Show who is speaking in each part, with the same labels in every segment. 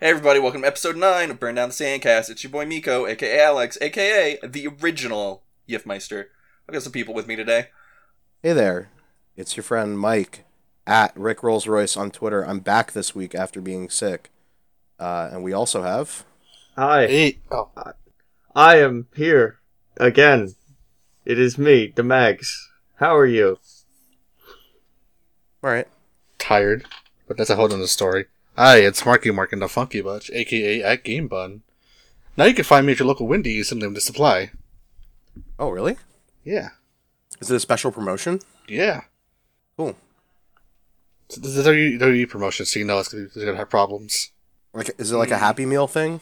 Speaker 1: Hey everybody, welcome to episode 9 of Burn Down the Sandcast. It's your boy Miko, aka Alex, aka the original Yiffmeister. I've got some people with me today.
Speaker 2: Hey there, it's your friend Mike at Rick Rolls Royce on Twitter. I'm back this week after being sick, uh, and we also have
Speaker 3: Hi,
Speaker 4: Hey, oh,
Speaker 3: I am here again. It is me, the Mags. How are you?
Speaker 2: all right.
Speaker 4: tired, but that's a whole nother story. Hi, it's Marky Mark and the Funky Bunch, aka at Game Bun. Now you can find me at your local Wendy's and limited supply.
Speaker 2: Oh really?
Speaker 4: Yeah,
Speaker 2: Is it a special promotion?
Speaker 4: yeah.
Speaker 2: Cool.
Speaker 4: So this is WWE WWE promotion, so you know it's gonna, it's gonna have problems.
Speaker 2: Like, is it like a Happy Meal thing?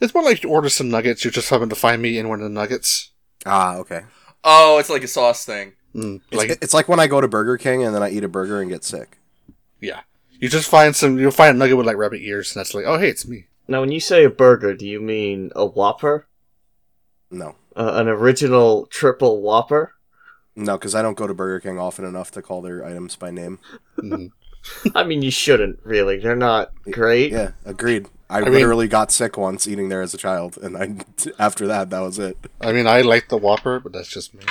Speaker 4: It's more like you order some nuggets, you just happen to find me in one of the nuggets.
Speaker 2: Ah, okay.
Speaker 1: Oh, it's like a sauce thing.
Speaker 4: Mm,
Speaker 2: It's
Speaker 4: like,
Speaker 2: like, it's like when I go to Burger King and then I eat a burger and get sick.
Speaker 4: yeah. You just find some, you'll find a nugget with like rabbit ears, and that's like, oh hey, it's me.
Speaker 3: Now, when you say a burger, do you mean a Whopper?
Speaker 2: No,
Speaker 3: Uh, an original triple Whopper?
Speaker 2: no, because I don't go to Burger King often enough to call their items by name.
Speaker 4: Mhm.
Speaker 3: I mean, you shouldn't really. They're not great.
Speaker 2: Yeah, agreed. I,
Speaker 4: mean-
Speaker 2: literally got sick once eating there as a child, and I after that, that was it.
Speaker 4: I mean, I like the Whopper, but that's just me.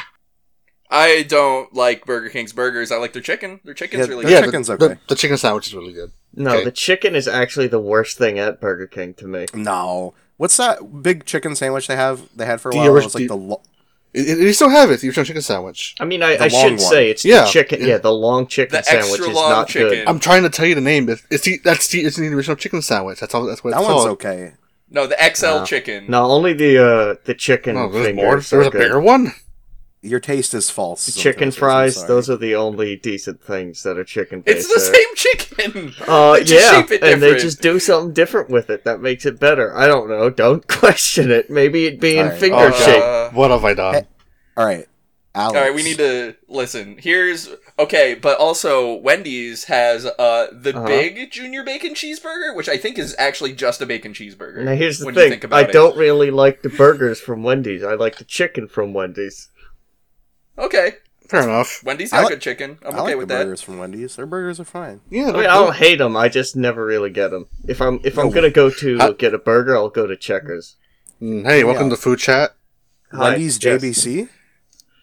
Speaker 1: I don't like Burger King's burgers. I like their chicken. Their chicken's
Speaker 2: Yeah,
Speaker 1: really
Speaker 2: The
Speaker 1: good.
Speaker 4: yeah,
Speaker 2: chicken's
Speaker 4: the,
Speaker 2: okay.
Speaker 4: the, the chicken sandwich is really good.
Speaker 3: No,
Speaker 4: Okay.
Speaker 3: the chicken is actually the worst thing at Burger King to me.
Speaker 2: No, what's that big chicken sandwich they have? They had for a
Speaker 4: The
Speaker 2: while.
Speaker 4: orig-
Speaker 2: it was like
Speaker 4: the-
Speaker 2: the lo-
Speaker 4: It, it- you still have it, the original chicken sandwich.
Speaker 3: I mean, I,
Speaker 2: The
Speaker 3: I
Speaker 2: long one.
Speaker 3: should say it's
Speaker 4: Yeah.
Speaker 3: the chicken. Yeah, the long chicken
Speaker 1: The
Speaker 3: sandwich
Speaker 1: extra
Speaker 3: is
Speaker 1: long
Speaker 3: not
Speaker 1: chicken.
Speaker 3: good.
Speaker 4: I'm trying to tell you the name. It's, it's the that's the it's the original chicken sandwich. That's all. That's what
Speaker 2: that
Speaker 4: it's
Speaker 2: one's
Speaker 4: called.
Speaker 2: okay.
Speaker 1: No, the XL
Speaker 3: No.
Speaker 1: chicken.
Speaker 3: No, only the uh, the chicken
Speaker 4: No, there's more.
Speaker 3: fingers.
Speaker 4: There was
Speaker 3: are
Speaker 4: a
Speaker 3: good.
Speaker 4: bigger one.
Speaker 2: Your taste is false.
Speaker 3: The chicken
Speaker 2: sometimes, I'm
Speaker 3: fries.
Speaker 2: sorry.
Speaker 3: Those are the only decent things that are uh, chicken based.
Speaker 1: It's the same chicken.
Speaker 3: Uh,
Speaker 1: They just
Speaker 3: yeah,
Speaker 1: shape it
Speaker 3: and they
Speaker 1: different.
Speaker 3: just do something different with it that makes it better. I don't know. Don't question it. Maybe it being
Speaker 2: Alright.
Speaker 3: finger
Speaker 4: Oh,
Speaker 1: Uh,
Speaker 3: shaped.
Speaker 4: What have I done?
Speaker 2: Eh. all right. Alex.
Speaker 1: All right, we need to listen. Here's okay, but also Wendy's has uh the
Speaker 3: Uh-huh.
Speaker 1: big junior bacon cheeseburger, which I think is actually just a bacon cheeseburger.
Speaker 3: Now here's the
Speaker 1: when you
Speaker 3: thing.
Speaker 1: think about
Speaker 3: I
Speaker 1: it.
Speaker 3: don't really like the burgers from Wendy's. I like the chicken from Wendy's.
Speaker 1: Okay,
Speaker 4: Fair enough.
Speaker 1: Wendy's
Speaker 2: I
Speaker 1: got
Speaker 2: like-
Speaker 1: good chicken. I'm
Speaker 2: I
Speaker 1: okay
Speaker 2: like
Speaker 1: with
Speaker 2: the
Speaker 1: that.
Speaker 2: burgers from Wendy's. Their burgers are fine.
Speaker 4: Yeah.
Speaker 3: I mean, I don't hate them. I just never really get them. If I'm if I'm
Speaker 2: No.
Speaker 3: gonna go to
Speaker 4: I-
Speaker 3: get a burger, I'll go to Checkers.
Speaker 4: Mm, Hey, welcome
Speaker 2: Yeah.
Speaker 4: to Food Chat.
Speaker 3: Hi,
Speaker 2: Wendy's
Speaker 3: yes.
Speaker 2: JBC,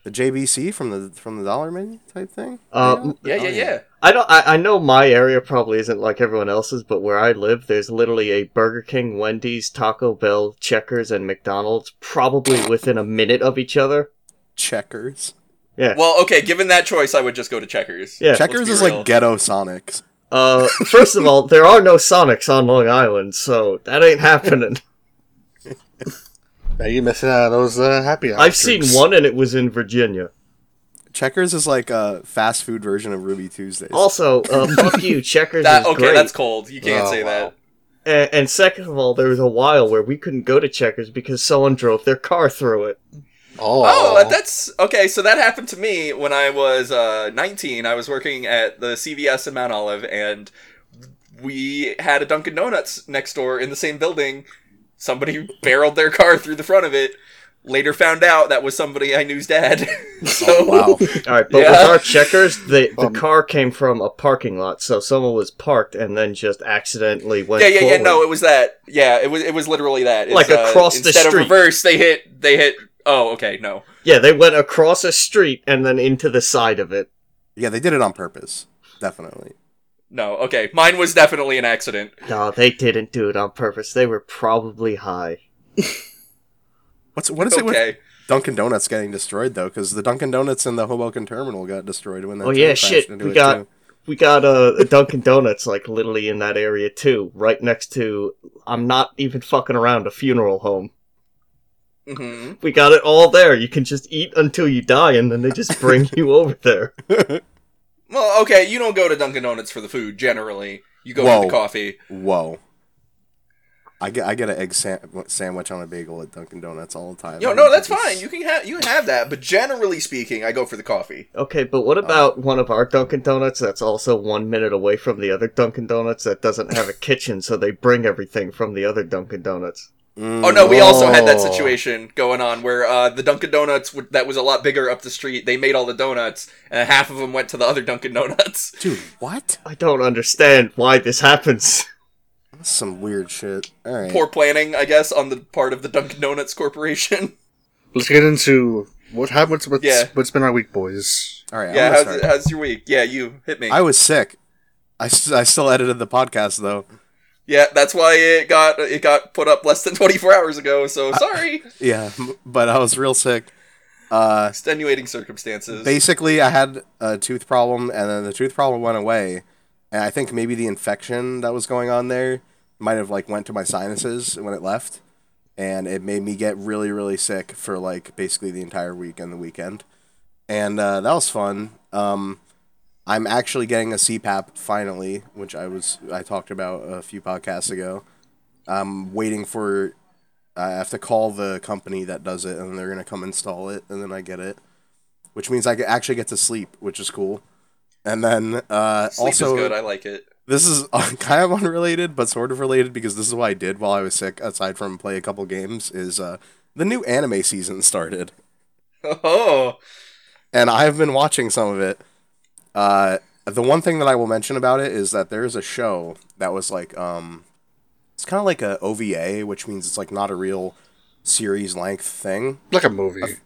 Speaker 2: the JBC from the from the dollar menu type thing.
Speaker 3: Uh,
Speaker 2: Yeah.
Speaker 3: m-
Speaker 1: Yeah, yeah,
Speaker 2: Oh, yeah.
Speaker 1: yeah.
Speaker 3: I don't. I, I know my area probably isn't like everyone else's, but where I live, there's literally a Burger King, Wendy's, Taco Bell, Checkers, and McDonald's probably within a minute of each other.
Speaker 2: Checkers.
Speaker 3: Yeah.
Speaker 1: Well, okay, given that choice, I would just go to Checkers.
Speaker 3: Yeah.
Speaker 2: Checkers
Speaker 1: be
Speaker 2: is
Speaker 1: real.
Speaker 2: like ghetto Sonics.
Speaker 3: Uh, first of all, there are no Sonics on Long Island, so that ain't happening.
Speaker 4: Now you're missing out on those uh, happy hour
Speaker 3: I've seen
Speaker 4: treats.
Speaker 3: one, and it was in Virginia.
Speaker 2: Checkers is like a fast food version of Ruby Tuesdays.
Speaker 3: Also, uh, fuck you, Checkers
Speaker 1: That
Speaker 3: is
Speaker 1: okay,
Speaker 3: great.
Speaker 1: that's cold. You can't
Speaker 4: Oh,
Speaker 1: say
Speaker 4: wow.
Speaker 1: that.
Speaker 3: And, and second of all, there was a while where we couldn't go to Checkers because someone drove their car through it.
Speaker 4: Oh,
Speaker 1: Oh, that's okay. So that happened to me when I was uh, 19. I was working at the CVS in Mount Olive, and we had a Dunkin' Donuts next door in the same building. Somebody barreled their car through the front of it. Later, found out that was somebody I knew's dad. so
Speaker 2: Oh, wow.
Speaker 3: All right, but
Speaker 1: Yeah.
Speaker 3: with our checkers, the the
Speaker 4: Um,
Speaker 3: car came from a parking lot, so someone was parked and then just accidentally went.
Speaker 1: yeah, yeah, yeah.
Speaker 3: forward.
Speaker 1: No, it was that. Yeah, it was it was literally that. It's,
Speaker 3: Like
Speaker 1: uh,
Speaker 3: across the
Speaker 1: instead
Speaker 3: street.
Speaker 1: of reverse, they hit they hit. Oh, okay, no.
Speaker 3: yeah, they went across a street and then into the side of it.
Speaker 2: yeah, they did it on purpose. Definitely.
Speaker 1: No, okay. Mine was definitely an accident.
Speaker 3: No, they didn't do it on purpose. They were probably high.
Speaker 2: What's what is it with
Speaker 1: okay.
Speaker 2: Dunkin' Donuts getting destroyed though? Because the Dunkin' Donuts in the Hoboken terminal got destroyed when that.
Speaker 3: Oh,
Speaker 2: train
Speaker 3: yeah,
Speaker 2: crashed
Speaker 3: shit,
Speaker 2: into
Speaker 3: we
Speaker 2: it,
Speaker 3: got-
Speaker 2: too.
Speaker 3: We got uh, a Dunkin' Donuts like literally in that area too, right next to. I'm not even fucking around a funeral home.
Speaker 1: hmm
Speaker 3: We got it all there. You can just eat until you die, and then they just bring you over there.
Speaker 1: Well, okay, you don't go to Dunkin' Donuts for the food generally. You go for
Speaker 2: Whoa.
Speaker 1: the coffee.
Speaker 2: Whoa. I get I get an egg sa- sandwich on a bagel at Dunkin' Donuts all the time.
Speaker 1: Yo,
Speaker 2: I
Speaker 1: no,
Speaker 2: don't
Speaker 1: that's
Speaker 2: think
Speaker 1: fine.
Speaker 2: it's-
Speaker 1: You can have you can have that, but generally speaking, I go for the coffee.
Speaker 3: Okay, but what about one of our Dunkin' Donuts that's also one minute away from the other Dunkin' Donuts that doesn't have a kitchen, so they bring everything from the other Dunkin' Donuts?
Speaker 2: Mm,
Speaker 1: Oh no, we also had that
Speaker 4: Oh.
Speaker 1: situation going on where uh, the Dunkin' Donuts w- that was a lot bigger up the street. They made all the donuts, and half of them went to the other Dunkin' Donuts.
Speaker 2: dude, what?
Speaker 3: I don't understand why this happens.
Speaker 2: Some weird shit. All right.
Speaker 1: Poor planning, I guess, on the part of the Dunkin' Donuts Corporation.
Speaker 4: Let's get into what happened. What's,
Speaker 1: Yeah.
Speaker 4: what's been our week, boys?
Speaker 2: All right.
Speaker 1: yeah,
Speaker 2: I'm gonna
Speaker 1: how's,
Speaker 2: start.
Speaker 1: how's your week? Yeah, you hit me.
Speaker 2: I was sick. I, s- I still edited the podcast though.
Speaker 1: yeah, that's why it got it got put up less than 24 hours ago. So sorry,
Speaker 2: Yeah, m- but I was real sick. Uh,
Speaker 1: extenuating circumstances.
Speaker 2: basically, I had a tooth problem, and then the tooth problem went away, and I think maybe the infection that was going on there might have like went to my sinuses when it left, and it made me get really really sick for like basically the entire week and the weekend, and uh, that was fun. Um, I'm actually getting a CPAP finally, which I was I talked about a few podcasts ago. I'm waiting for I have to call the company that does it, and they're gonna come install it, and then I get it, which means I actually get to sleep, which is cool. And then uh,
Speaker 1: Sleep
Speaker 2: also
Speaker 1: is good. I like it.
Speaker 2: this is kind of unrelated, but sort of related because this is what I did while I was sick. Aside from play a couple games, is uh, the new anime season started,
Speaker 1: Oh,
Speaker 2: and I've been watching some of it. Uh, the one thing that I will mention about it is that there is a show that was like, um, it's kind of like a OVA, which means it's like not a real series length thing.
Speaker 4: Like a movie.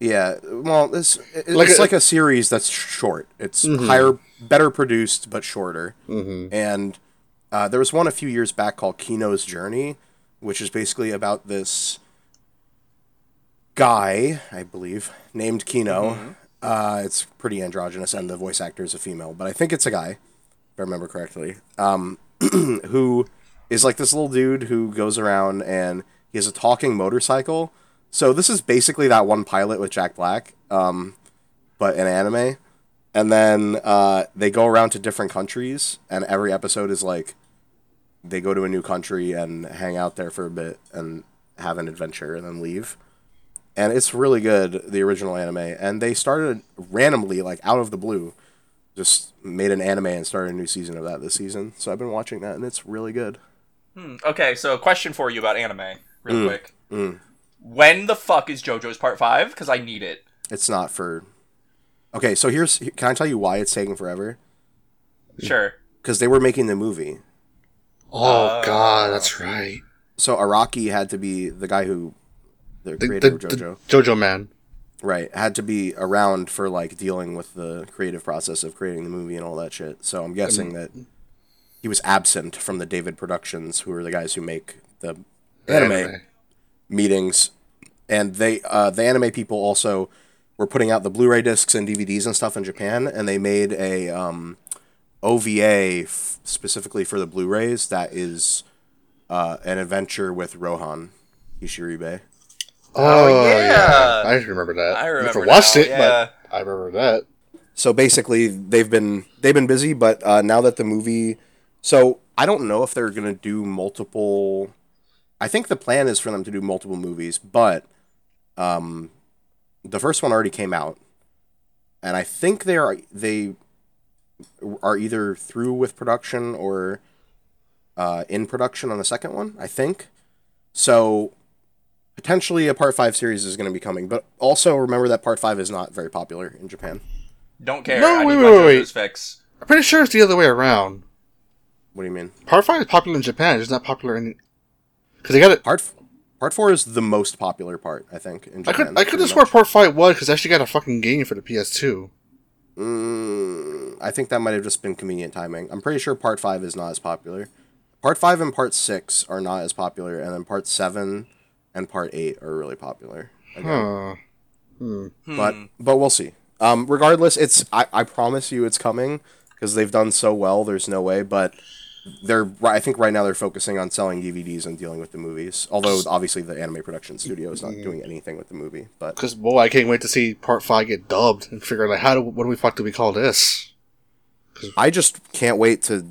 Speaker 2: Yeah, well, this it's
Speaker 4: Like
Speaker 2: like
Speaker 4: a-
Speaker 2: a, like a series that's short. It's
Speaker 4: Mhm.
Speaker 2: higher, better produced, but shorter.
Speaker 4: mm-hmm.
Speaker 2: And uh, there was one a few years back called Kino's Journey, which is basically about this guy, I believe, named Kino. Uh, it's pretty androgynous, and the voice actor is a female, but I think it's a guy, if I remember correctly, um, who is like this little dude who goes around and he has a talking motorcycle. So this is basically that one pilot with Jack Black, um, but in anime and then uh, they go around to different countries, and every episode is like they go to a new country and hang out there for a bit and have an adventure and then leave. And it's really good, the original anime. And they started randomly, like out of the blue, just made an anime and started a new season of that this season. So I've been watching that, and it's really good.
Speaker 5: Hmm, okay, so a question for you about anime, real
Speaker 2: Mm,
Speaker 5: quick.
Speaker 2: mm.
Speaker 5: When the fuck is JoJo's Part 5? Because I need it.
Speaker 2: It's not for. Okay, so here's. Can I tell you why it's taking forever?
Speaker 5: Sure.
Speaker 2: Because they were making the movie.
Speaker 4: Oh
Speaker 5: Uh,
Speaker 4: God, that's right.
Speaker 2: So Araki had to be the guy who. The
Speaker 4: The,
Speaker 2: creator
Speaker 4: the-
Speaker 2: of JoJo.
Speaker 4: the JoJo man.
Speaker 2: Right, had to be around for like dealing with the creative process of creating the movie and all that shit. So I'm guessing that he was absent from the David Productions, who are the guys who make the anime, meetings, and they uh, the anime people also were putting out the Blu-ray discs and DVDs and stuff in Japan, and they made a um, OVA f- specifically for the Blu-rays that is uh, an adventure with Rohan Ishiribe.
Speaker 4: Oh,
Speaker 5: yeah.
Speaker 4: yeah. I remember that.
Speaker 5: I remember
Speaker 4: Uh, Never watched
Speaker 5: now,
Speaker 4: it,
Speaker 5: yeah.
Speaker 4: but I remember that.
Speaker 2: so basically they've been they've been busy but uh, now that the movie so i don't know if they're going to do multiple i think the plan is for them to do multiple movies but um the first one already came out and i think they are they are either through with production or uh, in production on the second one i think so potentially a part five series is going to be coming but also remember that part five is not very popular in japan
Speaker 5: Don't care.
Speaker 4: No,
Speaker 5: I
Speaker 4: wait,
Speaker 5: need my
Speaker 4: wait, wait.
Speaker 5: JoJo's fix.
Speaker 4: I'm pretty sure it's the other way around.
Speaker 2: what do you mean
Speaker 4: Part five is popular in Japan. It's not popular in because they got it.
Speaker 2: Part f- part four is the most popular part, I think. In
Speaker 4: I
Speaker 2: Japan,
Speaker 4: could I could
Speaker 2: pretty
Speaker 4: have sworn
Speaker 2: much.
Speaker 4: part five was because actually got a fucking game for the PS2.
Speaker 2: Mm, I think that might have just been convenient timing. I'm pretty sure part five is not as popular. Part five and part six are not as popular, and then part seven and part eight are really popular. again.
Speaker 4: Huh. Hmm.
Speaker 2: But but we'll see. Um, regardless, it's I, I promise you it's coming because they've done so well. There's no way, but they're ri- I think right now they're focusing on selling DVDs and dealing with the movies. Although obviously the anime production studio is not doing anything with the movie, but
Speaker 4: Because boy, I can't wait to see part five get dubbed and figure out like how do what do we fuck do we call this?
Speaker 2: I just can't wait to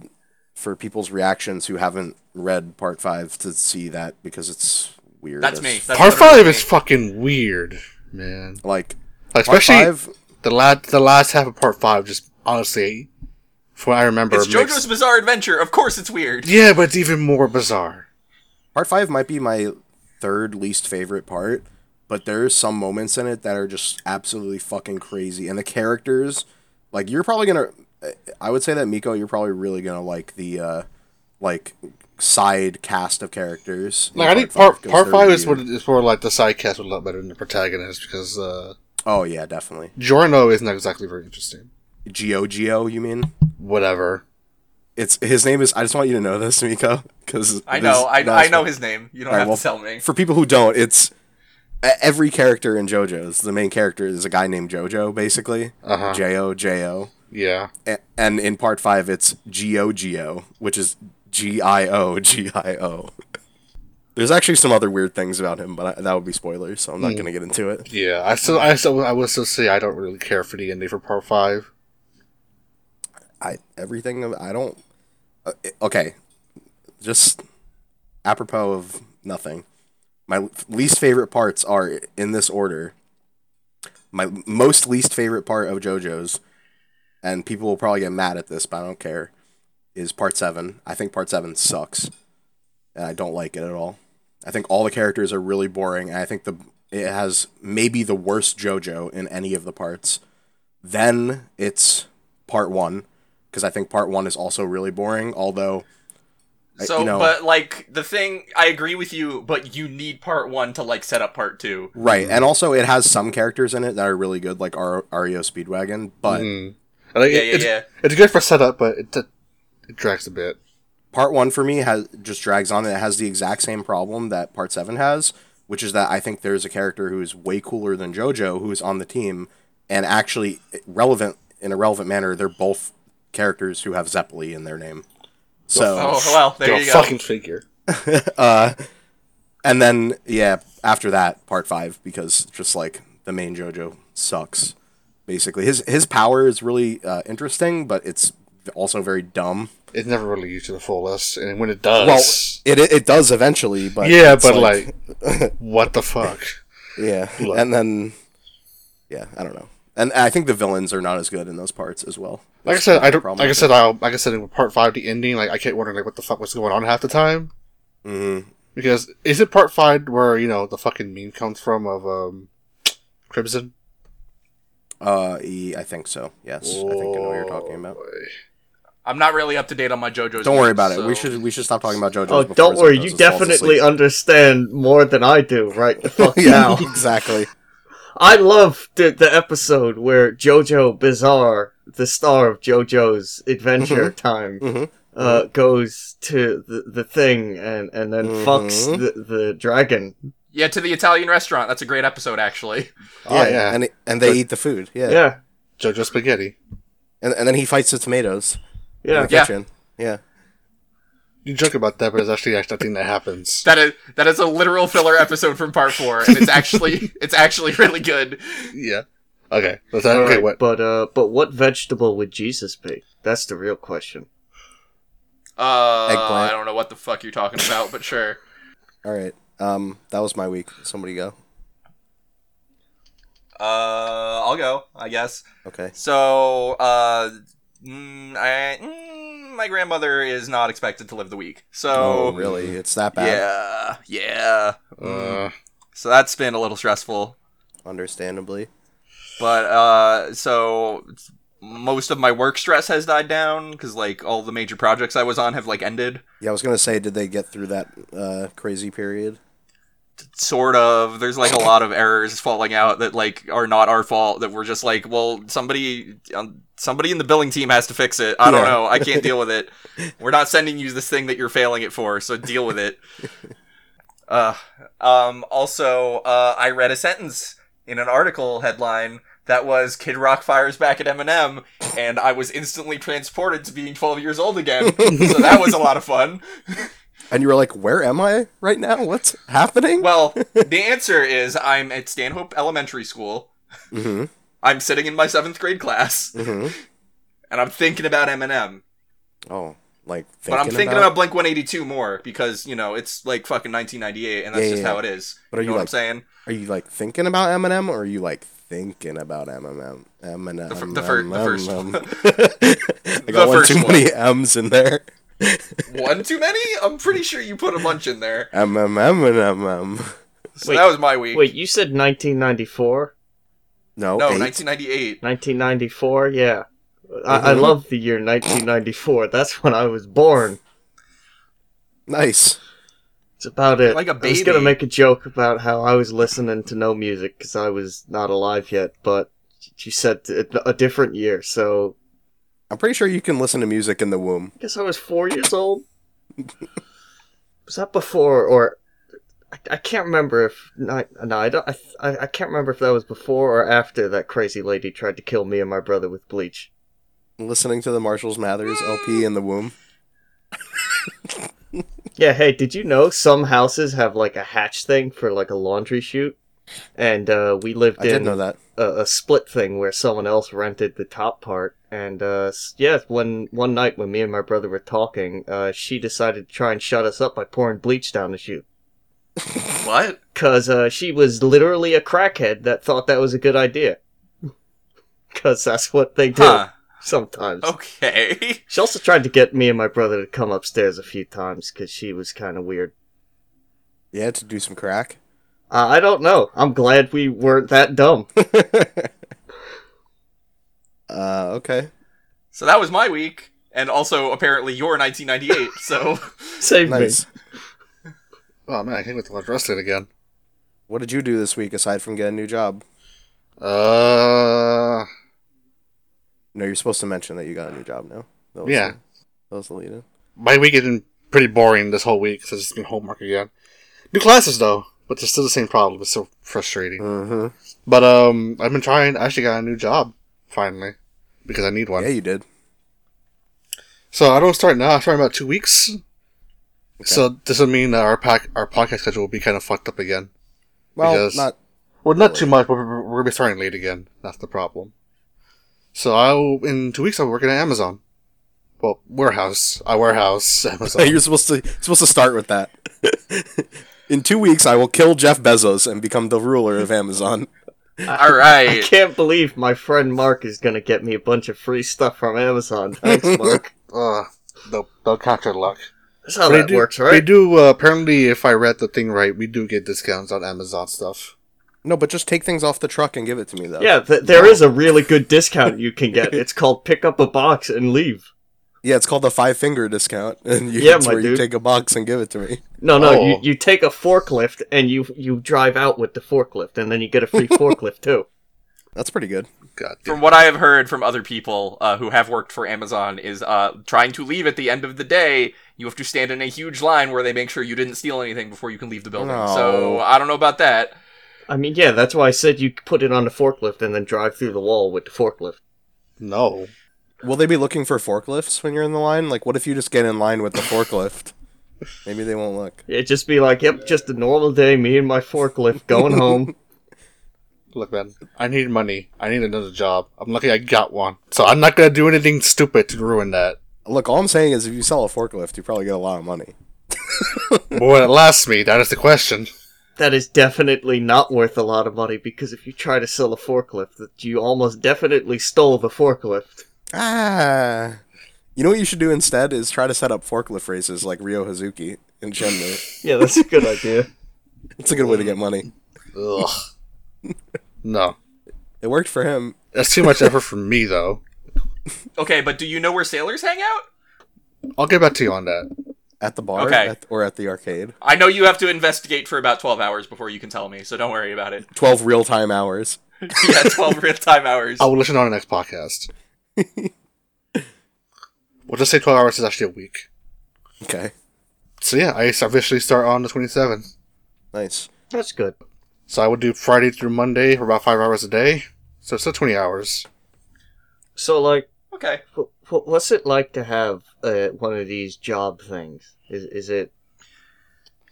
Speaker 2: for people's reactions who haven't read part five to see that because it's weird.
Speaker 5: That's
Speaker 2: as
Speaker 5: me.
Speaker 2: f-
Speaker 5: That's
Speaker 4: part
Speaker 5: literally
Speaker 4: five
Speaker 5: me.
Speaker 4: is fucking weird, man.
Speaker 2: Like
Speaker 4: Like,
Speaker 2: part
Speaker 4: especially
Speaker 2: five,
Speaker 4: the last the last half of part five. Just honestly, from what I remember,
Speaker 5: It's
Speaker 4: makes-
Speaker 5: JoJo's Bizarre Adventure. Of course it's weird.
Speaker 4: yeah, but it's even more bizarre.
Speaker 2: part five might be my third least favorite part, but there's some moments in it that are just absolutely fucking crazy, and the characters, like you're probably gonna, I would say that Miko, you're probably really gonna like the, uh, like side cast of characters. in
Speaker 4: Like I think
Speaker 2: five,
Speaker 4: part
Speaker 2: 'cause
Speaker 4: part
Speaker 2: they're
Speaker 4: five is
Speaker 2: weird.
Speaker 4: what is for like the side cast was a lot better than the protagonist because uh
Speaker 2: Oh yeah, definitely.
Speaker 4: Giorno is not exactly very interesting.
Speaker 2: Geo Geo, you mean?
Speaker 4: Whatever.
Speaker 2: It's his name is. I just want you to know this, Miko, because
Speaker 1: I know. I, I know his name. You don't have to tell me.
Speaker 2: For people who don't, it's e- every character in JoJo's. The main character is a guy named JoJo, basically.
Speaker 4: Uh huh.
Speaker 2: J O J O.
Speaker 4: Yeah.
Speaker 2: A- And in part five, it's G O G O, which is G I O G I O. There's actually some other weird things about him, but I, that would be spoilers, so I'm not going to get into it.
Speaker 4: Yeah. I still I still I would still say I don't really care for the ending for part five.
Speaker 2: I everything of- I don't. Uh, it- okay, just apropos of nothing. My l- least favorite parts are in this order. My most least favorite part of JoJo's, and people will probably get mad at this, but I don't care. Is part seven? I think part seven sucks, and I don't like it at all. I think all the characters are really boring, and I think the it has maybe the worst JoJo in any of the parts. Then it's part one, because I think part one is also really boring. Although, I-
Speaker 1: So,
Speaker 2: you know-
Speaker 1: but like the thing, I agree with you, but you need part one to like set up part two.
Speaker 2: right, and also it has some characters in it that are really good, like Ar- Ario Speedwagon. But
Speaker 4: Mm. I think
Speaker 1: Yeah,
Speaker 4: it-
Speaker 1: yeah,
Speaker 4: it's,
Speaker 1: yeah.
Speaker 4: it's good for setup, but it, it drags a bit.
Speaker 2: part one for me has just drags on. and It has the exact same problem that part seven has, which is that I think there's a character who is way cooler than JoJo who is on the team, and actually relevant in a relevant manner. They're both characters who have Zeppeli in their name. So
Speaker 1: Oh well, there
Speaker 4: Go
Speaker 1: you go.
Speaker 4: fucking figure.
Speaker 2: uh, and then yeah, after that, part five because just like the main JoJo sucks. Basically, his his power is really uh, interesting, but it's also very dumb.
Speaker 4: It's never really used to the fullest, and when it
Speaker 2: Well,
Speaker 4: does,
Speaker 2: it it, it does eventually, but
Speaker 4: yeah,
Speaker 2: it's
Speaker 4: but like, what the fuck?
Speaker 2: yeah,
Speaker 4: Look.
Speaker 2: and then yeah, I don't know. And I think the villains are not as good in those parts as well.
Speaker 4: Like I
Speaker 2: That's
Speaker 4: said, I
Speaker 2: the
Speaker 4: don't.
Speaker 2: problem.
Speaker 4: Like I said, I like I said in part five, the ending. Like I kept wondering, like what the fuck was going on half the time.
Speaker 2: Mhm.
Speaker 4: Because is it part five where you know the fucking meme comes from of um, Crimson?
Speaker 2: Uh, e- I think so. Yes, I think I know what you're talking about.
Speaker 4: Boy.
Speaker 1: I'm not really up to date on my JoJo's.
Speaker 2: Don't worry about it.
Speaker 1: so-
Speaker 2: We should we should stop talking about JoJo.
Speaker 3: Oh, don't worry. You definitely understand more than I do right the fuck
Speaker 2: yeah,
Speaker 3: now.
Speaker 2: exactly.
Speaker 3: I love the, the episode where JoJo Bizarre, the star of JoJo's Adventure
Speaker 4: Mm-hmm.
Speaker 3: Time,
Speaker 2: Mhm.
Speaker 3: Uh, goes to the, the thing and, and then
Speaker 4: Mm-hmm.
Speaker 3: fucks
Speaker 2: Mhm.
Speaker 3: the, the dragon.
Speaker 1: Yeah, to the Italian restaurant. That's a great episode, actually.
Speaker 4: Oh yeah,
Speaker 2: and it- and they
Speaker 4: But-
Speaker 2: eat the food. Yeah.
Speaker 3: Yeah.
Speaker 4: JoJo Spaghetti.
Speaker 2: and and then he fights the tomatoes in
Speaker 3: Yeah.
Speaker 2: the
Speaker 1: Yeah.
Speaker 2: kitchen. Yeah,
Speaker 4: You joke about that, but it's actually actually nothing that happens.
Speaker 1: That is that is a literal filler episode from part four, and it's actually it's actually really good.
Speaker 4: yeah. Okay. Let's okay.
Speaker 3: Alright,
Speaker 4: What?
Speaker 3: But uh, but what vegetable would Jesus be? That's the real question.
Speaker 1: Uh, I
Speaker 2: Eggplant.
Speaker 1: don't know what the fuck you're talking about, but sure.
Speaker 2: All right. Um, that was my week. Somebody go.
Speaker 1: Uh, I'll go, I guess.
Speaker 2: Okay.
Speaker 1: So, uh, mm, I, mm, my grandmother is not expected to live the week.
Speaker 2: Oh,
Speaker 1: So,
Speaker 2: really? It's that bad.
Speaker 1: yeah, yeah.
Speaker 4: Uh,
Speaker 1: So that's been a little stressful.
Speaker 2: Understandably.
Speaker 1: But uh, so most of my work stress has died down because like all the major projects I was on have like ended.
Speaker 2: Yeah, I was gonna say, did they get through that uh, crazy period?
Speaker 1: Sort of. There's like a lot of errors falling out that like are not our fault. That we're just like, well, somebody, um, somebody in the billing team has to fix it. I don't
Speaker 2: Yeah.
Speaker 1: know. I can't deal with it. We're not sending you this thing that you're failing it for. So deal with it. Uh, um. Also, uh, I read a sentence in an article headline that was "Kid Rock fires back at Eminem," and I was instantly transported to being 12 years old again. so that was a lot of fun.
Speaker 2: And you were like, "Where am I right now? What's happening?"
Speaker 1: Well, the answer is I'm at Stanhope Elementary School.
Speaker 2: hmm
Speaker 1: I'm sitting in my seventh grade class,
Speaker 2: hmm
Speaker 1: and I'm thinking about Eminem.
Speaker 2: Oh, like
Speaker 1: But I'm thinking about, Blink 182 more because you know it's like fucking 1998, and that's
Speaker 2: Yeah,
Speaker 1: just
Speaker 2: yeah,
Speaker 1: how it is.
Speaker 2: But are
Speaker 1: you
Speaker 2: you
Speaker 1: know what I'm
Speaker 2: like?
Speaker 1: saying?
Speaker 2: Are you like thinking about Eminem, or are you like thinking about Eminem? Eminem.
Speaker 1: The fir- the fir- the first one.
Speaker 2: I got
Speaker 1: The
Speaker 2: one
Speaker 1: first
Speaker 2: too
Speaker 1: one.
Speaker 2: many M's in there.
Speaker 1: One too many? I'm pretty sure you put a bunch in there.
Speaker 2: M M M and M M.
Speaker 1: So
Speaker 3: Wait.
Speaker 1: that was my week.
Speaker 3: Wait, you said 1994?
Speaker 2: No,
Speaker 1: no,
Speaker 2: eight.
Speaker 1: 1998.
Speaker 3: 1994? Yeah. I, I
Speaker 4: Mm-hmm.
Speaker 2: Mhm.
Speaker 3: love the year 1994. That's when I was born.
Speaker 2: Nice.
Speaker 3: It's about it.
Speaker 5: Like a
Speaker 3: I was
Speaker 5: baby.
Speaker 3: gonna make a joke about how I was listening to no music because I was not alive yet, but you said it- a different year, so
Speaker 2: I'm pretty sure you can listen to music in the womb.
Speaker 3: I guess I was four years old. was that before or? I- I can't remember if no, no I, don't, I I I can't remember if that was before or after that crazy lady tried to kill me and my brother with bleach.
Speaker 2: Listening to the Marshalls Mathers LP in the womb.
Speaker 3: Yeah, hey, did you know some houses have like a hatch thing for like a laundry chute? And uh, we lived
Speaker 2: I did
Speaker 3: in
Speaker 2: know that.
Speaker 3: a, a split thing where someone else rented the top part. And uh, s- yeah, when one night when me and my brother were talking, uh, she decided to try and shut us up by pouring bleach down the chute.
Speaker 5: What?
Speaker 3: Cause uh, she was literally a crackhead that thought that was a good idea. Cause that's what they do
Speaker 5: Huh.
Speaker 3: sometimes.
Speaker 1: Oh.
Speaker 5: Okay.
Speaker 3: She also tried to get me and my brother to come upstairs a few times because she was kind of weird.
Speaker 2: Yeah, to do some crack.
Speaker 3: Uh, I don't know. I'm glad we weren't that dumb.
Speaker 2: uh, okay.
Speaker 5: So that was my week, and also apparently your 1998. so
Speaker 3: Save
Speaker 2: Nice.
Speaker 4: Oh man, I can't wait to watch wrestling again.
Speaker 2: What did you do this week aside from get a new job?
Speaker 4: Uh,
Speaker 2: No, you're supposed to mention that you got a new job now. That
Speaker 4: Yeah.
Speaker 2: The, that was the lead in.
Speaker 4: my week has been pretty boring this whole week because it's been homework again. New classes though, but it's still the same problem. It's so frustrating.
Speaker 2: Mm-hmm.
Speaker 4: But um, I've been trying. I actually got a new job finally because I need one.
Speaker 2: Yeah, you did.
Speaker 4: So I don't start now. I start in about two weeks. So this will mean that our pack, our podcast schedule will be kind of fucked up again.
Speaker 2: Well,
Speaker 4: Because-
Speaker 2: not.
Speaker 4: Well, not too much, but we're, we're gonna be starting late again. That's the problem. So I'll in two weeks I'll be working at Amazon. Well, warehouse. I warehouse Amazon.
Speaker 2: You're supposed to supposed to start with that. in two weeks, I will kill Jeff Bezos and become the ruler of Amazon.
Speaker 5: all
Speaker 3: I
Speaker 5: right.
Speaker 3: can't believe my friend Mark is gonna get me a bunch of free stuff from Amazon. Thanks, Mark.
Speaker 4: uh, they'll they'll count your luck.
Speaker 3: That's how
Speaker 4: They
Speaker 3: that
Speaker 4: do-
Speaker 3: works,
Speaker 4: They
Speaker 3: right?
Speaker 4: do. Uh, apparently, if I read the thing right, we do get discounts on Amazon stuff.
Speaker 2: No, but just take things off the truck and give it to me, though.
Speaker 3: Yeah, th- there is a really good discount you can get. It's called pick up a box and leave.
Speaker 2: Yeah, it's called the five finger discount, and you,
Speaker 3: Yeah,
Speaker 2: it's
Speaker 3: my
Speaker 2: where you
Speaker 3: dude.
Speaker 2: take a box and give it to me.
Speaker 3: No, no, you,
Speaker 4: Oh.
Speaker 3: you take a forklift and you you drive out with the forklift, and then you get a free forklift too.
Speaker 2: That's pretty good.
Speaker 4: God damn.
Speaker 5: From what I have heard from other people uh, who have worked for Amazon, is uh, trying to leave at the end of the day, you have to stand in a huge line where they make sure you didn't steal anything before you can leave the building.
Speaker 2: No.
Speaker 5: So I don't know about that.
Speaker 3: I mean, yeah, that's why I said you put it on the forklift and then drive through the wall with the forklift.
Speaker 4: No.
Speaker 2: Will they be looking for forklifts when you're in the line? Like, what if you just get in line with the forklift? Maybe they won't look.
Speaker 3: It'd just be like, yep, just a normal day, me and my forklift going home.
Speaker 4: Look, man. I need money. I need another job. I'm lucky I got one. So I'm not gonna do anything stupid to ruin that.
Speaker 2: Look, all I'm saying is if you sell a forklift, you probably get a lot of money.
Speaker 4: but will it last me? That is the question.
Speaker 3: that is definitely not worth a lot of money because if you try to sell a forklift, that you almost definitely stole the forklift.
Speaker 2: Ah. You know what you should do instead is try to set up forklift races like Rio Hazuki in Shenmue.
Speaker 3: Yeah, that's a good idea.
Speaker 2: It's a good way to get money.
Speaker 4: Ugh. no.
Speaker 2: It worked for him.
Speaker 4: That's too much effort for me, though.
Speaker 5: Okay, but do you know where sailors hang out?
Speaker 4: I'll get back to you on that.
Speaker 2: At the bar
Speaker 5: Okay.
Speaker 2: at, or at the arcade.
Speaker 5: I know you have to investigate for about 12 hours before you can tell me, so don't worry about it.
Speaker 2: 12 real time hours.
Speaker 5: yeah, 12 real time hours.
Speaker 4: I will listen on the next podcast. we'll just say 12 hours is actually a week.
Speaker 2: Okay.
Speaker 4: So yeah, I officially start on the 27th.
Speaker 2: Nice.
Speaker 3: That's good.
Speaker 4: So I would do Friday through Monday for about five hours a day. So it's still 20 hours.
Speaker 3: So, like,
Speaker 5: Okay.
Speaker 3: wh- wh- what's it like to have uh, one of these job things? Is is it?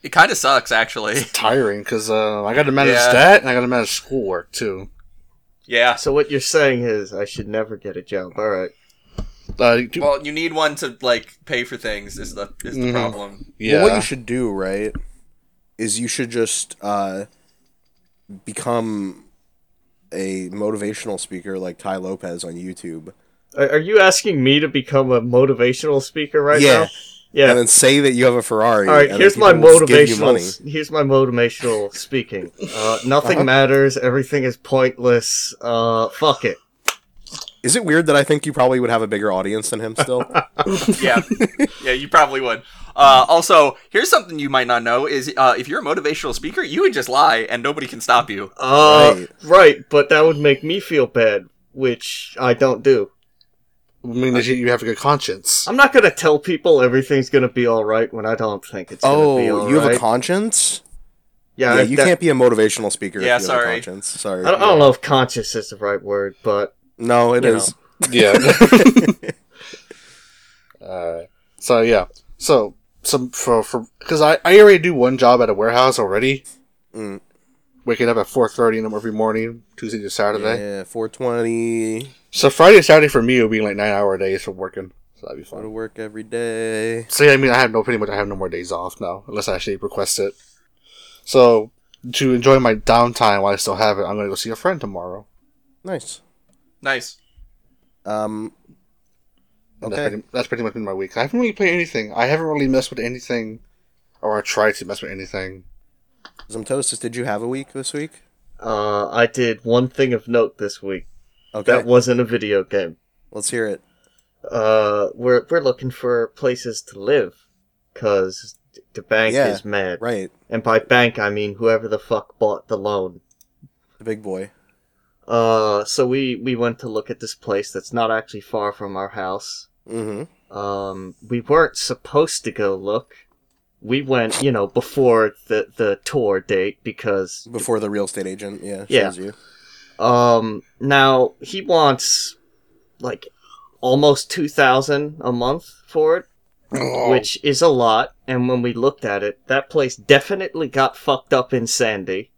Speaker 5: It kind of sucks, actually.
Speaker 4: Tiring because uh, I got to manage
Speaker 5: Yeah.
Speaker 4: that and I got to manage schoolwork too.
Speaker 5: Yeah.
Speaker 3: So what you're saying is I should never get a job. All right.
Speaker 4: Uh, you do-
Speaker 5: Well, you need one to like pay for things. Is the is the
Speaker 4: Mhm.
Speaker 5: problem?
Speaker 4: yeah.
Speaker 2: Well, what you should do, right, is you should just uh, become a motivational speaker like Ty Lopez on YouTube.
Speaker 3: Are, are you asking me to become a motivational speaker right
Speaker 2: Yeah.
Speaker 3: now? Yeah.
Speaker 2: And then say that you have a Ferrari.
Speaker 3: All right,
Speaker 2: and then
Speaker 3: here's my
Speaker 2: people will give you
Speaker 3: motivational.
Speaker 2: money.
Speaker 3: s- Here's my motivational
Speaker 2: Uh-huh.
Speaker 3: speaking. Uh, nothing matters. Everything is pointless. Uh, fuck it.
Speaker 2: Is it weird that I think you probably would have a bigger audience than him still?
Speaker 5: yeah, yeah, you probably would. Uh, also, here's something you might not know: is uh, if you're a motivational speaker, you would just lie and nobody can stop you.
Speaker 3: Uh,
Speaker 2: Right.
Speaker 3: right. but that would make me feel bad, which I don't do.
Speaker 4: I mean, that you you have a good conscience.
Speaker 3: I'm not gonna tell people everything's gonna be all right when I don't think it's
Speaker 2: oh,
Speaker 3: gonna be all right.
Speaker 2: you have a conscience?
Speaker 3: yeah,
Speaker 2: Yeah,
Speaker 3: I-
Speaker 2: you
Speaker 3: that-
Speaker 2: can't be a motivational speaker
Speaker 5: Yeah,
Speaker 2: if you have a
Speaker 5: sorry.
Speaker 2: conscience. Sorry.
Speaker 3: I don't, I don't know if conscious is the right word, but
Speaker 2: No, it
Speaker 3: You
Speaker 2: is.
Speaker 4: Yeah. Alright. So yeah. So some for for because I I already do one job at a warehouse already.
Speaker 2: Mm.
Speaker 4: Waking up at four thirty in the- every morning, Tuesday to Saturday.
Speaker 2: Yeah, 420.
Speaker 4: So Friday and Saturday for me will be like nine hour days for working. So that'd be
Speaker 2: Go to
Speaker 4: fun.
Speaker 2: work every day.
Speaker 4: So yeah, I mean I have no pretty much I have no more days off now unless I actually request it. So to enjoy my downtime while I still have it, I'm gonna go see a friend tomorrow.
Speaker 2: Nice.
Speaker 5: Nice.
Speaker 2: Um,
Speaker 4: And
Speaker 2: Okay.
Speaker 4: That's pretty, that's pretty much been my week. I haven't really played anything. I haven't really messed with anything, or I tried to mess with anything.
Speaker 2: Zimtosis, did you have a week this week?
Speaker 3: uh, I did one thing of note this week.
Speaker 2: Okay.
Speaker 3: That wasn't a video game.
Speaker 2: Let's hear it.
Speaker 3: Uh, we're we're looking for places to live, cause the bank
Speaker 2: Yeah,
Speaker 3: is mad.
Speaker 2: Right.
Speaker 3: And by bank, I mean whoever the fuck bought the loan.
Speaker 2: The big boy.
Speaker 3: Uh, so we we went to look at this place that's not actually far from our house.
Speaker 2: Mm
Speaker 3: Um, we weren't supposed to go look. We went, you know, before the the tour date because
Speaker 2: hmm. Before the real estate agent, yeah, shows
Speaker 3: Yeah.
Speaker 2: you.
Speaker 3: um now he wants like almost 2000 a month for it,
Speaker 2: Oh.
Speaker 3: which is a lot and when we looked at it, that place definitely got fucked up in Sandy.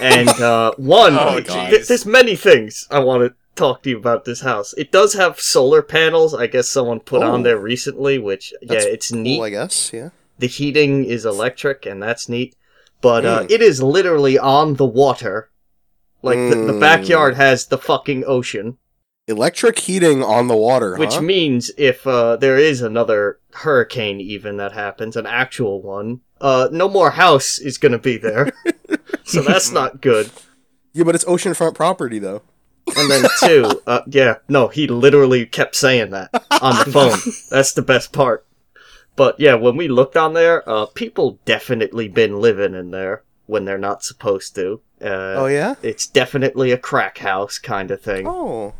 Speaker 3: and uh one
Speaker 5: Oh,
Speaker 3: th-
Speaker 5: God.
Speaker 3: th- there's many things I want to talk to you about this house. It does have solar panels. I guess someone put
Speaker 2: Oh.
Speaker 3: on there recently, which
Speaker 2: That's
Speaker 3: yeah, it's neat
Speaker 2: Cool, I guess, yeah.
Speaker 3: the heating is electric and that's neat but uh,
Speaker 2: Mm.
Speaker 3: it is literally on the water like the, the
Speaker 2: Mm.
Speaker 3: backyard has the fucking ocean
Speaker 2: Electric heating on the water,
Speaker 3: which
Speaker 2: huh?
Speaker 3: means if uh, there is another hurricane even that happens an actual one uh, no more house is going to be there so that's not good
Speaker 2: yeah, but it's oceanfront property, though.
Speaker 3: and then two uh, yeah no he literally kept saying that on the phone that's the best part but yeah when we looked on there uh, people definitely been living in there when they're not supposed to uh,
Speaker 2: oh, yeah?
Speaker 3: it's definitely a crack house kind of thing
Speaker 2: Oh.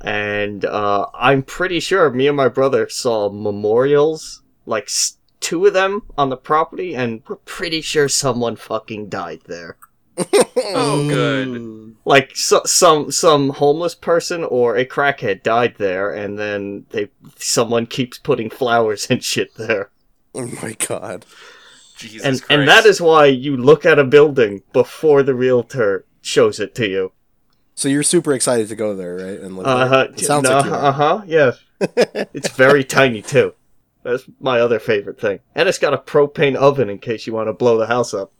Speaker 3: and uh, i'm pretty sure me and my brother saw memorials like s- two of them on the property and we're pretty sure someone fucking died there
Speaker 5: Oh, good.
Speaker 4: Mm.
Speaker 3: like so, some some homeless person or a crackhead died there and then they someone keeps putting flowers and shit there
Speaker 2: Oh, my God.
Speaker 5: Jesus
Speaker 3: and
Speaker 5: Christ.
Speaker 3: and that is why you look at a building before the realtor shows it to you
Speaker 2: So you're super excited to go there, right? And live
Speaker 3: uh-huh
Speaker 2: there. uh, It sounds like you are.
Speaker 3: uh-huh yeah it's very tiny too that's my other favorite thing and it's got a propane oven in case you want to blow the house up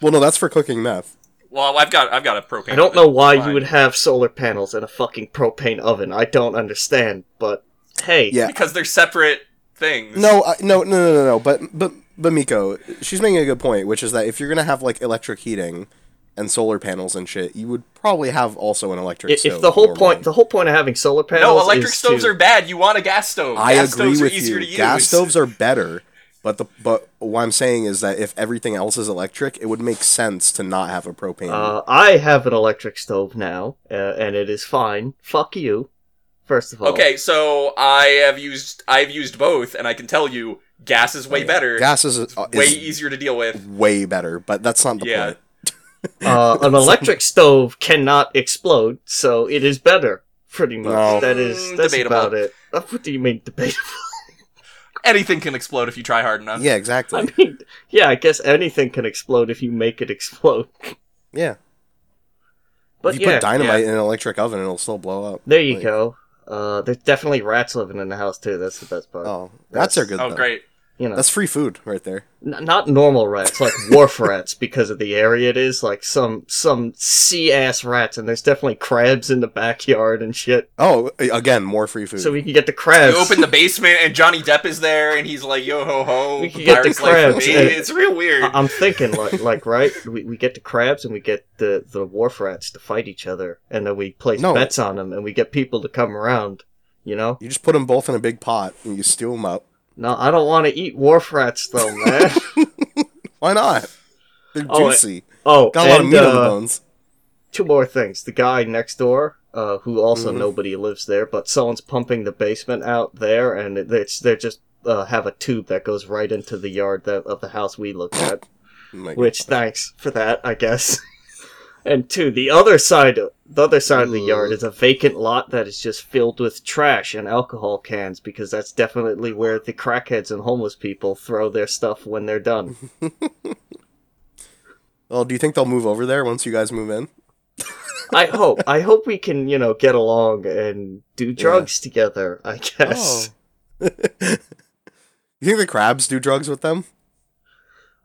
Speaker 2: Well, no, that's for cooking meth.
Speaker 5: well, I've got I've got a propane.
Speaker 3: i don't know why
Speaker 5: Fine.
Speaker 3: you would have solar panels and a fucking propane oven i don't understand but hey
Speaker 2: Yeah.
Speaker 5: because they're separate things.
Speaker 2: No, I, no, no, no, no, no. But but but Miko, she's making a good point, which is that if you're gonna have like electric heating and solar panels and shit, you would probably have also an electric.
Speaker 3: if,
Speaker 2: stove
Speaker 3: if the whole
Speaker 2: normally.
Speaker 3: point the whole point of having solar panels
Speaker 5: no, electric
Speaker 3: is
Speaker 5: stoves
Speaker 3: to-
Speaker 5: are bad. You want a gas stove.
Speaker 2: I
Speaker 5: gas
Speaker 2: agree
Speaker 5: stoves
Speaker 2: with
Speaker 5: are easier
Speaker 2: you.
Speaker 5: to use.
Speaker 2: Gas stoves are better, but the but what I'm saying is that if everything else is electric, it would make sense to not have a propane.
Speaker 3: uh, I have an electric stove now, uh, and it is fine. Fuck you. First of all,
Speaker 5: Okay, so I have used I've used both, and I can tell you, gas is way better.
Speaker 2: Gas is, uh,
Speaker 5: way
Speaker 2: is
Speaker 5: easier to deal with.
Speaker 2: way better, but that's not the
Speaker 5: Yeah.
Speaker 2: point.
Speaker 3: uh, an electric stove cannot explode, so it is better. Pretty much.
Speaker 2: No.
Speaker 3: That is
Speaker 5: Mm,
Speaker 3: that's
Speaker 5: debatable.
Speaker 3: about it. Uh, What do you mean debatable?
Speaker 5: Anything can explode if you try hard
Speaker 1: uh,
Speaker 5: enough.
Speaker 2: Yeah, exactly.
Speaker 3: I mean, yeah, I guess anything can explode if you make it explode.
Speaker 2: yeah,
Speaker 3: But
Speaker 2: you
Speaker 3: yeah,
Speaker 2: put dynamite in an electric oven, it'll still blow up.
Speaker 3: there you
Speaker 2: like-
Speaker 3: go. Uh, there's definitely rats living in the house too. That's the best part.
Speaker 2: Oh, rats are good.
Speaker 5: Oh,
Speaker 2: though.
Speaker 5: great.
Speaker 3: you know,
Speaker 2: That's free food right there.
Speaker 3: n- not normal rats, like wharf rats, because of the area it is. Like some some sea ass rats, and there's definitely crabs in the backyard and shit.
Speaker 2: Oh, a- again, more free food.
Speaker 3: So we can get the crabs.
Speaker 1: You open the basement and Johnny Depp is there, and he's like, "Yo ho ho,
Speaker 3: We could get the
Speaker 1: pirate's life for
Speaker 3: crabs,
Speaker 1: me."
Speaker 3: and-
Speaker 1: It's real weird.
Speaker 3: I- I'm thinking like like right, we, we get the crabs and we get the the wharf rats to fight each other, and then we place
Speaker 2: No.
Speaker 3: bets on them, and we get people to come around. You know,
Speaker 2: you just put them both in a big pot and you stew them up.
Speaker 3: no, I don't want to eat wharf rats though, man.
Speaker 2: Why not? They're
Speaker 3: Oh, it-
Speaker 2: juicy.
Speaker 3: oh,
Speaker 2: Got a lot of
Speaker 3: and,
Speaker 2: meat on the
Speaker 3: uh,
Speaker 2: bones.
Speaker 3: two more things. The guy next door, uh, who also
Speaker 2: Mhm.
Speaker 3: nobody lives there, but someone's pumping the basement out there, and it- it's they just uh, have a tube that goes right into the yard that, of the house we looked at.
Speaker 2: Like,
Speaker 3: Which thanks for that, I guess. and two, the other side, the other side of the yard is a vacant lot that is just filled with trash and alcohol cans because that's definitely where the crackheads and homeless people throw their stuff when they're done.
Speaker 2: well, Oh, do you think they'll move over there once you guys move in?
Speaker 3: I hope, I hope we can, you know, get along and do drugs together.
Speaker 2: Oh.
Speaker 3: I guess.
Speaker 2: You think the crabs do drugs with them?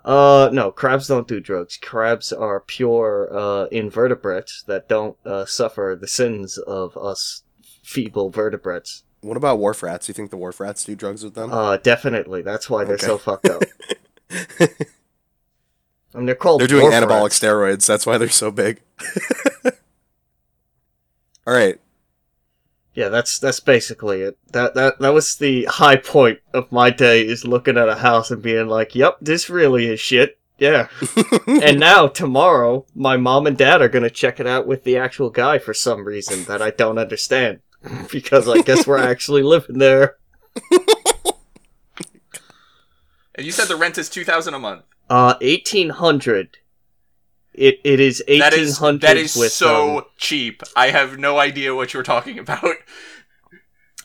Speaker 3: Uh, no, crabs don't do drugs. Crabs are pure uh, invertebrates that don't uh, suffer the sins of us feeble vertebrates.
Speaker 2: What about wharf rats? You think the wharf rats do drugs with them?
Speaker 3: Uh, definitely. That's why they're
Speaker 2: Okay.
Speaker 3: so fucked up. I mean, they're called.
Speaker 2: they're doing
Speaker 3: dwarf
Speaker 2: anabolic
Speaker 3: rats.
Speaker 2: steroids. That's why they're so big. All right.
Speaker 3: Yeah, that's that's basically it. That that that was the high point of my day is looking at a house and being like, "Yep, this really is shit." Yeah.
Speaker 2: Uh,
Speaker 3: and now tomorrow, my mom and dad are gonna check it out with the actual guy for some reason that I don't understand, because I guess we're actually living there.
Speaker 1: and you said the rent is two thousand a month.
Speaker 3: Uh, eighteen hundred. It it is
Speaker 1: That
Speaker 3: eighteen
Speaker 1: is
Speaker 3: hundred.
Speaker 1: that is
Speaker 3: with,
Speaker 1: so
Speaker 3: um,
Speaker 1: cheap. I have no idea what you're talking about.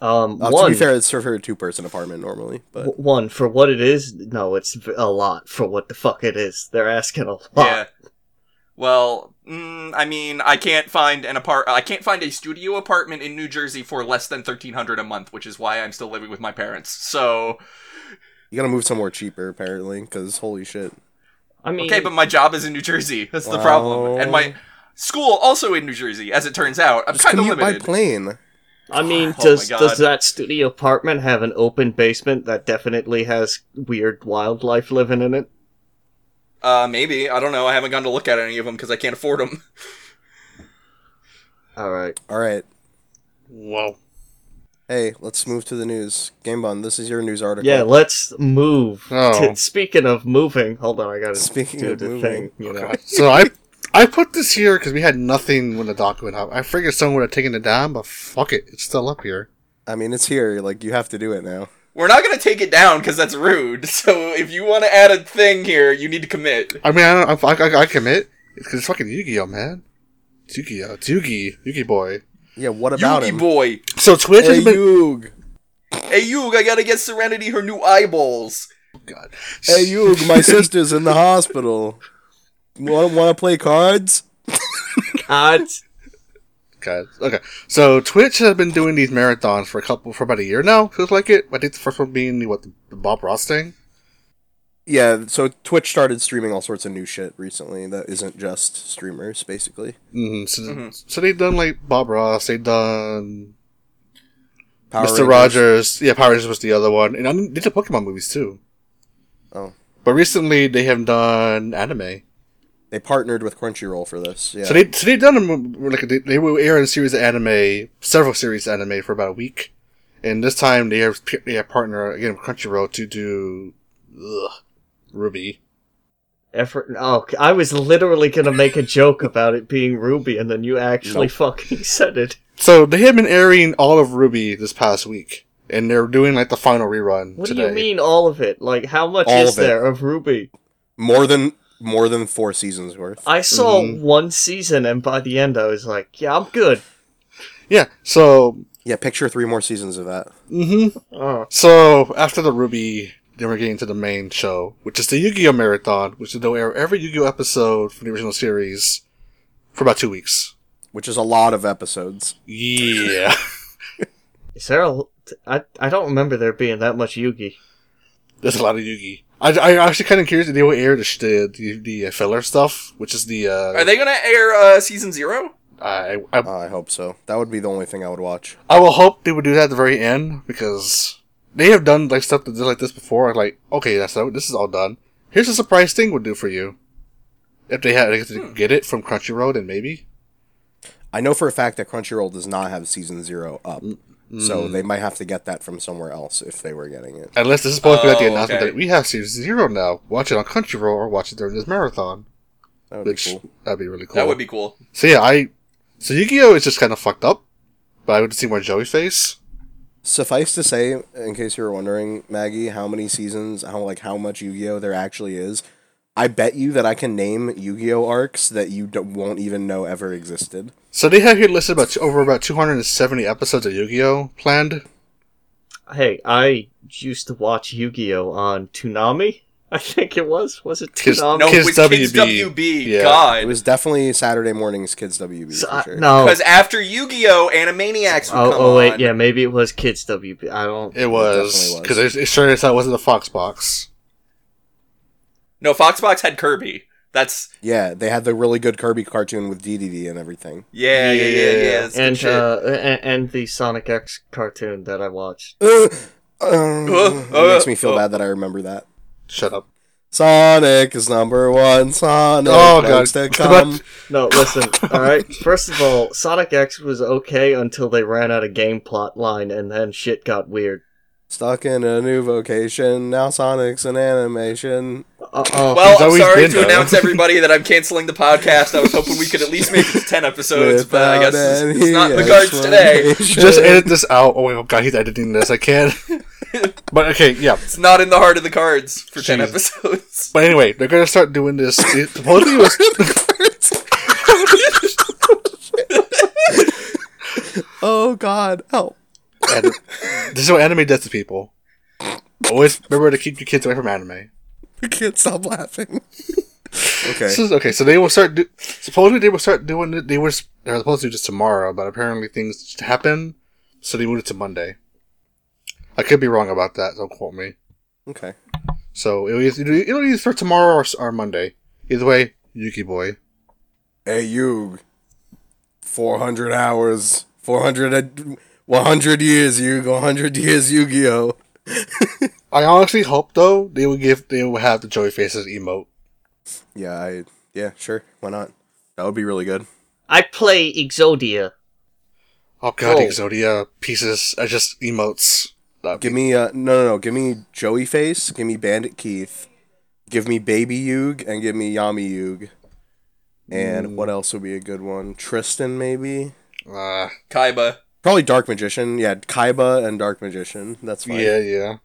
Speaker 3: um,
Speaker 2: Uh, to
Speaker 3: one.
Speaker 2: be fair, it's for a two-person apartment normally, but
Speaker 3: W- one for what it is no it's v- a lot for what the fuck it is they're asking a lot
Speaker 1: Yeah. Well, mm, I mean, I can't find an apart. I can't find a studio apartment in New Jersey for less than thirteen hundred a month, which is why I'm still living with my parents. So
Speaker 2: you gotta move somewhere cheaper apparently. Because holy shit,
Speaker 3: i mean
Speaker 1: okay, but my job is in New Jersey. That's the
Speaker 2: Wow.
Speaker 1: problem, and my school also in New Jersey. As it turns out, I'm
Speaker 2: just
Speaker 1: kind of
Speaker 2: commute by
Speaker 1: limited.
Speaker 2: plane.
Speaker 3: i mean
Speaker 1: Oh
Speaker 3: does
Speaker 1: my God.
Speaker 3: does that studio apartment have an open basement that definitely has weird wildlife living in it
Speaker 1: uh, maybe I don't know. I haven't gone to look at any of them because I can't afford them.
Speaker 3: all right
Speaker 2: All right,
Speaker 4: Wow.
Speaker 2: hey, let's move to the news. Game Bun, this is your news article.
Speaker 3: yeah let's move
Speaker 4: Oh.
Speaker 3: to, speaking of moving hold on i gotta
Speaker 2: Speaking
Speaker 3: do
Speaker 2: of
Speaker 3: the
Speaker 2: moving.
Speaker 3: thing you know
Speaker 4: God. So I I put this here because we had nothing when the doc went up. I figured someone would have taken it down, but fuck it, it's still up here.
Speaker 2: I mean it's here. Like you have to do it now.
Speaker 1: We're not gonna take it down because that's rude. So if you want to add a thing here, you need to commit.
Speaker 4: I mean, I don't, I, I, I commit because it's fucking Yu-Gi-Oh, man. It's Yu-Gi-Oh, it's Yu-Gi, Yu-Gi boy.
Speaker 2: Yeah, what about
Speaker 1: Yugi
Speaker 2: him?
Speaker 1: boy,
Speaker 4: So Twitch
Speaker 2: Hey,
Speaker 4: has been
Speaker 2: Yug.
Speaker 1: hey Yug, I gotta get Serenity her new eyeballs.
Speaker 4: God.
Speaker 2: Hey, Yug. My sister's in the hospital. Want want to play cards?
Speaker 3: God,
Speaker 4: God. Okay. So Twitch has been doing these marathons for a couple for about a year now. Feels like it. I think the first one being the, what the Bob Ross thing.
Speaker 2: Yeah. So Twitch started streaming all sorts of new shit recently that isn't just streamers, basically.
Speaker 4: hmm So,
Speaker 2: Mm-hmm.
Speaker 1: Mhm.
Speaker 4: so they've done like Bob Ross. They've done
Speaker 2: Power
Speaker 4: Mr.
Speaker 2: Rangers.
Speaker 4: Rogers. Yeah, Power Rangers was the other one, and I mean, they did Pokemon movies too.
Speaker 2: Oh.
Speaker 4: But recently they have done anime.
Speaker 2: They partnered with Crunchyroll for this. Yeah.
Speaker 4: So they so they've done a, mo- like they, they will air a series of anime, several series of anime for about a week, and this time they have they have partner again with Crunchyroll to do ugh, Ruby.
Speaker 3: effort oh i was literally gonna make a joke about it being ruby and then you actually fucking said it
Speaker 4: So they have been airing all of Ruby this past week, and they're doing like the final rerun
Speaker 3: what
Speaker 4: today.
Speaker 3: do you mean all of it like how much
Speaker 2: All
Speaker 3: is
Speaker 2: of it.
Speaker 3: there of ruby
Speaker 2: more than more than four seasons worth.
Speaker 3: I saw
Speaker 1: Mm-hmm.
Speaker 4: Mhm.
Speaker 3: one season, and by the end, I was like, "Yeah, I'm good."
Speaker 4: Yeah. So.
Speaker 2: Yeah, picture three more seasons of that.
Speaker 4: hmm
Speaker 3: Oh,
Speaker 4: So after the Ruby, then we're getting to the main show, which is the Yu-Gi-Oh marathon, which is they'll air every Yu-Gi-Oh episode from the original series for about two weeks.
Speaker 2: Which is a lot of episodes.
Speaker 4: Yeah.
Speaker 3: is there a? I I don't remember there being that much Yugi.
Speaker 4: There's a lot of Yugi. I, I actually kind of curious if they will air the sh- the, the, the uh, filler stuff, which is the
Speaker 1: Are
Speaker 4: uh,
Speaker 1: they gonna air uh, season zero?
Speaker 4: I, I
Speaker 2: Uh, I hope so. That would be the only thing I would watch.
Speaker 4: I will hope they would do that at the very end because they have done like stuff that did like this before. Like, okay, that's so this is all done. Here's a surprise thing we'll do for you. If they had, if they
Speaker 1: Hmm.
Speaker 4: could get it from Crunchyroll, then maybe.
Speaker 2: I know for a fact that Crunchyroll does not have season zero up,
Speaker 1: Mm,
Speaker 2: so they might have to get that from somewhere else if they were getting it.
Speaker 4: Unless this is supposed to be like the
Speaker 1: Oh,
Speaker 4: announcement
Speaker 1: okay.
Speaker 4: that we have series zero now. Watch it on Crunchyroll or watch it during this marathon,
Speaker 2: That would
Speaker 4: which
Speaker 2: be cool.
Speaker 4: that'd be really cool.
Speaker 1: That would be cool.
Speaker 4: So yeah, I so Yu-Gi-Oh is just kind of fucked up, but I would see more Joey face.
Speaker 2: Suffice to say, in case you were wondering, Maggie, how many seasons, how like how much Yu-Gi-Oh there actually is, I bet you that I can name Yu-Gi-Oh arcs that you do won't even know ever existed.
Speaker 4: So they have here listed about over about 270 episodes of Yu-Gi-Oh planned.
Speaker 3: Hey, I used to watch Yu Gi Oh on Toonami. I think it was. Was it
Speaker 4: Kids-
Speaker 3: Toonami?
Speaker 1: No,
Speaker 4: Kids
Speaker 1: with Kids
Speaker 4: WB.
Speaker 1: WB.
Speaker 4: Yeah.
Speaker 2: It
Speaker 1: God.
Speaker 2: was definitely Saturday mornings kids WB
Speaker 3: So,
Speaker 1: uh,
Speaker 2: for
Speaker 3: I-
Speaker 2: sure.
Speaker 3: no.
Speaker 1: Because after Yu Gi Oh! Animaniacs would
Speaker 3: Oh,
Speaker 1: come
Speaker 3: oh wait,
Speaker 1: on.
Speaker 3: yeah, maybe it was Kids WB. I don't.
Speaker 4: It was
Speaker 2: definitely was.
Speaker 4: because it, it started out wasn't the Fox box.
Speaker 1: No, Foxbox had Kirby. That's.
Speaker 2: Yeah, they had the really good Kirby cartoon with DDD and everything.
Speaker 1: Yeah, yeah, yeah, yeah.
Speaker 4: Yeah.
Speaker 1: that's good
Speaker 3: and
Speaker 1: shit.
Speaker 3: uh, and, and the Sonic X cartoon that I watched.
Speaker 2: Uh, um,
Speaker 1: Uh,
Speaker 2: it
Speaker 1: uh,
Speaker 2: makes me feel
Speaker 1: uh.
Speaker 2: bad that I remember that.
Speaker 4: Shut up.
Speaker 2: Sonic is number one. Sonic
Speaker 4: Oh,
Speaker 2: oh,
Speaker 4: God.
Speaker 2: likes to come.
Speaker 3: No, listen. all right. First of all, Sonic X was okay until they ran out of game plot line, and then shit got weird.
Speaker 2: Stuck in a new vocation. Now Sonic's an animation.
Speaker 3: Uh, oh,
Speaker 4: he's
Speaker 1: well, I'm
Speaker 4: always
Speaker 1: sorry
Speaker 4: been
Speaker 1: to
Speaker 4: though.
Speaker 1: announce everybody that I'm canceling the podcast. I was hoping we could at least make it to 10 episodes, but I guess it's, it's not in the cards today.
Speaker 4: Just edit this out. Oh, wait, oh god, he's editing this. I can't. but okay, yeah.
Speaker 1: It's not in the heart of the cards for 10
Speaker 4: Jeez.
Speaker 1: episodes.
Speaker 4: But anyway, they're gonna start doing this. It, supposedly it was
Speaker 2: oh God, help!
Speaker 4: anime. This is what anime does to people. Always remember to keep your kids away from anime.
Speaker 2: I can't stop laughing. okay,
Speaker 4: This is okay. So they will start. Do, supposedly they will start doing it. They were s- they were supposed to do this tomorrow, but apparently things just happen, so they moved it to Monday. I could be wrong about that. Don't quote me.
Speaker 2: okay.
Speaker 4: So it'll either, it'll either for tomorrow or, s- or Monday. Either way, Yuki boy.
Speaker 2: Hey, Yug. Four hundred hours. Four hundred. One hundred years, Yug. One hundred years, Yu-Gi-Oh.
Speaker 4: I honestly hope though they would give they would have the Joey faces emote.
Speaker 2: Yeah, I. Yeah, sure. Why not? That would be really good.
Speaker 3: I play Exodia.
Speaker 4: Oh god,
Speaker 3: Oh.
Speaker 4: Exodia pieces are just emotes. That'd
Speaker 2: Give
Speaker 4: be-
Speaker 2: me uh no no no. Give me Joey Face. Give me Bandit Keith. Give me Baby Yug and give me Yami Yug.
Speaker 4: Mm.
Speaker 2: And what else would be a good one? Tristan maybe.
Speaker 4: uh,
Speaker 1: Kaiba.
Speaker 2: Probably Dark Magician. Yeah, Kaiba and Dark Magician. That's fine.
Speaker 4: yeah, yeah.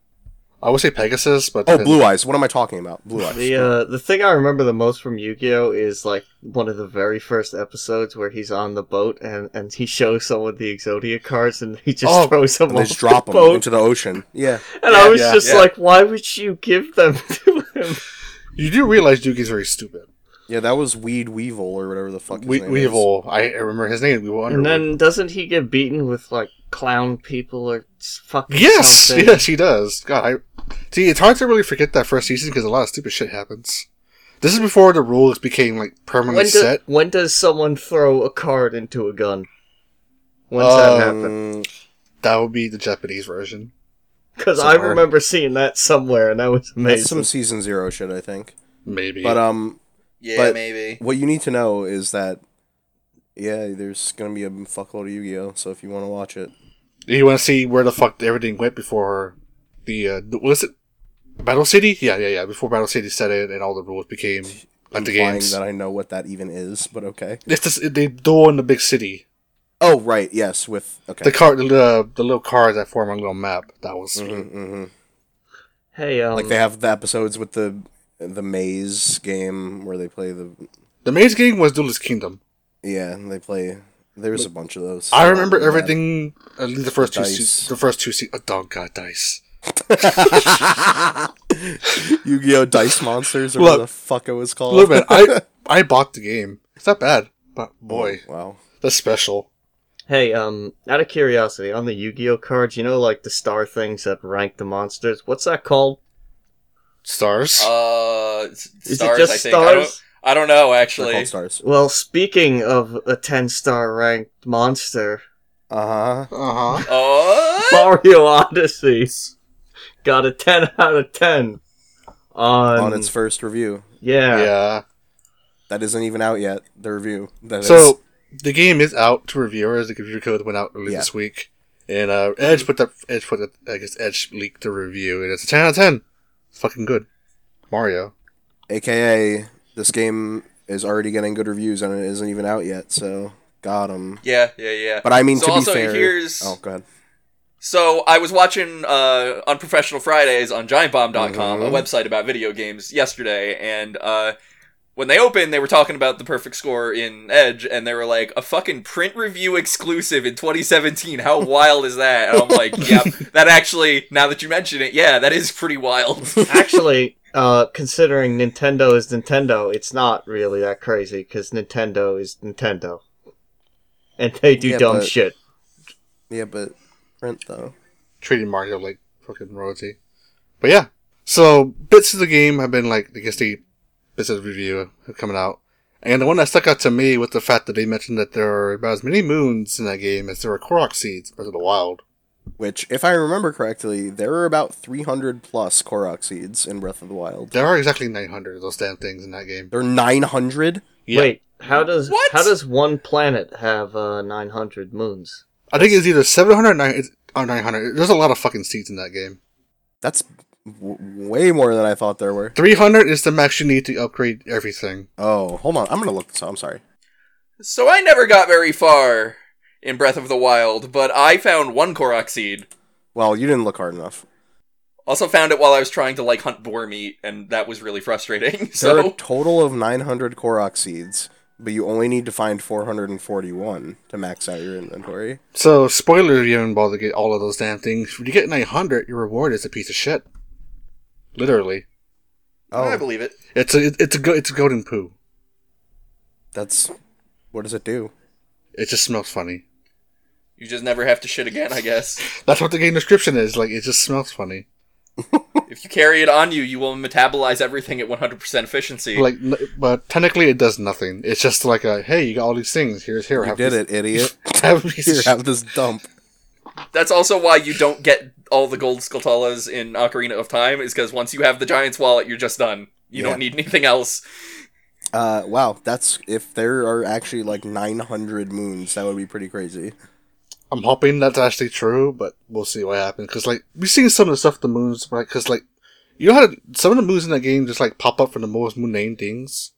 Speaker 4: I would say Pegasus, but
Speaker 2: Oh, Blue Eyes. What am I talking about? Blue Eyes.
Speaker 3: The uh, the thing I remember the most from Yu-Gi-Oh is like one of the very first episodes where he's on the boat and, and he shows someone the Exodia cards and he just
Speaker 4: Oh,
Speaker 3: throws them
Speaker 2: And they
Speaker 3: off
Speaker 2: just drop
Speaker 3: the
Speaker 2: them
Speaker 3: boat.
Speaker 2: into the ocean. Yeah.
Speaker 3: and I was
Speaker 4: yeah,
Speaker 3: just
Speaker 1: yeah.
Speaker 3: like, why would you give them to him?
Speaker 4: you do realize Yuki's very stupid.
Speaker 2: Yeah, that was Weed Weevil or whatever the fuck his
Speaker 4: We-
Speaker 2: name
Speaker 4: Weevil, I I remember his name. Weevil
Speaker 3: And
Speaker 4: Underwood.
Speaker 3: then doesn't he get beaten with like clown people or s- fucking
Speaker 4: yes,
Speaker 3: something?
Speaker 4: yes, he does. God, I see. It's hard to really forget that first season because a lot of stupid shit happens. This is before the rules became like permanently
Speaker 3: When, do-
Speaker 4: set.
Speaker 3: when does someone throw a card into a gun? When does
Speaker 4: Um,
Speaker 3: that
Speaker 2: is.
Speaker 3: happen?
Speaker 2: Mm,
Speaker 4: That would be the Japanese version.
Speaker 3: Because I
Speaker 2: somewhere.
Speaker 3: remember seeing that somewhere and that was
Speaker 2: that's
Speaker 3: amazing.
Speaker 2: some season zero shit, I think.
Speaker 4: Maybe.
Speaker 2: But um,
Speaker 1: Yeah,
Speaker 2: But-
Speaker 1: maybe.
Speaker 2: What you need to know is that, yeah, there's gonna be a fuckload of Yu-Gi-Oh. So if you want to watch it,
Speaker 4: You want to see where the fuck everything went before the uh, the- was it Battle City? Yeah, yeah, yeah. Before Battle City set in and all the rules became like the
Speaker 2: implying
Speaker 4: games.
Speaker 2: that I know what that even is, but okay.
Speaker 4: It's this, they duel in the big city.
Speaker 2: Oh right, yes, with okay.
Speaker 4: The car, the, uh, the the little cars that form a little map. That was
Speaker 2: Mhm, mhm.
Speaker 3: hey, um,
Speaker 2: Like they have the episodes with the the maze game where they play the
Speaker 4: the maze game was Duelist Kingdom.
Speaker 2: yeah and they play. There's a bunch of those.
Speaker 4: I remember
Speaker 2: Oh, Yeah.
Speaker 4: everything. At least the first two,
Speaker 2: Dice.
Speaker 4: se- the first two, se- oh, dog god dice.
Speaker 2: Yu-Gi-Oh! Dice Monsters, or
Speaker 4: Look.
Speaker 2: what the fuck it was called. Oh,
Speaker 4: Look, man, I I bought the game. It's not bad, but boy,
Speaker 2: wow.
Speaker 4: that's special.
Speaker 3: hey, um, out of curiosity, on the Yu-Gi-Oh cards, you know, like the star things that rank the monsters. What's that called?
Speaker 4: Stars.
Speaker 1: Uh, s-
Speaker 3: Is
Speaker 1: stars,
Speaker 3: it just
Speaker 1: I think. I, don't,
Speaker 3: stars?
Speaker 1: I don't know,
Speaker 2: They're
Speaker 1: actually.
Speaker 2: called stars.
Speaker 3: Well, speaking of a 10 star ranked monster,
Speaker 2: Uh huh.
Speaker 4: Uh huh.
Speaker 1: Oh,
Speaker 3: Mario Odyssey got a 10 out of 10 on,
Speaker 2: On its first review,
Speaker 3: yeah.
Speaker 4: Yeah.
Speaker 2: that isn't even out yet. The review. That is-
Speaker 4: So the game is out to reviewers. The computer code went out early
Speaker 2: Yeah.
Speaker 4: this week, and uh, Edge put that Edge put that I guess Edge leaked the review, and it's a ten out of ten. It's fucking good, Mario.
Speaker 2: AKA, this game is already getting good reviews and it isn't even out yet. So got him.
Speaker 1: yeah, yeah, yeah.
Speaker 2: But I mean,
Speaker 1: So
Speaker 2: to
Speaker 1: also
Speaker 2: be fair.
Speaker 1: here's-
Speaker 2: Oh, go ahead.
Speaker 1: So I was watching uh, on Professional Fridays on GiantBomb.com,
Speaker 2: Mhm.
Speaker 1: a website about video games, yesterday, and uh, when they opened, they were talking about the perfect score in Edge, and they were like, "A fucking print review exclusive in 2017. How wild is that?" And I'm like, "Yep, that actually. Now that you mention it, yeah, that is pretty wild."
Speaker 3: Actually, uh, considering Nintendo is Nintendo, it's not really that crazy because Nintendo is Nintendo. And they do
Speaker 2: Yeah,
Speaker 3: dumb
Speaker 2: but-
Speaker 3: shit.
Speaker 2: Yeah, but print though.
Speaker 4: Treating Mario like fucking royalty, but yeah. So bits of the game have been like I guess the bits of the review have coming out, and the one that stuck out to me was the fact that they mentioned that there are about as many moons in that game as there are Korok seeds in Breath of the Wild.
Speaker 2: Which, if I remember correctly, there are about 300 plus Korok seeds in Breath of the Wild.
Speaker 4: There are exactly 900 of those damn things in that game.
Speaker 2: There are 900.
Speaker 4: Yeah.
Speaker 3: Wait, how does
Speaker 1: What?
Speaker 3: how does one planet have uh, 900 moons?
Speaker 4: I think it's either 700 or 9 or 900. There's a lot of fucking seats in that game.
Speaker 2: That's w- way more than I thought there were.
Speaker 4: 300 is the max you need to upgrade everything.
Speaker 2: Oh, hold on. I'm gonna look this up. I'm sorry.
Speaker 1: so I never got very far in Breath of the Wild, but I found one Korok seed.
Speaker 2: Well, you didn't look hard enough.
Speaker 1: Also found it while I was trying to like hunt boar meat, and that was really frustrating.
Speaker 2: There are a
Speaker 1: So
Speaker 2: total of 900 Korok seeds, but you only need to find 441 to max out your inventory.
Speaker 4: So, spoiler if you haven't bothered to get all of those damn things. When you get 900, your reward is a piece of shit. Literally.
Speaker 1: I
Speaker 2: Oh,
Speaker 1: believe it.
Speaker 4: It's a, it's a, go- it's a golden poo.
Speaker 2: that's what does it do?
Speaker 4: It just smells funny.
Speaker 1: You just never have to shit again, I guess.
Speaker 4: That's what the game description is. Like, it just smells funny.
Speaker 1: if you carry it on you, you will metabolize everything at 100% efficiency.
Speaker 4: Like, n- but technically it does nothing. It's just like a, hey, you got all these things. Here's, here,
Speaker 2: You did
Speaker 4: this-
Speaker 2: it, idiot.
Speaker 4: Have a piece of
Speaker 2: Here,
Speaker 4: shit.
Speaker 2: have this dump.
Speaker 1: That's also why you don't get all the gold skulltalas in Ocarina of Time, is because once you have the giant's wallet, you're just done. You
Speaker 2: Yeah.
Speaker 1: don't need anything else.
Speaker 2: Uh, wow, that's if there are actually like 900 moons, that would be pretty crazy.
Speaker 4: I'm hoping that's actually true, but we'll see what happens. Because like we've seen some of the stuff the moons, right? Because like you know how to, some of the moons in that game just like pop up from the most mundane things.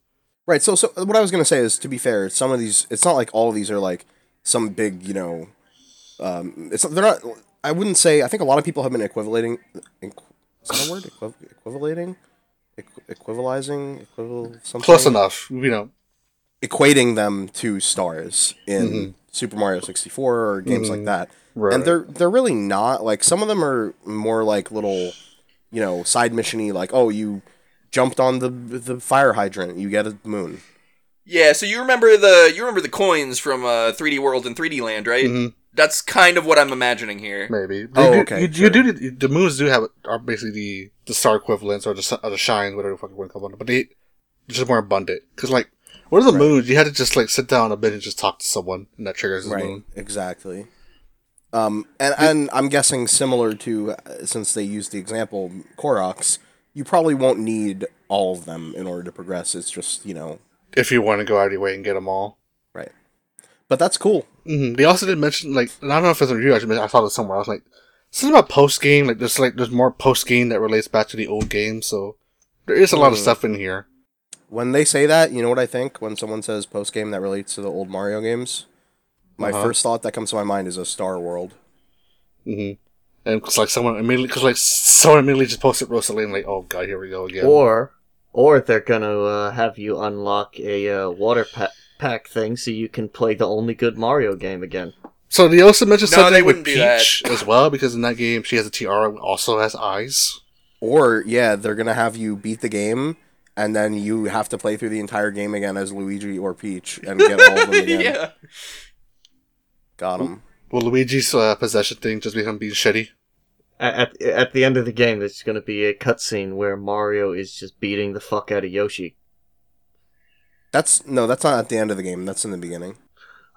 Speaker 2: Right. So, so what I was gonna say is, to be fair, some of these, it's not like all of these are like some big, you know, um, it's they're not. I wouldn't say. I think a lot of people have been equivalating. Equ- is that a word? Equiv- equivalating, Equ- equivalizing, equival something.
Speaker 4: Close enough, you know.
Speaker 2: Equating them to stars in Super Mario sixty four or games like that.
Speaker 4: Mm-hmm. Right.
Speaker 2: And they're they're really not like some of them are more like little, you know, side missiony. Like oh, you jumped on the the fire hydrant, you get a moon.
Speaker 1: Yeah, so you remember the you remember the coins from uh, 3D World and 3D Land, right?
Speaker 4: Mhm.
Speaker 2: Mm-hmm.
Speaker 1: That's kind of what I'm imagining here.
Speaker 4: maybe.
Speaker 2: Oh,
Speaker 4: You do-
Speaker 2: okay,
Speaker 4: You,
Speaker 2: sure.
Speaker 4: you do you- the moons do have are basically the the star equivalents or the sun- or the shines, whatever the fuck you want to call them, but they they're just more abundant. Because like one of the
Speaker 2: Right.
Speaker 4: moons, you had to just like sit down a bit and just talk to someone, and that triggers the moon.
Speaker 2: exactly um and and i'm guessing similar to uh, since they used the example koroks you probably won't need all of them in order to progress it's just you know
Speaker 4: If you want to go out of your way and get them all.
Speaker 2: right but that's cool
Speaker 4: hmm They also did mention like and I don't know if it's a review. Actually, but I saw this somewhere. I was like, something about post game. Like there's like there's more post game that relates back to the old game. So there is a lot of
Speaker 2: Mhm.
Speaker 4: stuff in here.
Speaker 2: when they say that you know what i think when someone says post game that relates to the old mario games my
Speaker 4: Uh-huh.
Speaker 2: first thought that comes to my mind is a star world
Speaker 4: hmm And because like someone immediately because like someone immediately just posted Rosaline like, oh god, here we go again.
Speaker 3: Or or they're gonna uh, have you unlock a uh, water pa- pack thing so you can play the only good Mario game again.
Speaker 4: so they also mentioned
Speaker 1: No, they
Speaker 4: something with
Speaker 1: wouldn't do that.
Speaker 4: Peach as well because in that game she has a tiara that also has eyes.
Speaker 2: or yeah they're gonna have you beat the game and then you have to play through the entire game again as luigi or peach and get all of them again Mm-hmm.
Speaker 1: yeah.
Speaker 2: got them
Speaker 4: Will Luigi's uh, possession thing just become being shitty?
Speaker 3: At, at at the end of the game, there's going to be a cutscene where Mario is just beating the fuck out of Yoshi.
Speaker 2: That's no, that's not at the end of the game. That's in the beginning.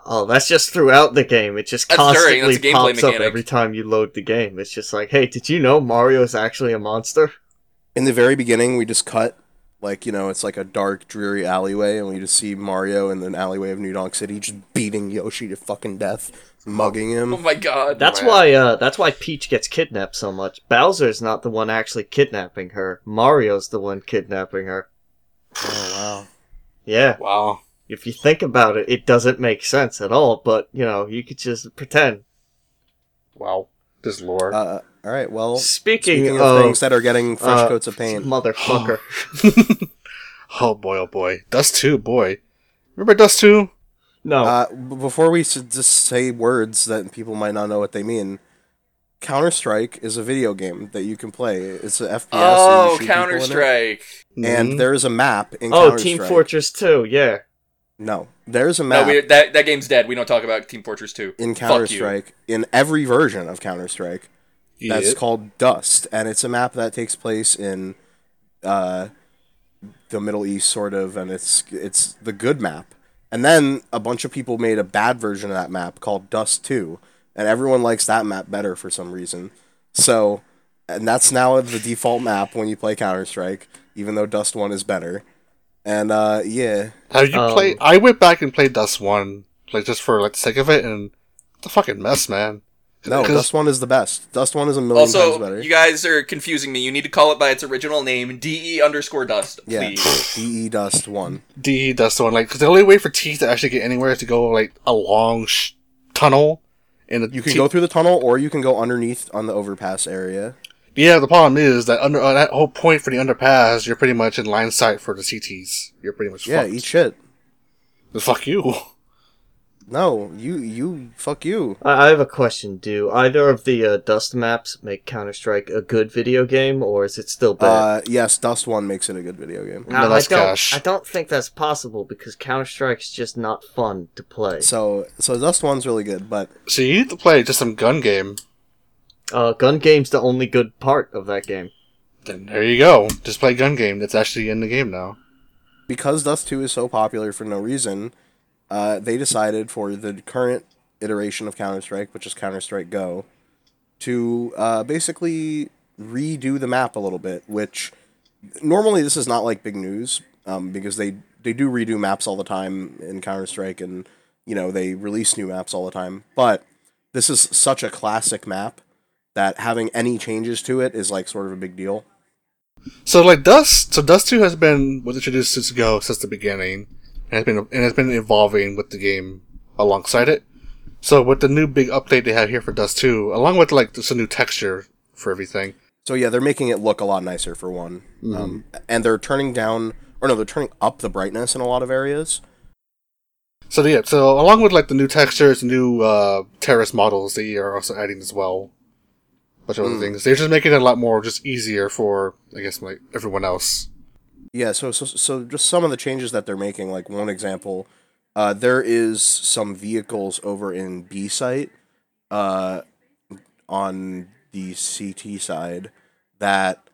Speaker 3: Oh, that's just throughout the game. It just
Speaker 1: That's during-
Speaker 3: constantly
Speaker 1: that's a gameplay
Speaker 3: pops up
Speaker 1: mechanic.
Speaker 3: every time you load the game. It's just like, hey, did you know Mario is actually a monster?
Speaker 2: In the very beginning, we just cut like you know, it's like a dark, dreary alleyway, and we just see Mario in an alleyway of New Donk City just beating Yoshi to fucking death, mugging
Speaker 1: Oh
Speaker 2: him.
Speaker 1: my god.
Speaker 3: That's why. Uh, that's why Peach gets kidnapped so much. Bowser's not the one actually kidnapping her. Mario's the one kidnapping her.
Speaker 2: Oh wow.
Speaker 3: Yeah.
Speaker 4: Wow.
Speaker 3: if you think about it, it doesn't make sense at all. But you know, you could just pretend.
Speaker 4: Wow. This lore.
Speaker 2: Uh, all right. Well,
Speaker 3: Speaking,
Speaker 2: speaking of, things that are getting fresh
Speaker 3: uh,
Speaker 2: coats of paint,
Speaker 3: motherfucker,
Speaker 4: oh boy, oh boy. Dust 2, boy. Remember Dust 2?
Speaker 3: no,
Speaker 2: Uh, b- before we should just say words that people might not know what they mean, Counter Strike is a video game that you can play. It's a FPS. and you
Speaker 1: Oh,
Speaker 2: shoot people in it.
Speaker 1: Counter Strike.
Speaker 4: Mhm.
Speaker 2: And there is a map in
Speaker 3: oh,
Speaker 2: Counter
Speaker 3: Team
Speaker 2: Strike.
Speaker 3: Fortress Two, yeah,
Speaker 2: No, there is a
Speaker 1: No,
Speaker 2: map
Speaker 1: we, that that game's dead. We don't talk about Team Fortress 2.
Speaker 2: in
Speaker 1: Fuck
Speaker 2: Counter
Speaker 1: you.
Speaker 2: Strike in every version of Counter Strike that's
Speaker 4: Mm-hmm. Yeah.
Speaker 2: called Dust, and it's a map that takes place in uh, the Middle East, sort of, and it's it's the good map. And then a bunch of people made a bad version of that map called Dust Two, and everyone likes that map better for some reason. So, and that's now the default map when you play Counter Strike, even though Dust One is better. And uh, yeah,
Speaker 4: Have you
Speaker 3: Um,
Speaker 4: played? I went back and played Dust One, like just for like the sake of it, and it's a fucking mess, man.
Speaker 2: no,
Speaker 4: 'Cause-
Speaker 2: Dust One is the best. Dust One is a million times
Speaker 1: Also,
Speaker 2: better.
Speaker 1: you guys are confusing me. You need to call it by its original name, DE underscore dust,
Speaker 2: yeah,
Speaker 1: please.
Speaker 2: DE Dust One.
Speaker 4: DE Dust One, like, because the only way for teeth to actually get anywhere is to go like a long sh- tunnel, and the
Speaker 2: You can
Speaker 4: teeth-
Speaker 2: go through the tunnel, or you can go underneath on the overpass area.
Speaker 4: Yeah, the problem is that under uh, that whole point for the underpass, you're pretty much in line sight for the CTs. You're pretty much
Speaker 2: Yeah,
Speaker 4: fucked.
Speaker 2: eat shit.
Speaker 4: But fuck you.
Speaker 2: No, you, you, fuck you.
Speaker 3: I, I have a question. Do either of the uh, dust maps make Counter Strike a good video game, or is it still bad?
Speaker 2: Uh, yes, Dust One makes it a good video game.
Speaker 3: Nah,
Speaker 4: no, that's
Speaker 3: I don't,
Speaker 4: cash.
Speaker 3: I don't think that's possible because Counter Strike's just not fun to play.
Speaker 2: So, so Dust One's really good, but
Speaker 4: So you need to play just some gun game.
Speaker 3: Uh, gun game's the only good part of that game.
Speaker 4: Then there you go. Just play gun game. That's actually in the game now.
Speaker 2: because Dust Two is so popular for no reason, uh, they decided for the current iteration of Counter Strike, which is Counter Strike Go, to uh, basically redo the map a little bit. Which normally this is not like big news um, because they they do redo maps all the time in Counter Strike, and you know they release new maps all the time. But this is such a classic map that having any changes to it is like sort of a big deal.
Speaker 4: So like Dust, so Dust Two has been was introduced since Go since the beginning, and has been and has been evolving with the game alongside it. So with the new big update they have here for Dust Two, along with like just a new texture for everything.
Speaker 2: So yeah, they're making it look a lot nicer for one, um, and they're turning down or no, they're turning up the brightness in a lot of areas.
Speaker 4: So yeah, so along with like the new textures, new uh, terrace models, they are also adding as well. Bunch of other
Speaker 2: Mm.
Speaker 4: things. They're just making it a lot more just easier for I guess like everyone else.
Speaker 2: Yeah, so so so just some of the changes that they're making. Like one example, uh, there is some vehicles over in B site, uh, on the CT side that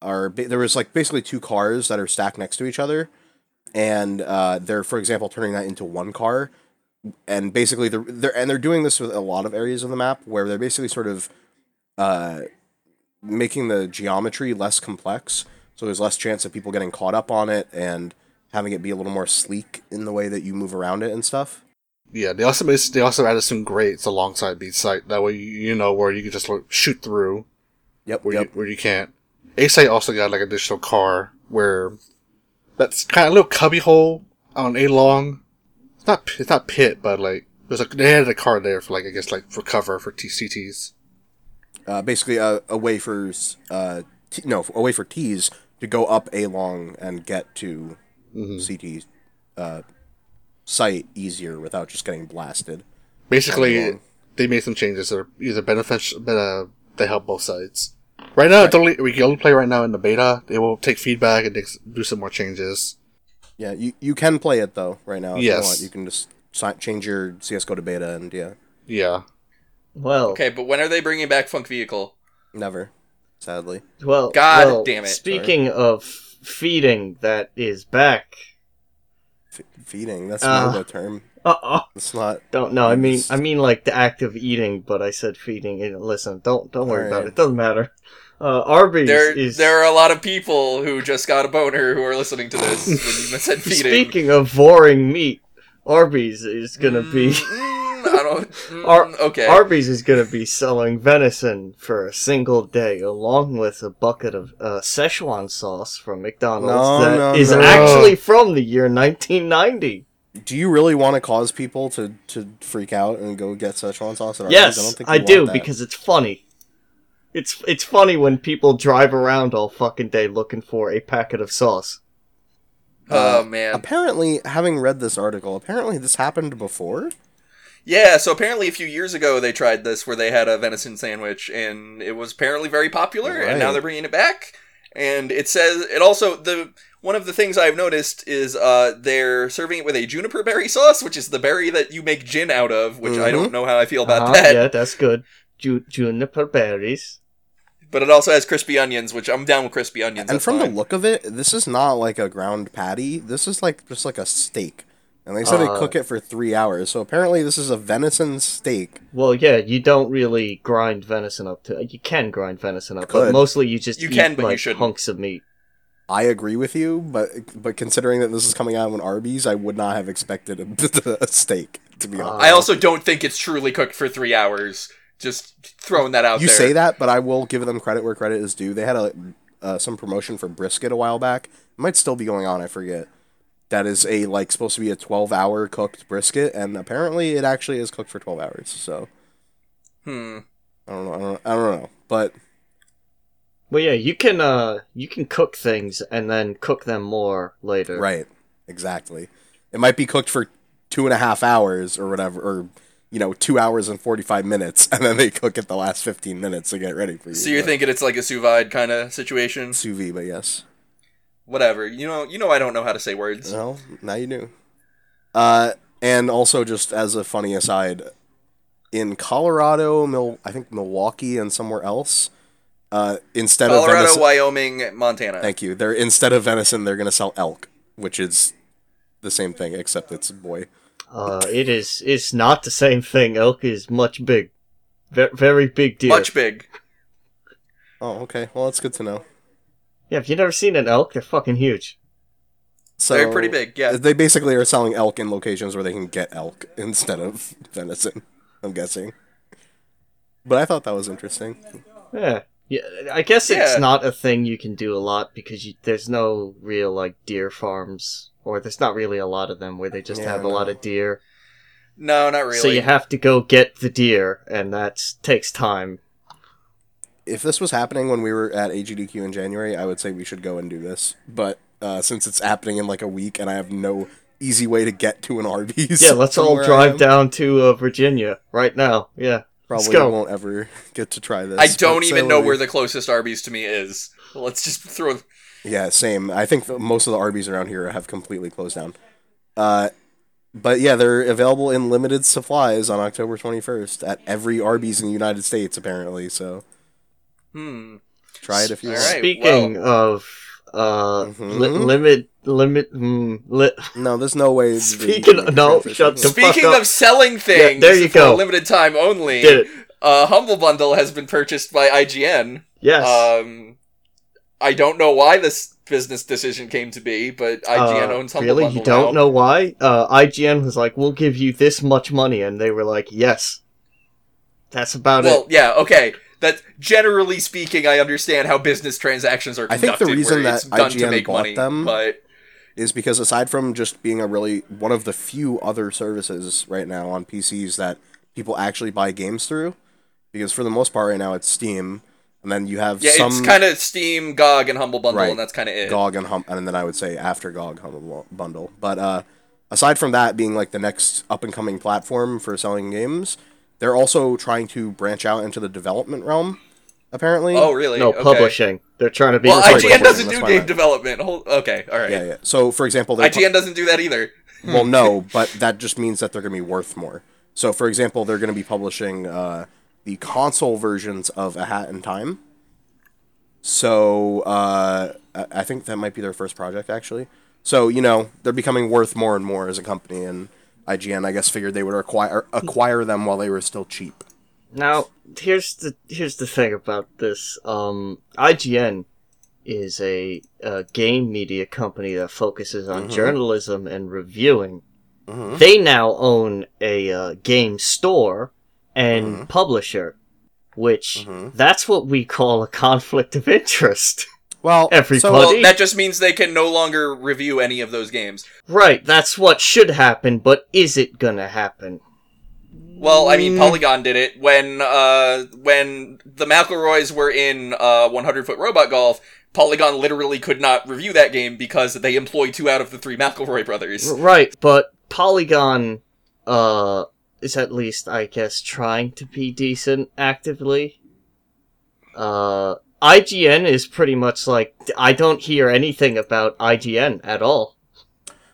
Speaker 2: are ba- there was like basically two cars that are stacked next to each other, and uh, they're for example turning that into one car, and basically they're, they're and they're doing this with a lot of areas of the map where they're basically sort of uh, making the geometry less complex, so there's less chance of people getting caught up on it and having it be a little more sleek in the way that you move around it and stuff.
Speaker 4: Yeah, they also made, they also added some grates alongside each site. That way you, you know where you can just like, shoot through.
Speaker 2: Yep.
Speaker 4: where
Speaker 2: yep.
Speaker 4: you where you can't. Ace Eight also got like an additional car where that's kind of a little cubby hole on A long. It's not it's not pit, but like there's a they had a car there for like I guess like for cover for TCTs.
Speaker 2: uh, basically a, a way for s- uh, t- no a way for T's to go up a long and get to
Speaker 4: Mm-hmm.
Speaker 2: CT uh, site easier without just getting blasted.
Speaker 4: Basically, they made some changes that are either beneficial, but uh, they help both sides. Right now, it's only, we can only play right now in the beta. They will take feedback and ex- do some more changes.
Speaker 2: Yeah, you, you can play it though right now. If
Speaker 4: Yes.
Speaker 2: you, want. you can just si- change your CS:GO to beta and yeah.
Speaker 4: Yeah.
Speaker 3: Well,
Speaker 1: Okay, but when are they bringing back Funk Vehicle?
Speaker 2: Never, sadly.
Speaker 3: Well,
Speaker 1: God
Speaker 3: well,
Speaker 1: damn it.
Speaker 3: Speaking of feeding, that is back.
Speaker 2: F- feeding. That's
Speaker 3: Uh.
Speaker 4: Uh-huh.
Speaker 2: not a term.
Speaker 3: Uh oh.
Speaker 2: It's not.
Speaker 3: Don't know. I mean,
Speaker 2: Just-
Speaker 3: I mean, like the act of eating, but I said feeding. And listen, don't don't worry about
Speaker 2: Alright.
Speaker 3: it. It Doesn't matter. Uh, Arby's
Speaker 1: There,
Speaker 3: is
Speaker 1: there are a lot of people who just got a boner who are listening to this when you said feeding.
Speaker 3: speaking of voring meat. Arby's is gonna be uh,
Speaker 1: Mm, I don't. mm,
Speaker 3: Ar-
Speaker 1: okay.
Speaker 3: Arby's is gonna be selling venison for a single day, along with a bucket of uh, Szechuan sauce from McDonald's
Speaker 2: No,
Speaker 3: that is
Speaker 2: no, no.
Speaker 3: actually from the year 1990.
Speaker 2: Do you really want to cause people to to freak out and go get Szechuan sauce at Arby's?
Speaker 3: yes, I,
Speaker 2: you want
Speaker 3: do
Speaker 2: that.
Speaker 3: because it's funny. It's it's funny when people drive around all fucking day looking for a packet of sauce.
Speaker 1: oh man.
Speaker 2: apparently, having read this article, apparently this happened before.
Speaker 1: Yeah, so apparently a few years ago they tried this where they had a venison sandwich and it was apparently very popular and now
Speaker 2: Right.
Speaker 1: they're bringing it back. And it says it also the one of the things I've noticed is uh, they're serving it with a juniper berry sauce, which is the berry that you make gin out of, which I
Speaker 2: Mm-hmm.
Speaker 1: don't know how I feel about
Speaker 3: Uh-huh,
Speaker 1: that.
Speaker 3: Yeah, that's good. Ju- juniper berries.
Speaker 1: But it also has crispy onions, which I'm down with crispy onions.
Speaker 2: and
Speaker 1: that's
Speaker 2: from
Speaker 1: fine.
Speaker 2: the look of it, this is not like a ground patty. This is like just like a steak. And they said
Speaker 3: Uh.
Speaker 2: they cook it for three hours. So apparently, this is a venison steak.
Speaker 3: Well, yeah, you don't really grind venison up to. You can grind venison up, but
Speaker 2: Could.
Speaker 3: mostly you just
Speaker 1: You
Speaker 3: eat,
Speaker 1: can, but you
Speaker 3: like,
Speaker 1: shouldn't.
Speaker 3: hunks of meat.
Speaker 2: I agree with you, but but considering that this is coming out on Arby's, I would not have expected a, a steak. To be honest,
Speaker 1: I also don't think it's truly cooked for three hours. Just throwing that out
Speaker 2: you
Speaker 1: there.
Speaker 2: say that, but I will give them credit where credit is due. They had a uh, some promotion for brisket a while back. It might still be going on. I forget. That is a like supposed to be a twelve hour cooked brisket, and apparently it actually is cooked for twelve hours. So
Speaker 1: Hmm.
Speaker 2: I don't know. I don't, I don't know. But
Speaker 3: Well, yeah, you can. Uh, you can cook things and then cook them more later.
Speaker 2: right, exactly. It might be cooked for two and a half hours or whatever, or you know, two hours and forty five minutes, and then they cook it the last fifteen minutes to get ready for you.
Speaker 1: So you're
Speaker 2: but-
Speaker 1: thinking it's like a sous vide kind of situation?
Speaker 2: sous vide, but yes.
Speaker 1: Whatever. You know. You know. I don't know how to say words.
Speaker 2: Well, now you do. Uh, and also, just as a funny aside, in Colorado, Mil- I think Milwaukee, and somewhere else, uh, instead of
Speaker 1: Colorado,
Speaker 2: venison,
Speaker 1: Wyoming, Montana.
Speaker 2: thank you. They're instead of venison, they're gonna sell elk, which is the same thing except it's a boy.
Speaker 3: Uh, it is. It's not the same thing. Elk is much big, Ve- very big deer.
Speaker 1: Much big.
Speaker 2: Oh, okay. Well, that's good to know.
Speaker 3: yeah, if you've never seen an elk, they're fucking huge.
Speaker 2: So
Speaker 1: They're pretty big. Yeah.
Speaker 2: They basically are selling elk in locations where they can get elk instead of venison. I'm guessing. But I thought that was interesting.
Speaker 3: Yeah. Yeah, I guess
Speaker 1: Yeah.
Speaker 3: it's not a thing you can do a lot because you, there's no real like deer farms, or there's not really a lot of them where they just
Speaker 2: Yeah,
Speaker 3: have a lot of deer.
Speaker 1: No, not really.
Speaker 3: So you have to go get the deer, and that takes time.
Speaker 2: if this was happening when we were at AGDQ in January, I would say we should go and do this. But uh, since it's happening in like a week, and I have no easy way to get to an Arby's,
Speaker 3: Yeah, let's
Speaker 2: from
Speaker 3: all
Speaker 2: where I
Speaker 3: drive
Speaker 2: am,
Speaker 3: down to uh, Virginia right now. Yeah,
Speaker 2: Probably
Speaker 3: go.
Speaker 2: won't ever get to try this.
Speaker 1: I don't
Speaker 2: but
Speaker 1: even
Speaker 2: so
Speaker 1: know
Speaker 2: we-
Speaker 1: where the closest Arby's to me is. Let's just throw.
Speaker 2: Yeah, same. I think that most of the Arby's around here have completely closed down. Uh, but yeah, they're available in limited supplies on October 21st at every Arby's in the United States, apparently. So
Speaker 1: Hmm.
Speaker 2: try it if you
Speaker 1: All
Speaker 2: want.
Speaker 1: right. Mm-hmm.
Speaker 3: Speaking of uh, li-
Speaker 2: Mhm.
Speaker 3: limit, limit, mm, li-
Speaker 2: No, there's no way.
Speaker 3: Speaking of- no, shut the- fuck
Speaker 1: Speaking
Speaker 3: up.
Speaker 1: of selling things,
Speaker 3: there you
Speaker 1: for a
Speaker 3: go.
Speaker 1: limited time only.
Speaker 3: did it.
Speaker 1: Uh, Humble Bundle has been purchased by IGN.
Speaker 3: Yes.
Speaker 1: Um, I don't know why this business decision came to be, but IGN
Speaker 3: Uh,
Speaker 1: owns Humble
Speaker 3: really?
Speaker 1: Bundle.
Speaker 3: You don't
Speaker 1: now.
Speaker 3: know why? Uh, IGN was like, "We'll give you this much money," and they were like, "Yes." That's about
Speaker 1: Well,
Speaker 3: it.
Speaker 1: yeah, okay. That generally speaking, I understand how business transactions are
Speaker 2: I
Speaker 1: conducted.
Speaker 2: think the reason
Speaker 1: where it's
Speaker 2: that
Speaker 1: done to
Speaker 2: IGN
Speaker 1: make
Speaker 2: bought
Speaker 1: money,
Speaker 2: them-
Speaker 1: but
Speaker 2: is because aside from just being a really one of the few other services right now on PCs that people actually buy games through, because for the most part right now it's Steam, and then you have
Speaker 1: yeah,
Speaker 2: some
Speaker 1: it's kind of Steam, GOG, and Humble Bundle,
Speaker 2: Right.
Speaker 1: and that's kind of it.
Speaker 2: GOG and hum- and then I would say after GOG Humble Bundle. But uh, aside from that being like the next up and coming platform for selling games, they're also trying to branch out into the development realm. Apparently,
Speaker 1: Oh, really?
Speaker 3: no
Speaker 1: okay.
Speaker 3: publishing. They're trying to be.
Speaker 1: Well, IGN
Speaker 2: sorry, publishing,
Speaker 1: doesn't
Speaker 2: that's
Speaker 1: do
Speaker 2: my
Speaker 1: game
Speaker 2: bad.
Speaker 1: development. Hold, okay, all right.
Speaker 2: yeah, yeah. So for example, they're
Speaker 1: IGN doesn't do that either.
Speaker 2: well, no, but that just means that they're going to be worth more. So, for example, they're going to be publishing uh, the console versions of A Hat in Time. So uh, I I think that might be their first project, actually. So you know they're becoming worth more and more as a company, and IGN I guess figured they would acquire acquire them while they were still cheap.
Speaker 3: Now, here's the here's the thing about this. Um, IGN is a, a game media company that focuses on
Speaker 1: Mm-hmm.
Speaker 3: journalism and reviewing.
Speaker 2: Mhm.
Speaker 3: They now own a uh, game store and publisher, which
Speaker 2: Mhm.
Speaker 3: that's what we call a conflict of interest.
Speaker 2: Well,
Speaker 3: Everybody-
Speaker 2: So,
Speaker 1: Well, that just means they can no longer review any of those games.
Speaker 3: right, that's what should happen, but is it gonna happen?
Speaker 1: Well, I
Speaker 3: Mm.
Speaker 1: mean, Polygon did it when uh, when the McElroys were in uh, 100 Foot Robot Golf. Polygon literally could not review that game because they employ two out of the three McElroy
Speaker 3: Oh,
Speaker 1: brothers.
Speaker 3: Right, but Polygon uh is at least I guess trying to be decent actively. Uh IGN is pretty much like I don't hear anything about IGN at all.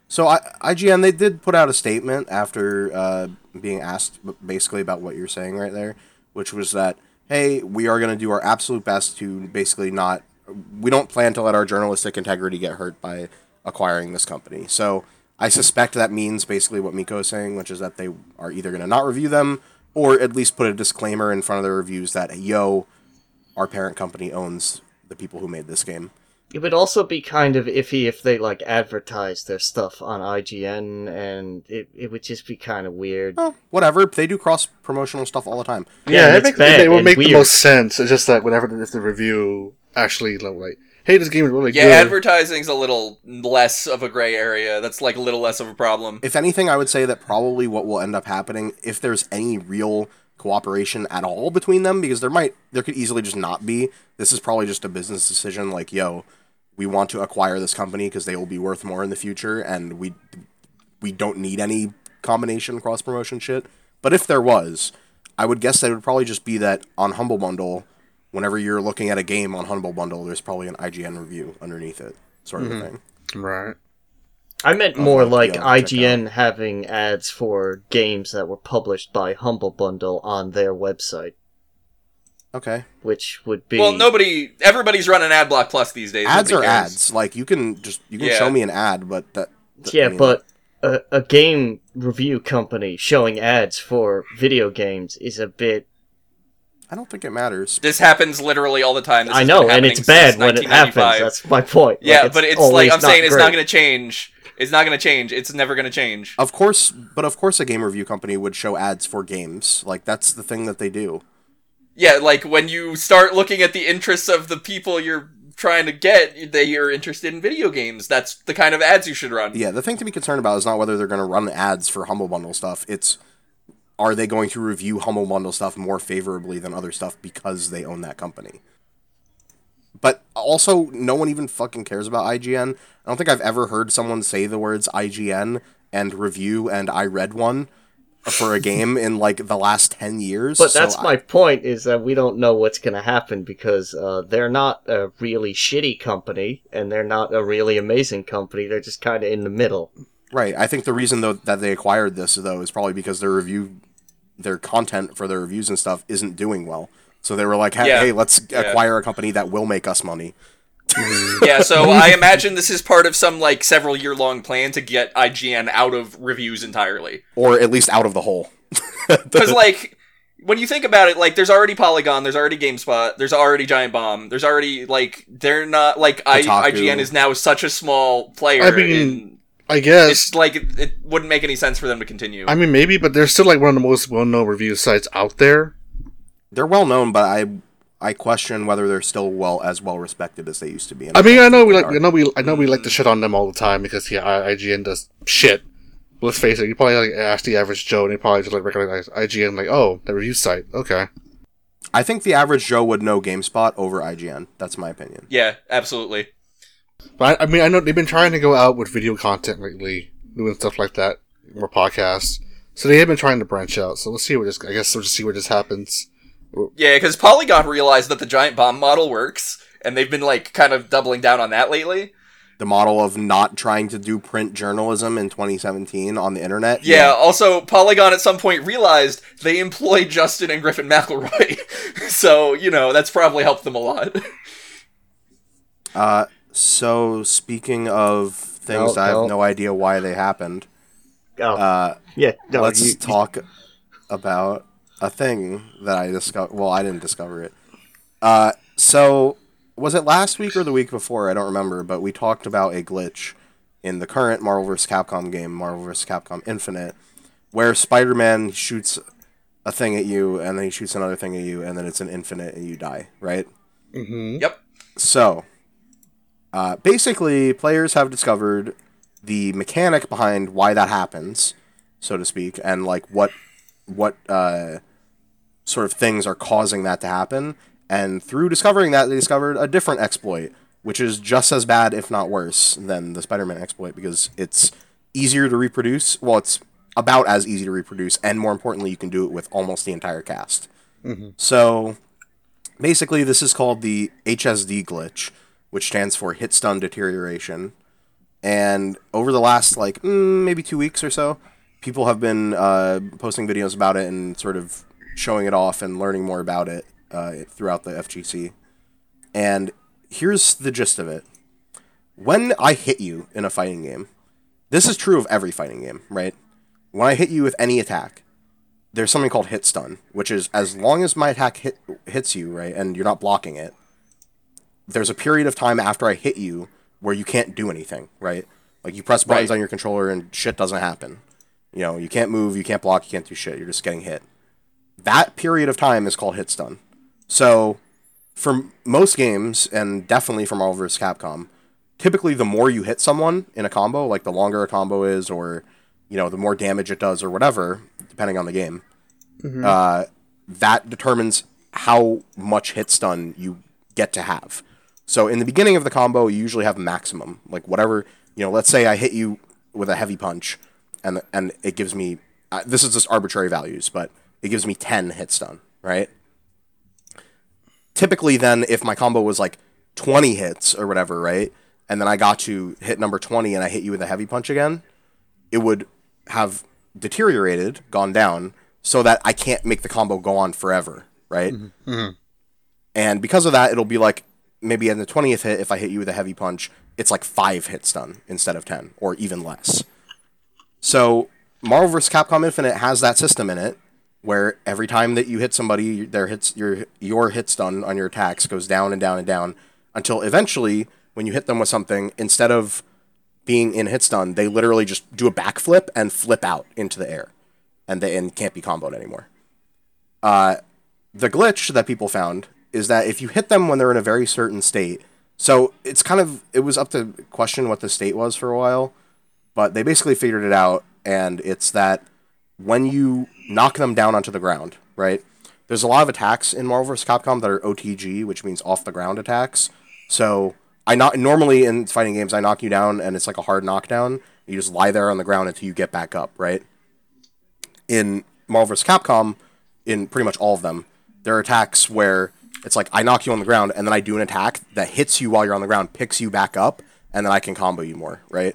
Speaker 2: so I, IGN they did put out a statement after uh, being asked b- basically about what you're saying right there, which was that hey, we are going to do our absolute best to basically not we don't plan to let our journalistic integrity get hurt by acquiring this company. So I suspect that means basically what Miko is saying, which is that they are either going to not review them or at least put a disclaimer in front of their reviews that yo, our parent company owns the people who made this game.
Speaker 3: It would also be kind of iffy if they like advertised their stuff on IGN and it, it would just be kind of weird.
Speaker 2: Oh, whatever. They do cross promotional stuff all the time.
Speaker 3: Yeah,
Speaker 4: Yeah,
Speaker 3: and
Speaker 4: it,
Speaker 3: it's
Speaker 4: makes,
Speaker 3: bad
Speaker 4: it would
Speaker 3: and
Speaker 4: make the
Speaker 3: weird.
Speaker 4: most sense. It's just that whenever if the review actually like, hey, this game is really
Speaker 1: Yeah,
Speaker 4: good.
Speaker 1: advertising's a little less of a gray area. That's like a little less of a problem.
Speaker 2: If anything, I would say that probably what will end up happening, if there's any real cooperation at all between them, because there might, there could easily just not be. This is probably just a business decision, like, yo, we want to acquire this company because they will be worth more in the future, and we we don't need any combination cross promotion shit. But if there was, I would guess that it would probably just be that on Humble Bundle, whenever you're looking at a game on Humble Bundle, there's probably an IGN review underneath it, sort of a thing.
Speaker 4: right.
Speaker 3: I meant more
Speaker 2: I'll have to
Speaker 3: like
Speaker 2: go and check
Speaker 3: IGN having ads for games that were published by Humble Bundle on their website,
Speaker 2: Okay.
Speaker 3: which would be
Speaker 1: Well, nobody, everybody's running AdBlock Plus these days.
Speaker 2: ads are
Speaker 1: Nobody cares.
Speaker 2: ads. Like you can just you can
Speaker 1: Yeah.
Speaker 2: show me an ad, but that that-
Speaker 3: Yeah,
Speaker 2: I mean,
Speaker 3: but a, a game review company showing ads for video games is a bit.
Speaker 2: I don't think it matters.
Speaker 1: This happens literally all the time. This
Speaker 3: I
Speaker 1: has
Speaker 3: know,
Speaker 1: been
Speaker 3: and
Speaker 1: happening
Speaker 3: it's bad
Speaker 1: since
Speaker 3: when it happens.
Speaker 1: 1995.
Speaker 3: That's my point.
Speaker 1: yeah, but it's like
Speaker 3: always
Speaker 1: I'm saying, it's not
Speaker 3: great.
Speaker 1: going to change. It's not going to change. It's never going to change.
Speaker 2: Of course, but of course, a game review company would show ads for games. Like that's the thing that they do.
Speaker 1: Yeah, like when you start looking at the interests of the people you're trying to get, they are interested in video games. That's the kind of ads you should run.
Speaker 2: Yeah, the thing to be concerned about is not whether they're going to run ads for Humble Bundle stuff. It's are they going to review Humble Bundle stuff more favorably than other stuff because they own that company? But also, no one even fucking cares about IGN. I don't think I've ever heard someone say the words IGN and review and I read one for a game in like the last 10 years.
Speaker 3: But
Speaker 2: so
Speaker 3: that's
Speaker 2: I-
Speaker 3: my point is that we don't know what's going to happen because uh, they're not a really shitty company and they're not a really amazing company. They're just kind of in the middle.
Speaker 2: Right. I think the reason though that they acquired this though is probably because their review, their content for their reviews and stuff isn't doing well. So they were like, "Hey,
Speaker 1: Yeah.
Speaker 2: hey, let's
Speaker 1: Yeah.
Speaker 2: acquire a company that will make us money."
Speaker 1: yeah, so I imagine this is part of some like several year long plan to get IGN out of reviews entirely.
Speaker 2: or at least out of the hole.
Speaker 1: Because like when you think about it, like there's already Polygon, there's already GameSpot, there's already Giant Bomb, there's already like they're not like I,
Speaker 2: Kotaku.
Speaker 1: IGN is now such a small player.
Speaker 4: I mean,
Speaker 1: in-
Speaker 4: I guess.
Speaker 1: it's like it, it wouldn't make any sense for them to continue.
Speaker 4: I mean, maybe, but they're still like one of the most well-known review sites out there.
Speaker 2: They're well known, but I, I question whether they're still well as well respected as they used to be. And
Speaker 4: I mean, I know we like,
Speaker 2: are.
Speaker 4: I know we, I know we like to shit on them all the time because yeah, I- IGN does shit. Let's face it, you probably like ask the average Joe, and they probably just like recognize IGN, like, oh, the review site, okay.
Speaker 2: I think the average Joe would know GameSpot over IGN. That's my opinion.
Speaker 1: yeah, absolutely.
Speaker 4: But I, I mean, I know they've been trying to go out with video content lately, doing stuff like that, more podcasts. So they have been trying to branch out. So let's see what just. I guess we'll just see what just happens.
Speaker 1: Yeah, because Polygon realized that the Giant Bomb model works, and they've been like kind of doubling down on that lately.
Speaker 2: the model of not trying to do print journalism in 2017 on the internet.
Speaker 1: Yeah, also, Polygon at some point realized they employ Justin and Griffin McElroy. so, you know, that's probably helped them a lot.
Speaker 2: Uh, so speaking of things
Speaker 3: No,
Speaker 2: that I have
Speaker 3: no.
Speaker 2: no idea why they happened,
Speaker 3: Oh,
Speaker 2: uh,
Speaker 3: yeah. No,
Speaker 2: let's
Speaker 3: you-
Speaker 2: talk about a thing that I discovered. Well, I didn't discover it. Uh, so was it last week or the week before? I don't remember, but we talked about a glitch in the current Marvel vs. Capcom game, Marvel vs. Capcom Infinite, where Spider-Man shoots a thing at you, and then he shoots another thing at you, and then it's an infinite, and you die. Right?
Speaker 4: Mm-hmm.
Speaker 2: So, uh, basically, players have discovered the mechanic behind why that happens, so to speak, and like what what uh, sort of things are causing that to happen. And through discovering that, they discovered a different exploit, which is just as bad, if not worse, than the Spider-Man exploit because it's easier to reproduce. Well, it's about as easy to reproduce, and more importantly, you can do it with almost the entire cast. So basically this is called the hsd glitch which stands for hit stun deterioration and over the last like mm, maybe two weeks or so people have been uh, posting videos about it and sort of showing it off and learning more about it uh, throughout the fgc and here's the gist of it when i hit you in a fighting game this is true of every fighting game right when i hit you with any attack there's something called hit stun, which is as long as my attack hit, hits you, right, and you're not blocking it, there's a period of time after I hit you where you can't do anything, right? Like you press buttons
Speaker 1: Right.
Speaker 2: on your controller and shit doesn't happen. You know, you can't move, you can't block, you can't do shit. You're just getting hit. That period of time is called hit stun. So, for m- most games, and definitely for Marvel vs. Capcom, typically the more you hit someone in a combo, like the longer a combo is, or you know, the more damage it does, or whatever, depending on the game, uh, that determines how much hit stun you get to have. So in the beginning of the combo, you usually have maximum, like whatever you know. Let's say I hit you with a heavy punch, and and it gives me uh, this is just arbitrary values, but it gives me ten hit stun, right? typically then if my combo was like 20 hits or whatever right and then i got to hit number 20 and i hit you with a heavy punch again it would have deteriorated gone down so that i can't make the combo go on forever right and because of that it'll be like maybe in the 20th hit if i hit you with a heavy punch it's like five hit stun instead of 10 or even less so marvel vs capcom infinite has that system in it where every time that you hit somebody, their hits your your hit stun on your attacks goes down and down and down until eventually, when you hit them with something, instead of being in hit stun, they literally just do a backflip and flip out into the air, and they and can't be comboed anymore. Uh, the glitch that people found is that if you hit them when they're in a very certain state, so it's kind of it was up to question what the state was for a while, but they basically figured it out, and it's that when you knock them down onto the ground, right? There's a lot of attacks in Marvel vs. Capcom that are OTG, which means off the ground attacks. So I not normally in fighting games I knock you down and it's like a hard knockdown. You just lie there on the ground until you get back up, right? In Marvel vs. Capcom, in pretty much all of them, there are attacks where it's like I knock you on the ground and then I do an attack that hits you while you're on the ground, picks you back up, and then I can combo you more, right?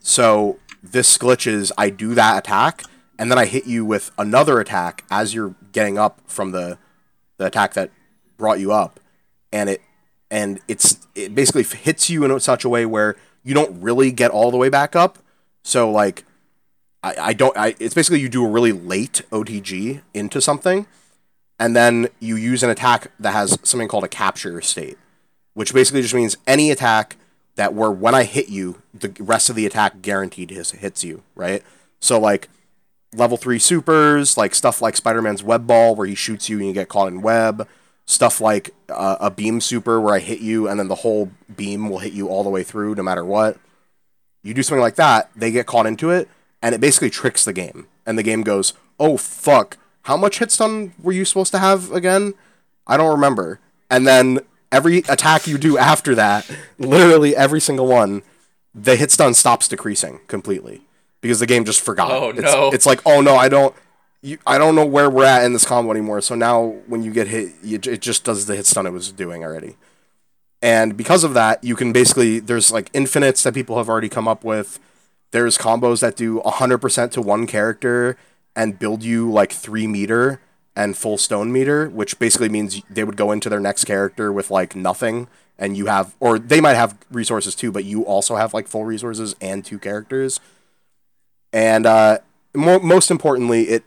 Speaker 2: So this glitch is I do that attack, and then I hit you with another attack as you're getting up from the the attack that brought you up, and it and it's it basically f- hits you in such a way where you don't really get all the way back up. So like I, I don't I it's basically you do a really late OTG into something, and then you use an attack that has something called a capture state which basically just means any attack that were when I hit you, the rest of the attack guaranteed his, hits you, right? So like level three supers, like stuff like Spider Man's web ball where he shoots you and you get caught in web, stuff like uh, a beam super where I hit you and then the whole beam will hit you all the way through no matter what. You do something like that, they get caught into it, and it basically tricks the game. And the game goes, "Oh fuck, how much hit stun were you supposed to have again?" I don't remember. And then every attack you do after that, literally every single one, the hit stun stops decreasing completely because the game just forgot.
Speaker 1: Oh,
Speaker 2: It's-
Speaker 1: no.
Speaker 2: It's like, "Oh no, I don't you, I don't know where we're at in this combo anymore." So now when you get hit, you, it just does the hit stun it was doing already. And because of that, you can basically there's like infinites that people have already come up with. There's combos that do 100% to one character and build you like 3 meter and full stone meter, which basically means they would go into their next character with like nothing and you have or they might have resources too, but you also have like full resources and two characters. And uh mo- most importantly, it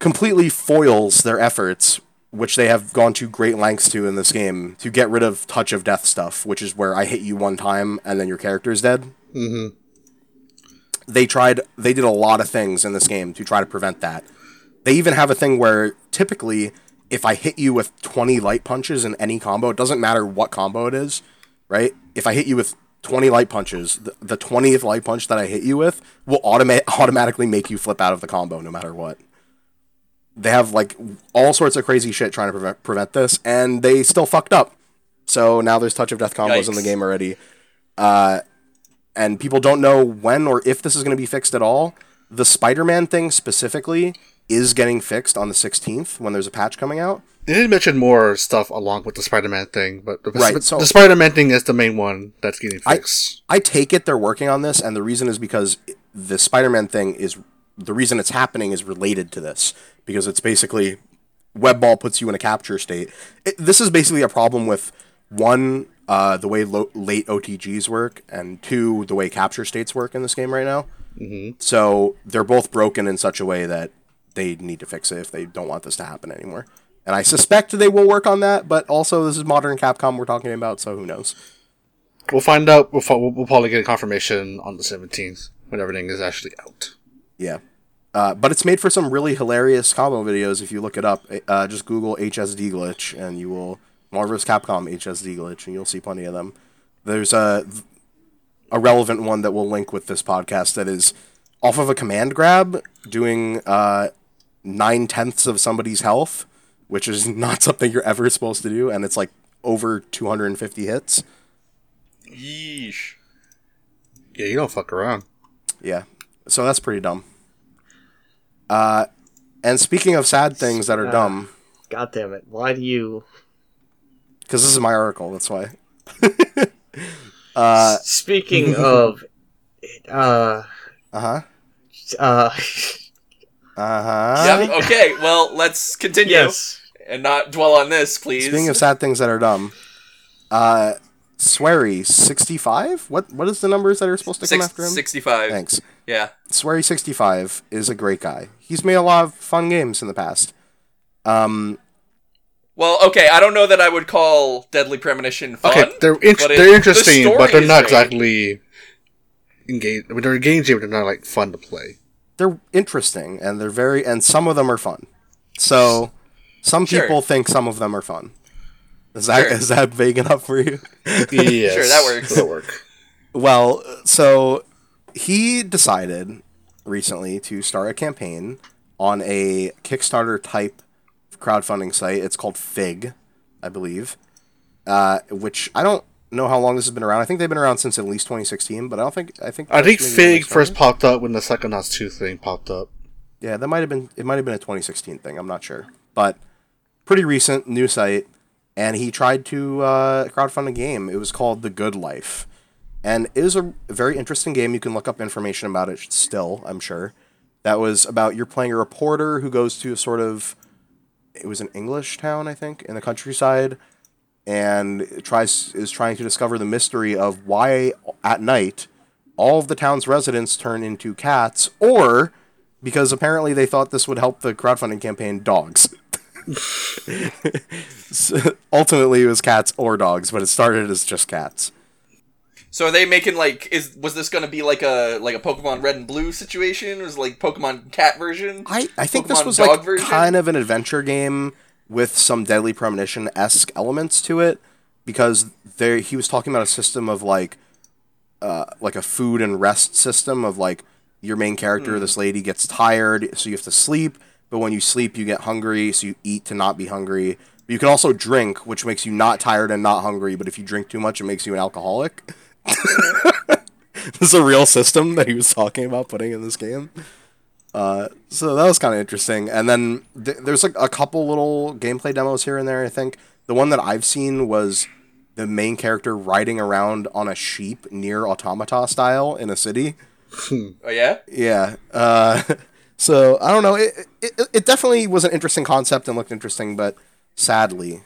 Speaker 2: completely foils their efforts, which they have gone to great lengths to in this game to get rid of touch of death stuff, which is where I hit you one time and then your character is dead.
Speaker 4: Mm-hmm.
Speaker 2: They tried, they did a lot of things in this game to try to prevent that. They even have a thing where typically, if I hit you with 20 light punches in any combo, it doesn't matter what combo it is, right? If I hit you with 20 light punches, the, the 20th light punch that I hit you with will automa- automatically make you flip out of the combo no matter what they have like all sorts of crazy shit trying to prevent, prevent this, and they still fucked up. So now there's touch of death combos in the
Speaker 1: Yikes.
Speaker 2: game already, uh, and people don't know when or if this is going to be fixed at all. The Spider-Man thing specifically is getting fixed on the 16th when there's a patch coming out.
Speaker 4: They did mention more stuff along with the Spider-Man thing, but the,
Speaker 2: Right, so-
Speaker 4: the Spider-Man thing is the main one that's getting
Speaker 2: I-
Speaker 4: fixed.
Speaker 2: I take it they're working on this, and the reason is because the Spider-Man thing is the reason it's happening is related to this because it's basically web ball puts you in a capture state. It, this is basically a problem with one uh, the way lo- late OTGs work, and two the way capture states work in this game right now. So they're both broken in such a way that they need to fix it if they don't want this to happen anymore. And I suspect they will work on that, but also this is modern Capcom we're talking about, so who knows?
Speaker 4: We'll find out. We'll, fo- we'll, we'll probably get confirmation on the 17th when everything is actually out.
Speaker 2: Yeah. Uh, but it's made for some really hilarious combo videos if you look it up. Uh, just Google HSD glitch and you will Marvelous Capcom HSD glitch and you'll see plenty of them. There's a a relevant one that we'll link with this podcast that is off of a command grab doing uh, nine tenths of somebody's health, which is not something you're ever supposed to do, and it's like over 250 hits.
Speaker 1: Yeesh.
Speaker 4: Yeah, you don't fuck around.
Speaker 2: Yeah. So that's pretty dumb. Uh, and speaking of sad things that are
Speaker 3: Ah.
Speaker 2: dumb,
Speaker 3: God damn it! Why do you?
Speaker 2: because this is my article, that's why. uh
Speaker 3: Speaking of, uh,
Speaker 2: huh.
Speaker 3: uh,
Speaker 2: Uh huh.
Speaker 1: Yep. oh, Okay. Well, let's continue
Speaker 3: yes,
Speaker 1: and not dwell on this, please.
Speaker 2: Speaking of sad things that are dumb, uh, Swery sixty five. What what is the numbers that are supposed to
Speaker 1: Six-
Speaker 2: come after him?
Speaker 1: 65.
Speaker 2: Thanks.
Speaker 1: Yeah.
Speaker 2: Swery sixty five is a great guy. He's made a lot of fun games in the past. Um,
Speaker 1: Well, okay. I don't know that I would call Deadly Premonition fun.
Speaker 4: Okay, they're in-
Speaker 1: but it-
Speaker 4: they're
Speaker 1: the
Speaker 4: interesting,
Speaker 1: story
Speaker 4: but they're
Speaker 1: is
Speaker 4: not
Speaker 1: great.
Speaker 4: exactly engaged. I mean, they're engaging, but they're not like fun to play.
Speaker 2: they're interesting and they're very and some of them are fun. So some
Speaker 1: Sure.
Speaker 2: people think some of them are fun. Is that is that vague enough for you?
Speaker 4: yes,
Speaker 1: that works.
Speaker 4: That'll work.
Speaker 2: Well, so he decided recently to start a campaign on a Kickstarter type crowdfunding site. It's called Fig, I believe, uh, which I don't know how long this has been around. I think they've been around since at least 2016, but I don't think I think
Speaker 4: I think
Speaker 2: maybe
Speaker 4: Fig
Speaker 2: 2017.
Speaker 4: first popped up when the Psychonauts 2 thing popped up.
Speaker 2: Yeah, that might have been it might have been a 2016 thing. I'm not sure, but pretty recent new site, and he tried to uh, crowdfund a game. It was called The Good Life, and it was a very interesting game. You can look up information about it still. I'm sure that was about you're playing a reporter who goes to a sort of it was an English town, I think, in the countryside, and tries is trying to discover the mystery of why at night all of the town's residents turn into cats, or because apparently they thought this would help the crowdfunding campaign, dogs. So, ultimately, it was cats or dogs, but it started as just cats.
Speaker 1: So are they making like is was this going to be like a like a Pokemon Red and Blue situation? Was it like Pokemon Cat version?
Speaker 2: I, I think this
Speaker 1: Pokemon
Speaker 2: was
Speaker 1: dog
Speaker 2: like
Speaker 1: version?
Speaker 2: kind of an adventure game with some Deadly Premonition esque elements to it because there he was talking about a system of like uh, like a food and rest system of like your main character
Speaker 1: Hmm.
Speaker 2: this lady gets tired so you have to sleep but when you sleep you get hungry so you eat to not be hungry but you can also drink which makes you not tired and not hungry but if you drink too much it makes you an alcoholic this is a real system that he was talking about putting in this game uh, so that was kind of interesting. And then th- there's like a couple little gameplay demos here and there. I think the one that I've seen was the main character riding around on a sheep near automata style in a city.
Speaker 1: Oh yeah,
Speaker 2: Yeah. Uh, so I don't know. It, it it definitely was an interesting concept and looked interesting, but sadly,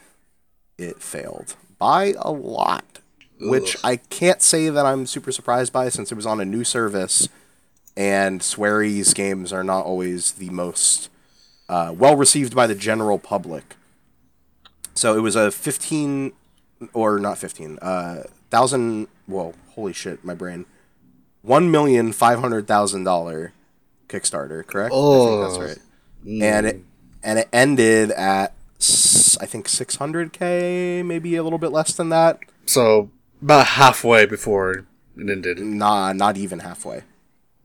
Speaker 2: it failed by a lot, which I can't say that I'm super surprised by since it was on a new service, and Swery's games are not always the most uh, well received by the general public. So it was a 15 or not 15 uh, thousand. Whoa, holy shit, my brain one million five hundred thousand dollar Kickstarter, correct? I think that's right. And it and it ended at s- I think six hundred k, maybe a little bit less than that.
Speaker 4: So about halfway before it ended.
Speaker 2: Nah, not even halfway.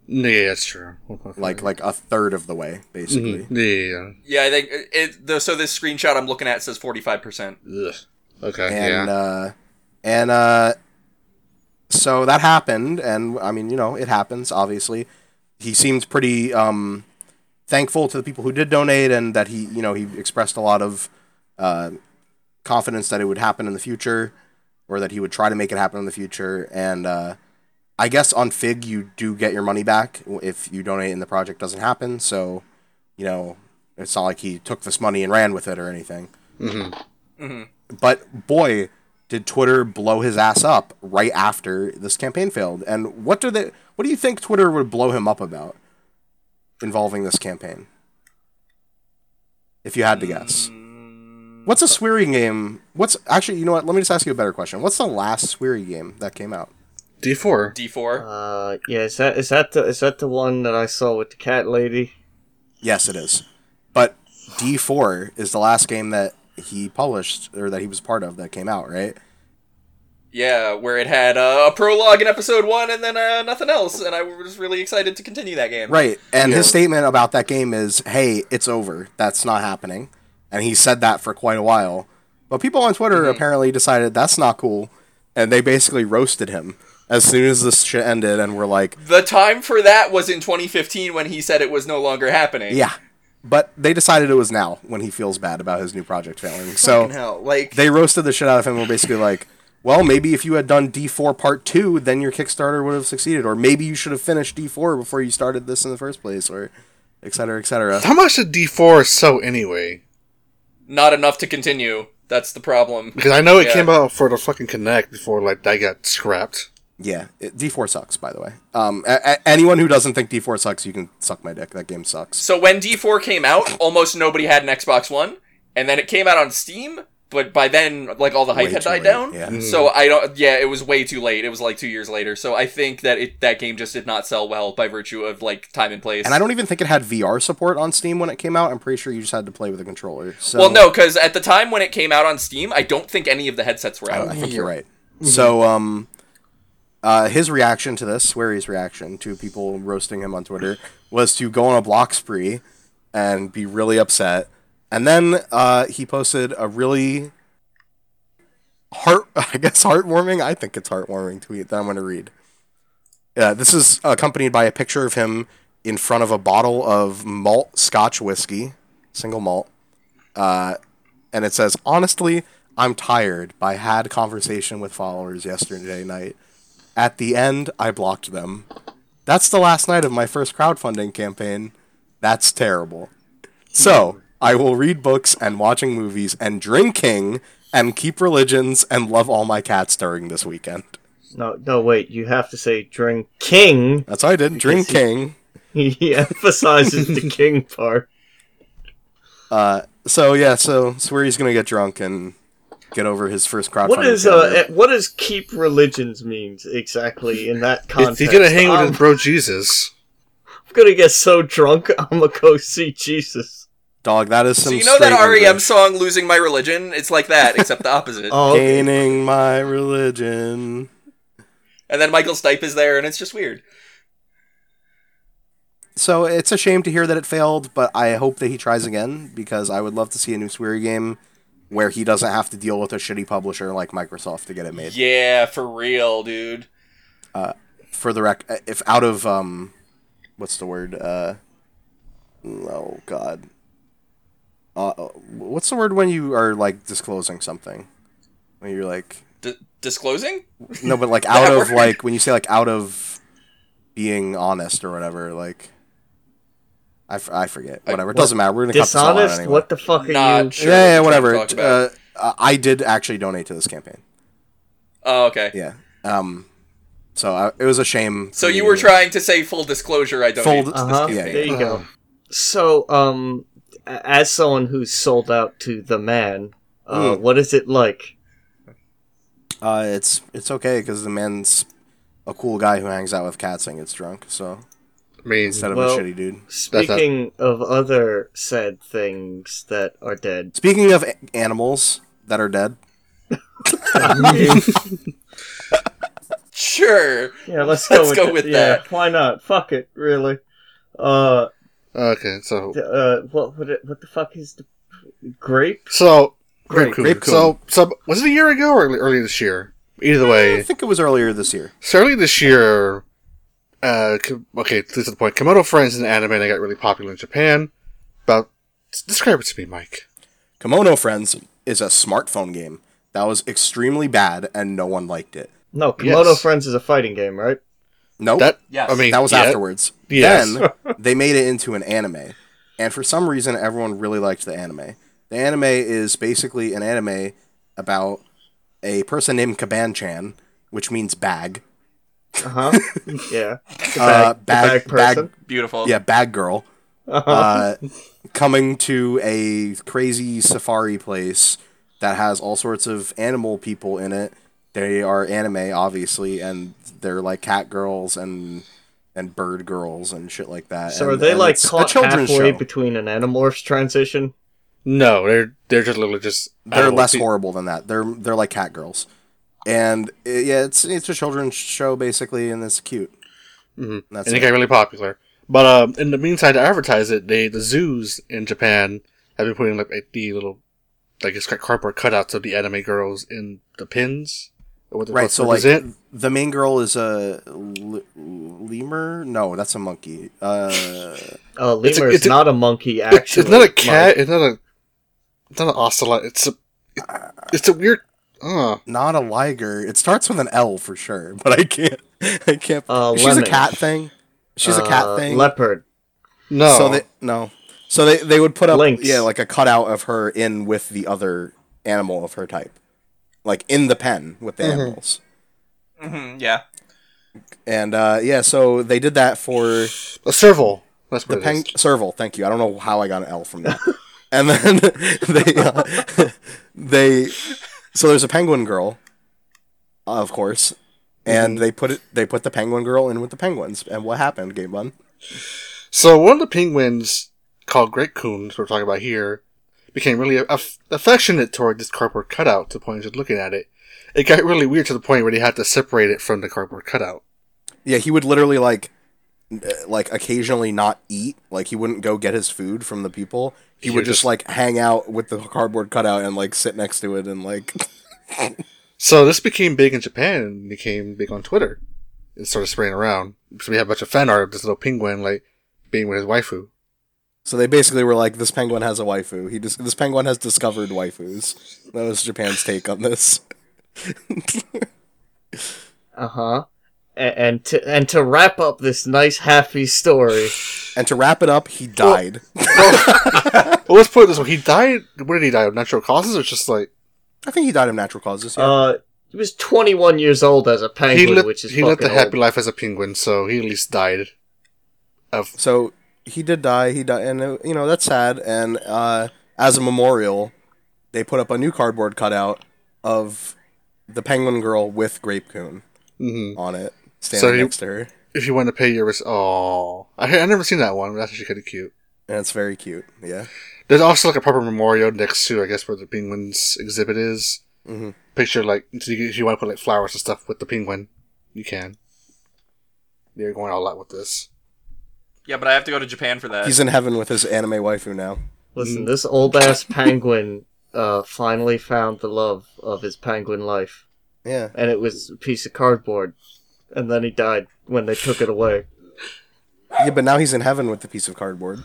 Speaker 4: No, yeah, that's true. 1.5.
Speaker 2: Like like a third of the way, basically.
Speaker 4: Yeah, yeah,
Speaker 1: yeah. I think it. it the, so this screenshot I'm looking at says 45. percent
Speaker 4: yeah. Ugh. Okay.
Speaker 2: and
Speaker 4: yeah.
Speaker 2: uh, and uh, so that happened, and I mean, you know, it happens. Obviously, he seemed pretty um, thankful to the people who did donate, and that he, you know, he expressed a lot of uh, confidence that it would happen in the future, or that he would try to make it happen in the future. And uh, I guess on Fig, you do get your money back if you donate and the project doesn't happen. So, you know, it's not like he took this money and ran with it or anything
Speaker 4: Mm-hmm.
Speaker 1: Mm-hmm.
Speaker 2: but boy did twitter blow his ass up right after this campaign failed and what do they what do you think twitter would blow him up about involving this campaign if you had to guess
Speaker 1: Mm.
Speaker 2: what's a sweary game what's actually you know what let me just ask you a better question what's the last sweary game that came out
Speaker 4: D four.
Speaker 1: D4.
Speaker 3: Uh, yeah, is that is that the is that the one that I saw with the cat lady?
Speaker 2: yes it is but d4 is the last game that he published or that he was part of that came out right
Speaker 1: Yeah, where it had uh, a prologue in episode one and then uh, nothing else, and I was really excited to continue that game.
Speaker 2: Right. And his statement about that game is, hey, it's over. That's not happening. And he said that for quite a while. But people on Twitter
Speaker 1: Mm-hmm.
Speaker 2: apparently decided that's not cool. And they basically roasted him as soon as this shit ended and were like,
Speaker 1: The time for that was in 2015 when he said it was no longer happening.
Speaker 2: yeah. But they decided it was now when he feels bad about his new project failing.
Speaker 1: Fucking
Speaker 2: So
Speaker 1: hell, like
Speaker 2: they roasted the shit out of him and were basically like, well, maybe if you had done D4 part two, then your Kickstarter would have succeeded. Or maybe you should have finished D4 before you started this in the first place, or et cetera, et cetera.
Speaker 4: How much did D four sell anyway?
Speaker 1: not enough to continue. That's the problem.
Speaker 4: Because I know it
Speaker 1: Yeah.
Speaker 4: came out for the fucking Connect before like that got scrapped.
Speaker 2: Yeah, it, D4 sucks, by the way. Um, a- a- anyone who doesn't think D4 sucks, you can suck my dick. That game sucks.
Speaker 1: So when D4 came out, almost nobody had an Xbox One, and then it came out on Steam. But by then, like all the hype
Speaker 2: Way
Speaker 1: had
Speaker 2: too
Speaker 1: died
Speaker 2: late,
Speaker 1: down.
Speaker 2: yeah.
Speaker 1: So I don't. Yeah, it was way too late. It was like two years later. So I think that it that game just did not sell well by virtue of like time and place.
Speaker 2: And I don't even think it had VR support on Steam when it came out. I'm pretty sure you just had to play with a controller. So,
Speaker 1: well, no, because at the time when it came out on Steam, I don't think any of the headsets were
Speaker 2: Oh, I,
Speaker 1: out.
Speaker 2: I think you're right. So, um, uh, his reaction to this, Swery's reaction to people roasting him on Twitter, was to go on a block spree and be really upset. And then uh, he posted a really heart, I guess, heartwarming. I think it's heartwarming tweet that I'm going to read. Uh, this is accompanied by a picture of him in front of a bottle of malt Scotch whiskey, single malt, and it says, "Honestly, I'm tired. I had conversation with followers yesterday night. At the end, I blocked them. That's the last night of my first crowdfunding campaign. That's terrible. So I will read books and watching movies and drinking and keep religions and love all my cats during this weekend.
Speaker 3: No, no, wait. You have to say drinking.
Speaker 2: That's what I did. Drinking."
Speaker 3: he emphasizes the king part.
Speaker 2: Uh, so yeah, so Sweary's gonna get drunk and get over his first crowdfunding.
Speaker 3: What is
Speaker 2: failure.
Speaker 3: uh, eh, what does keep religions means exactly in that
Speaker 4: He's
Speaker 3: context? Um,
Speaker 4: he's gonna hang with
Speaker 3: I'm
Speaker 4: his bro Jesus.
Speaker 3: gonna get so drunk. I'm gonna go see Jesus.
Speaker 2: dog? That is some.
Speaker 1: So you know that E
Speaker 2: straight
Speaker 1: REM
Speaker 2: English.
Speaker 1: song "Losing My Religion"? It's like that, except the opposite.
Speaker 3: Oh, okay.
Speaker 2: Gaining my religion.
Speaker 1: And then Michael Stipe is there, and it's just weird.
Speaker 2: So it's a shame to hear that it failed, but I hope that he tries again because I would love to see a new Sweary game where he doesn't have to deal with a shitty publisher like Microsoft to get it made.
Speaker 1: Yeah, for real, dude.
Speaker 2: For the rec, if out of um, what's the word? Uh, oh God. Uh, what's the word when you are like disclosing something? When you're like,
Speaker 1: D- disclosing?
Speaker 2: No, but like out of like when you say like out of being honest or whatever, like I, f- I forget. Whatever, it doesn't matter. We're gonna cut this all out
Speaker 3: Dishonest?
Speaker 2: anyway.
Speaker 3: What the fuck are you?
Speaker 1: Not sure.
Speaker 2: yeah, yeah,
Speaker 1: what you're
Speaker 2: whatever.
Speaker 1: trying to talk about.
Speaker 2: Uh, I I did actually donate to this campaign.
Speaker 1: oh, okay.
Speaker 2: Yeah. Um. So I, it was a shame.
Speaker 1: So
Speaker 2: for
Speaker 1: you
Speaker 2: me
Speaker 1: were
Speaker 2: to-
Speaker 1: trying to say full disclosure. I don't.
Speaker 2: Full-
Speaker 3: Uh-huh.
Speaker 2: Yeah,
Speaker 3: there
Speaker 2: yeah.
Speaker 3: you
Speaker 4: Um,
Speaker 3: go. So, um, a- as someone who's sold out to the man, uh,
Speaker 2: Mm.
Speaker 3: what is it like?
Speaker 2: Uh, it's it's okay because the man's a cool guy who hangs out with cats and gets drunk. So
Speaker 4: I mean,
Speaker 2: instead of
Speaker 3: Well-
Speaker 2: a shitty dude.
Speaker 4: not-
Speaker 3: Speaking of other sad things that are dead,
Speaker 2: Speaking of a- animals that are dead,
Speaker 1: Sure.
Speaker 3: yeah, let's go.
Speaker 1: Let's
Speaker 3: with
Speaker 1: go
Speaker 3: it.
Speaker 1: with
Speaker 3: yeah,
Speaker 1: that.
Speaker 3: Why not? Fuck it, really. Uh,
Speaker 4: okay, so
Speaker 3: d- uh, what would it, what the fuck is the grape?
Speaker 4: so
Speaker 3: Grape
Speaker 4: Cool,
Speaker 2: Grape
Speaker 4: cool. So, so was it a year ago or early- earlier this year? Either
Speaker 2: I
Speaker 4: way,
Speaker 2: think it was earlier this year.
Speaker 4: so early this year, uh, K- okay, to the point, Komodo Friends is an anime that got really popular in Japan. About describe it to me, Mike.
Speaker 2: Kimono Friends is a smartphone game that was extremely bad and no one liked it.
Speaker 3: No, Komodo
Speaker 4: Yes.
Speaker 3: Friends is a fighting game, right?
Speaker 2: Nope.
Speaker 4: That
Speaker 1: Yes.
Speaker 4: I mean,
Speaker 2: Oh, that was
Speaker 4: yeah,
Speaker 2: afterwards.
Speaker 4: Yes.
Speaker 2: Then they made it into an anime, and for some reason, everyone really liked the anime. The anime is basically an anime about a person named Kaban Chan, which means bag.
Speaker 3: Uh
Speaker 4: Uh-huh.
Speaker 3: huh. yeah.
Speaker 2: Uh,
Speaker 3: bag- the bag person?
Speaker 1: Beautiful.
Speaker 2: yeah, bag girl.
Speaker 3: Uh-huh.
Speaker 2: Uh, coming to a crazy safari place that has all sorts of animal people in it. They are anime, obviously, and they're like cat girls and and bird girls and shit like that.
Speaker 3: So
Speaker 2: and,
Speaker 3: are they
Speaker 2: and
Speaker 3: like
Speaker 2: it's a
Speaker 3: caught halfway
Speaker 2: children's show.
Speaker 3: between an Animorphs transition?
Speaker 4: no, they're they're just literally just
Speaker 2: they're
Speaker 4: animal
Speaker 2: less
Speaker 4: pe-
Speaker 2: horrible than that. They're they're like cat girls, and uh, yeah, it's it's a children's show basically, and it's cute.
Speaker 4: Mhm.
Speaker 2: That's
Speaker 4: and it
Speaker 2: it.
Speaker 4: got really popular. But um, in the meantime, to advertise it, they the zoos in Japan have been putting like the little, like it's got cardboard cutouts of the anime girls in the pins. or What the
Speaker 2: Right, so, like-
Speaker 4: represent.
Speaker 2: the main girl is a le- lemur. No, that's a monkey. Uh,
Speaker 3: Uh, lemur
Speaker 4: It's a-
Speaker 3: is
Speaker 4: it's a-
Speaker 3: not a monkey,
Speaker 4: it's,
Speaker 3: actually.
Speaker 4: it's not a cat.
Speaker 3: Mike.
Speaker 4: It's not a. It's not an ocelot. It's a. it- it's a weird. Uh,
Speaker 2: not a liger. It starts with an L for sure, but I can't. I can't.
Speaker 3: Uh,
Speaker 2: she's
Speaker 3: lemon.
Speaker 2: a cat thing. She's a cat
Speaker 3: Uh,
Speaker 2: thing.
Speaker 3: Leopard.
Speaker 4: no.
Speaker 2: So they no. So they they would put up
Speaker 3: Lynx.
Speaker 2: yeah like a cutout of her in with the other animal of her type, like in the pen with the
Speaker 3: Mm-hmm.
Speaker 2: animals.
Speaker 1: hmm yeah.
Speaker 2: And uh, yeah, so they did that for
Speaker 4: a serval. That's what
Speaker 2: the
Speaker 4: it is.
Speaker 2: peng- serval. Thank you. I don't know how I got an L from that. and then they uh, they so there's a penguin girl, uh, of course, and they put it they put the penguin girl in with the penguins. And what happened, Game Bun?
Speaker 4: So one of the penguins, called Great Coon, which we're talking about here, became really aff- affectionate toward this cardboard cutout to the point of just looking at it. It got really weird to the point where they had to separate it from the cardboard cutout.
Speaker 2: Yeah, he would literally like uh, like occasionally not eat. Like he wouldn't go get his food from the people. He,
Speaker 4: He
Speaker 2: would
Speaker 4: would
Speaker 2: just,
Speaker 4: just-
Speaker 2: like hang out with the cardboard cutout and like sit next to it and like
Speaker 4: So this became big in Japan and became big on Twitter. It started spreading around. So we had a bunch of fan art of this little penguin like being with his waifu.
Speaker 2: so they basically were like this penguin has a waifu. He just this penguin has discovered waifus. That was Japan's take on this.
Speaker 3: Uh huh. And, and to and to wrap up this nice happy story,
Speaker 2: And to wrap it up, he died.
Speaker 4: Well, let's put it this way: he died. What did he die of? Natural causes, or just like
Speaker 2: I think he died of natural causes. Yeah.
Speaker 3: uh, he was 21 years old as a penguin,
Speaker 4: he lived?
Speaker 3: which is
Speaker 4: He lived
Speaker 3: fucking
Speaker 4: a happy
Speaker 3: old.
Speaker 4: life as a penguin, so he at least died of
Speaker 2: so he did die. He died, and uh, you know that's sad. And uh, as a memorial, they put up a new cardboard cutout of the penguin girl with Grape Coon
Speaker 4: Mhm.
Speaker 2: on it,
Speaker 4: So
Speaker 2: standing
Speaker 4: you-
Speaker 2: next to her,
Speaker 4: if you want to pay your res- oh I I never seen that one. but That's actually kind of cute.
Speaker 2: and it's very cute. Yeah,
Speaker 4: There's also like a proper memorial next to I guess where the penguins exhibit is.
Speaker 2: Mhm.
Speaker 4: Picture like so you- if you want to put like flowers and stuff with the penguin, you can. They're going all out with this.
Speaker 5: Yeah, but I have to go to Japan for that.
Speaker 2: he's in heaven with his anime waifu now.
Speaker 3: Listen,
Speaker 4: mm.
Speaker 3: this old ass penguin uh, finally found the love of his penguin life,
Speaker 2: Yeah,
Speaker 3: and it was a piece of cardboard. And then he died when they took it away.
Speaker 2: yeah, but now he's in heaven with the piece of cardboard.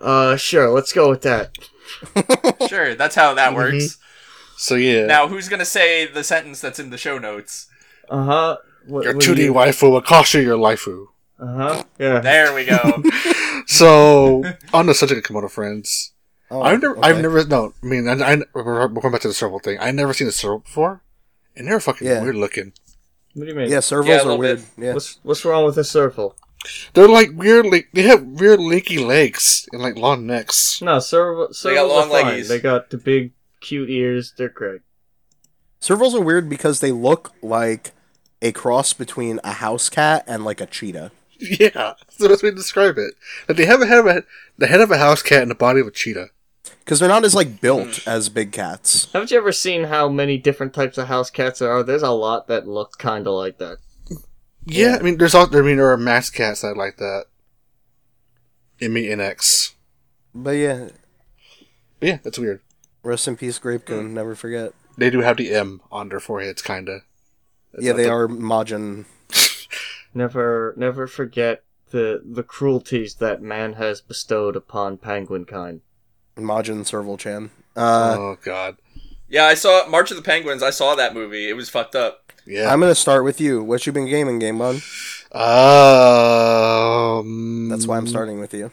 Speaker 3: Uh, sure, let's go with that.
Speaker 2: Mm-hmm.
Speaker 5: Sure, that's how that works.
Speaker 4: So yeah,
Speaker 1: Now, who's gonna say the sentence that's in the show notes?
Speaker 3: Uh huh.
Speaker 4: your 2D waifu will cost you your lifu.
Speaker 3: Uh huh. Yeah.
Speaker 1: There we go.
Speaker 4: So on the subject of Komodo Friends,
Speaker 2: Oh,
Speaker 4: I've never,
Speaker 2: okay.
Speaker 4: I've never, no, I mean, I, I, we're we're going back to the serval thing. I've never seen a serval before, and they're fucking
Speaker 2: Yeah.
Speaker 4: weird looking.
Speaker 3: What do you mean?
Speaker 2: Yeah, servals
Speaker 1: Yeah, a
Speaker 2: are
Speaker 1: little
Speaker 2: weird.
Speaker 1: bit.
Speaker 2: Yeah.
Speaker 3: What's what's wrong with a circle?
Speaker 4: They're like weird, like they have weird linky legs and like long necks.
Speaker 3: No, serval.
Speaker 1: They got
Speaker 3: servals
Speaker 1: long
Speaker 3: are fine.
Speaker 1: leggies.
Speaker 3: They got the big, cute ears. They're great.
Speaker 2: Servals are weird because they look like a cross between a house cat and like a cheetah.
Speaker 4: Yeah, that's the best way to describe it. Like they have a head of a, the head of a house cat and the body of a cheetah.
Speaker 2: Because they're not as like
Speaker 4: Mm.
Speaker 2: built as big cats.
Speaker 3: Haven't you ever seen how many different types of house cats there are? There's a lot that look kind of like that.
Speaker 4: Yeah, I mean, there's also, I mean, there are mass cats that are like that. In me and X.
Speaker 2: But yeah,
Speaker 4: But yeah, that's weird.
Speaker 2: rest in peace, Grape
Speaker 4: Mm.
Speaker 2: Goon. Never forget.
Speaker 4: They do have the M on their foreheads, kinda. That's
Speaker 2: yeah,
Speaker 4: not
Speaker 2: they
Speaker 4: the-
Speaker 2: are Majin.
Speaker 3: Never, never forget the the cruelties that man has bestowed upon penguin kind.
Speaker 2: Majin Serval Chan. Uh,
Speaker 4: oh God.
Speaker 1: yeah, I saw March of the Penguins. I saw that movie. It was fucked up.
Speaker 4: Yeah.
Speaker 2: I'm gonna start with you. What you been gaming, Game Bun?
Speaker 4: Um,
Speaker 2: That's why I'm starting with you.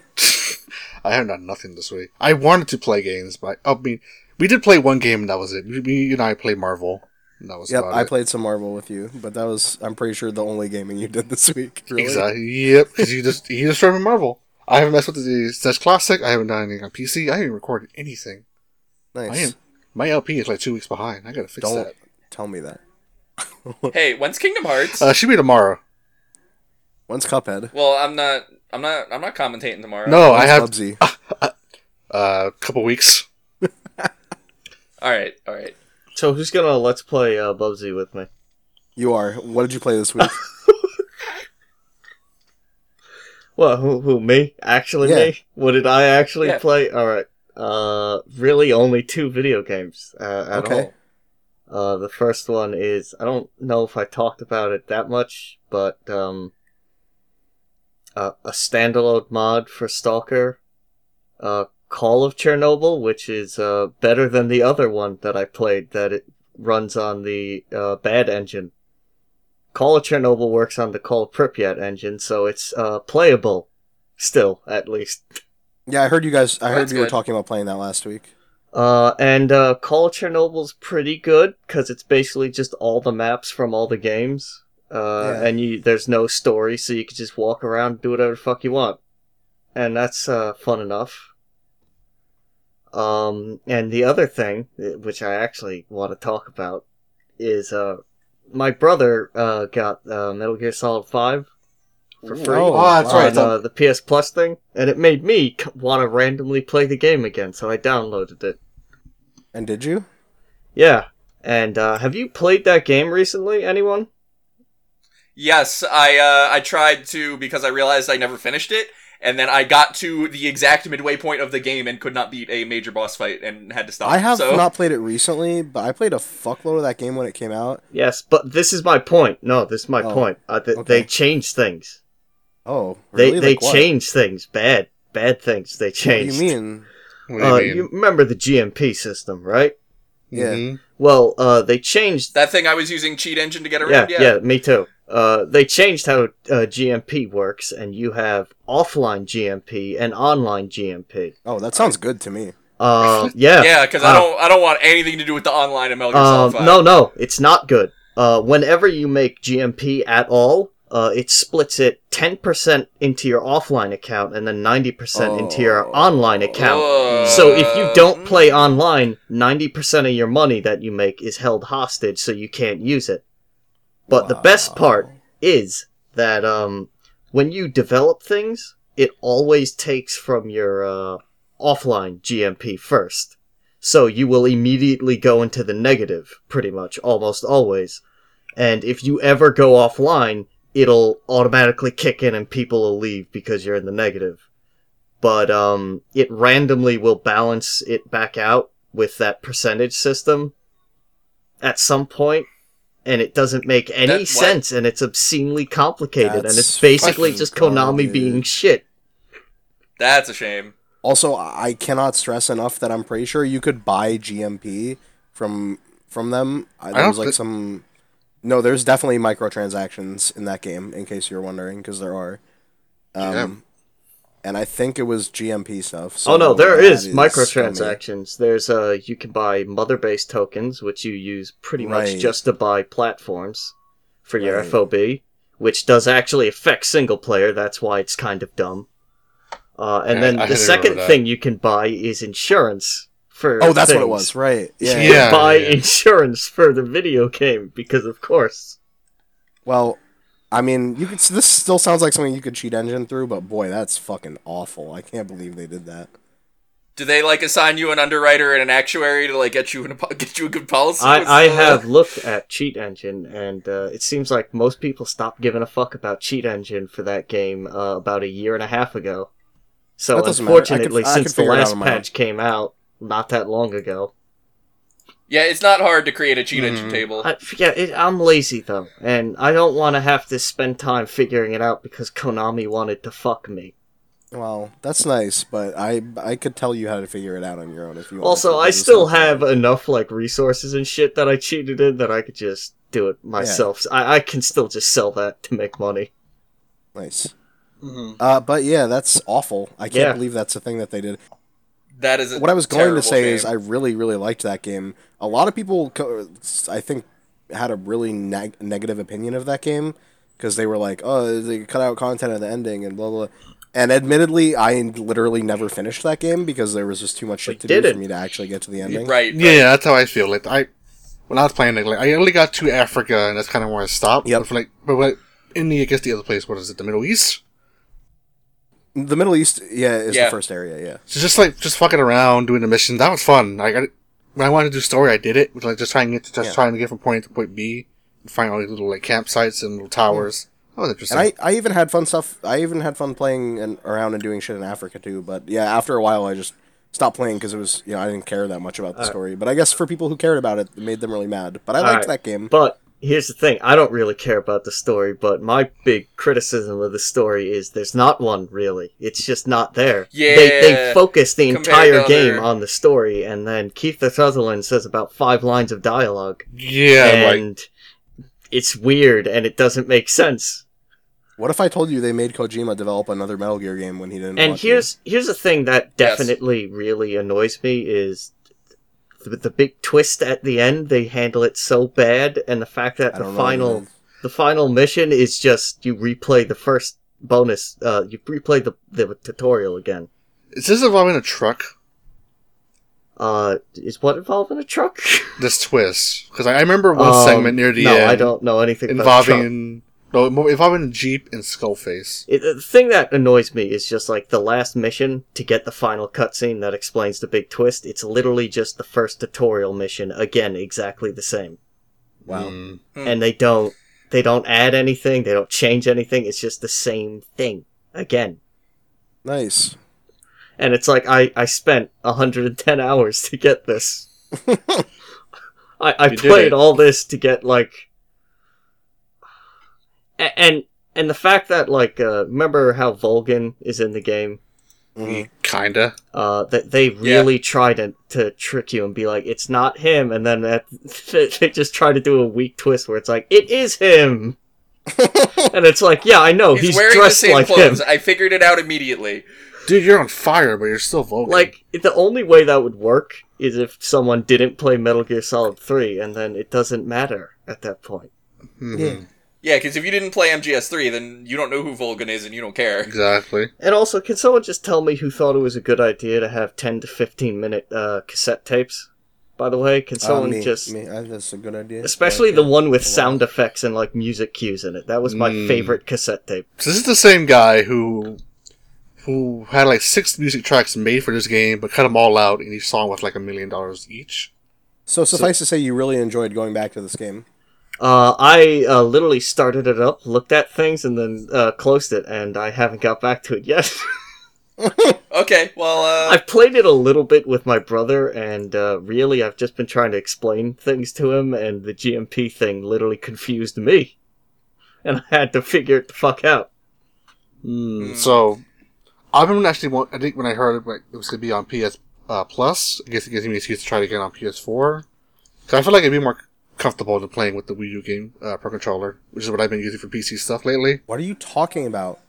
Speaker 4: I haven't done nothing this week. I wanted to play games, but I mean, we did play one game. and That was it. We, we- you and I played Marvel. And that was
Speaker 2: Yep,
Speaker 4: about
Speaker 2: I
Speaker 4: it.
Speaker 2: played some Marvel with you, but that was I'm pretty sure the only gaming you did this week. Really.
Speaker 4: Exactly. Yep. Because you just you just remember Marvel. I haven't messed with the Such Classic. I haven't done anything on PC. I haven't recorded anything. I am
Speaker 2: Nice.
Speaker 4: my LP is like two weeks behind. I gotta fix
Speaker 2: Don't
Speaker 4: that.
Speaker 2: tell me that.
Speaker 1: Hey, when's Kingdom Hearts?
Speaker 4: Uh, should be tomorrow.
Speaker 2: When's Cuphead?
Speaker 1: well, I'm not. I'm not. I'm not commentating tomorrow.
Speaker 4: No, I
Speaker 2: When's
Speaker 4: have
Speaker 2: Bubsy?
Speaker 4: a couple weeks.
Speaker 1: All right. All right.
Speaker 3: So who's gonna let's play uh, Bubsy with me?
Speaker 2: You are. What did you play this week?
Speaker 3: Well, who, who me? Actually,
Speaker 2: Yeah.
Speaker 3: me? What did I actually
Speaker 1: Yeah.
Speaker 3: play? All right. Uh, really, only two video games uh, at
Speaker 2: Okay.
Speaker 3: all. Uh, the first one is I don't know if I talked about it that much, but um, uh, a standalone mod for Stalker, uh, Call of Chernobyl, which is uh better than the other one that I played that it runs on the uh, bad engine. Call of Chernobyl works on the Call of Pripyat engine, so it's uh, playable still, at least.
Speaker 2: yeah, I heard you guys. I heard
Speaker 1: That's
Speaker 2: you were
Speaker 1: good.
Speaker 2: talking about playing that last week.
Speaker 3: Uh, and uh, Call of Chernobyl's pretty good because it's basically just all the maps from all the games, uh,
Speaker 2: Yeah.
Speaker 3: and you there's no story, so you can just walk around, do whatever the fuck you want, and that's uh, fun enough. Um, and the other thing, eh, which I actually want to talk about, is uh, my brother uh, got uh, Metal Gear Solid Five for free
Speaker 2: Oh,
Speaker 4: Oh, that's
Speaker 2: wow.
Speaker 4: right.
Speaker 3: on uh, the PS Plus thing, and it made me want to randomly play the game again, so I downloaded it.
Speaker 2: And did you?
Speaker 3: Yeah. And uh, have you played that game recently, anyone?
Speaker 1: Yes, I. Uh, I tried to because I realized I never finished it, and then I got to the exact midway point of the game and could not beat a major boss fight and had to stop.
Speaker 2: I have
Speaker 1: So-
Speaker 2: not played it recently, but I played a fuckload of that game when it came out.
Speaker 3: Yes, but this is my point. No, this is my
Speaker 2: Oh,
Speaker 3: point. Uh, th-
Speaker 2: okay.
Speaker 3: They change things.
Speaker 2: Oh,
Speaker 3: They
Speaker 2: really?
Speaker 3: they
Speaker 2: Like what?
Speaker 3: change things. Bad bad things. They
Speaker 2: What do
Speaker 3: changed.
Speaker 2: you mean?
Speaker 4: What do
Speaker 3: Uh,
Speaker 4: you mean?
Speaker 3: you remember the GMP system, right?
Speaker 2: yeah.
Speaker 4: Mhm.
Speaker 3: Well, uh, they changed.
Speaker 1: that thing I was using cheat engine to get
Speaker 3: yeah,
Speaker 1: around.
Speaker 3: yeah, me too. Uh, they changed how uh, GMP works, and you have offline GMP and online GMP.
Speaker 2: Oh, that sounds good to me.
Speaker 3: Uh, yeah,
Speaker 1: Yeah, because I
Speaker 3: Oh.
Speaker 1: don't I don't want anything to do with the online ML.
Speaker 3: Um, no, no, it's not good. Uh, whenever you make GMP at all, uh, it splits it 10% into your offline account and then 90% into your
Speaker 2: Oh.
Speaker 3: online account. So if you don't play online, 90% of your money that you make is held hostage, so you can't use it. But the best
Speaker 2: Wow.
Speaker 3: part is that um, when you develop things, it always takes from your uh, offline GMP first. So you will immediately go into the negative, pretty much, almost always. And if you ever go offline, it'll automatically kick in and people will leave because you're in the negative. But um, it randomly will balance it back out with that percentage system at some point, and it doesn't make
Speaker 1: That-
Speaker 3: any
Speaker 1: what?
Speaker 3: sense, and it's obscenely complicated, and
Speaker 2: That's
Speaker 3: it's basically
Speaker 2: fucking
Speaker 3: just Konami
Speaker 2: complicated.
Speaker 3: being shit.
Speaker 1: that's a shame.
Speaker 2: Also, I cannot stress enough that I'm pretty sure you could buy GMP from from them. I,
Speaker 4: don't
Speaker 2: there was like
Speaker 4: thi-
Speaker 2: some. No, there's definitely microtransactions in that game, in case you're wondering, because there are. Um,
Speaker 4: Yeah.
Speaker 2: And I think it was GMP stuff. So
Speaker 3: Oh no, there
Speaker 2: that
Speaker 3: is
Speaker 2: scummy.
Speaker 3: microtransactions. There's uh you can buy mother base tokens, which you use pretty
Speaker 2: Right.
Speaker 3: much just to buy platforms for your
Speaker 2: Right.
Speaker 3: FOB, which does actually affect single player, that's why it's kind of dumb. Uh, and
Speaker 4: Yeah,
Speaker 3: then
Speaker 4: I
Speaker 3: the
Speaker 4: didn't
Speaker 3: second
Speaker 4: remember that.
Speaker 3: thing you can buy is insurance for
Speaker 2: Oh, that's what it
Speaker 3: things.
Speaker 2: was, right?
Speaker 3: You
Speaker 2: Yeah.
Speaker 3: can
Speaker 4: Yeah,
Speaker 3: buy
Speaker 4: yeah.
Speaker 3: insurance for the video game because of course.
Speaker 2: Well, I mean, you could. This still sounds like something you could cheat engine through, but boy, that's fucking awful. I can't believe they did that.
Speaker 1: Do they like assign you an underwriter and an actuary to like get you an, get you a good policy? What's
Speaker 3: I, I
Speaker 1: the-
Speaker 3: have looked at Cheat Engine, and uh, it seems like most people stopped giving a fuck about Cheat Engine for that game uh, about a year and a half ago. So
Speaker 2: That doesn't matter. I could- I
Speaker 3: unfortunately,
Speaker 2: could
Speaker 3: since the
Speaker 2: figure it out
Speaker 3: last
Speaker 2: on my own.
Speaker 3: patch came out not that long ago,
Speaker 1: Yeah, it's not hard to create a cheat engine
Speaker 4: Mhm.
Speaker 1: table.
Speaker 3: I, yeah, it, I'm lazy though, and I don't want to have to spend time figuring it out because Konami wanted to fuck me.
Speaker 2: Well, that's nice, but I I could tell you how to figure it out on your own if you. want.
Speaker 3: Also, I still have enough like resources and shit that I cheated in that I could just do it myself. I, I can still just sell that to make money.
Speaker 2: nice.
Speaker 4: Mm-hmm.
Speaker 2: Uh, but yeah, that's awful. I can't
Speaker 3: Yeah.
Speaker 2: believe that's a thing that they did.
Speaker 1: that is a
Speaker 2: What I was going to
Speaker 1: terrible
Speaker 2: say
Speaker 1: shame.
Speaker 2: is, I really really liked that game. A lot of people, co- I think, had a really neg- negative opinion of that game because they were like, "Oh, they cut out content at the ending and blah blah." blah." And admittedly, I literally never finished that game because there was just too much shit to
Speaker 3: They
Speaker 2: do for
Speaker 3: didn't.
Speaker 2: me to actually get to the ending.
Speaker 1: right.
Speaker 4: Yeah, yeah, that's how I feel. Like I, when I was playing it, like I only got to Africa, and that's kind of where I stopped.
Speaker 2: Yep.
Speaker 4: But for like, but what, in the I guess the other place, what is it? The Middle East.
Speaker 2: The Middle East, yeah, is
Speaker 1: Yeah.
Speaker 2: the first area. Yeah.
Speaker 4: So just like just fucking around doing the mission, that was fun. Like I, when I wanted to do story, I did it. With, like just trying to get to, just
Speaker 2: Yeah.
Speaker 4: trying to get from point A to point B, and find all these little like campsites and little towers. That was interesting.
Speaker 2: And I, I even had fun stuff. I even had fun playing and around and doing shit in Africa too. But yeah, after a while, I just stopped playing because it was you know I didn't care that much about the
Speaker 3: Uh,
Speaker 2: story. But I guess for people who cared about it, it made them really mad. But I liked
Speaker 3: Alright.
Speaker 2: that game.
Speaker 3: But here's the thing I don't really care about the story, but my big criticism of the story is there's not one really. It's just not there. They, they
Speaker 1: Yeah,
Speaker 3: focus the
Speaker 1: compared
Speaker 3: entire
Speaker 1: to
Speaker 3: game
Speaker 1: other-
Speaker 3: on the story, and then Keith Sutherland says about five lines of dialogue.
Speaker 4: yeah, like
Speaker 3: and it's weird and it doesn't make sense.
Speaker 2: What if I told you they made Kojima develop another Metal Gear game when he didn't?
Speaker 3: And
Speaker 2: want to?
Speaker 3: here's here's the thing that
Speaker 1: Yes.
Speaker 3: definitely really annoys me is the, the big twist at the end. They handle it so bad, and the fact that
Speaker 2: I
Speaker 3: the
Speaker 2: don't know,
Speaker 3: final
Speaker 2: man.
Speaker 3: the final mission is just you replay the first bonus. Uh, you replay the the tutorial again.
Speaker 4: is this involving a truck?
Speaker 3: Uh, is what involving a truck?
Speaker 4: This twist because I, I remember one
Speaker 3: Um,
Speaker 4: segment near the
Speaker 3: no,
Speaker 4: end
Speaker 3: I don't know anything About a truck.
Speaker 4: involving no mo- involving a jeep and Skullface.
Speaker 3: It, the thing that annoys me is just like the last mission to get the final cutscene that explains the big twist. It's literally just the first tutorial mission again, exactly the same.
Speaker 2: wow.
Speaker 4: Mm.
Speaker 1: Hmm.
Speaker 3: and they don't they don't add anything they don't change anything it's just the same thing again
Speaker 2: Nice.
Speaker 3: and it's like i i spent 110 hours to get this i i
Speaker 4: You did
Speaker 3: played
Speaker 4: it.
Speaker 3: all this to get like A- and and the fact that like uh remember how vulcan is in the game Mm.
Speaker 2: Mhm.
Speaker 4: Mm, Kinda.
Speaker 3: uh, that they really try to, to trick you and be like, it's not him. And then that, they just try to do a weak twist where it's like, it is him. and it's like, yeah, I
Speaker 2: Oh,
Speaker 3: know.
Speaker 1: He's,
Speaker 3: He's,
Speaker 1: wearing the
Speaker 3: dressed
Speaker 1: same
Speaker 3: like
Speaker 1: clothes.
Speaker 3: him.
Speaker 1: I figured it out immediately.
Speaker 4: Dude, you're on fire, but you're still Vulcan.
Speaker 3: Like, the only way that would work is if someone didn't play Metal Gear Solid 3, and then it doesn't matter at that point.
Speaker 4: Mhm.
Speaker 2: Yeah.
Speaker 1: Yeah, because if you didn't play MGS3, then you don't know who Volgan is and you don't care.
Speaker 4: exactly.
Speaker 3: And also, can someone just tell me who thought it was a good idea to have 10 to 15 minute uh, cassette tapes? By the way, can
Speaker 2: Uh,
Speaker 3: someone
Speaker 2: me-
Speaker 3: just.
Speaker 2: me- uh, that's a good idea.
Speaker 3: Especially
Speaker 2: Like,
Speaker 3: the
Speaker 2: uh,
Speaker 3: one with
Speaker 2: a lot.
Speaker 3: sound effects and like music cues in it. That was my
Speaker 4: Mm.
Speaker 3: favorite cassette tape.
Speaker 4: So this is the same guy who who had like six music tracks made for this game, but cut them all out, and each song was like a million dollars each.
Speaker 2: So suffice to say, you really enjoyed going back to this game.
Speaker 3: Uh, I uh, literally started it up, looked at things, and then uh, closed it, and I haven't got back to it yet.
Speaker 1: Okay, well, uh,
Speaker 3: I've played it a little bit with my brother, and uh, really, I've just been trying to explain things to him, and the GMP thing literally confused me. And I had to figure it the fuck out.
Speaker 4: Mm. So I remember actually. wa- I think when I heard it, like, it was gonna be on PS uh, Plus, I guess it gives me an excuse to try it again on PS4. 'Cause I feel like I'd be more comfortable than playing with the Wii U game uh, Pro Controller, which is what I've been using for PC stuff lately.
Speaker 2: What are you talking about?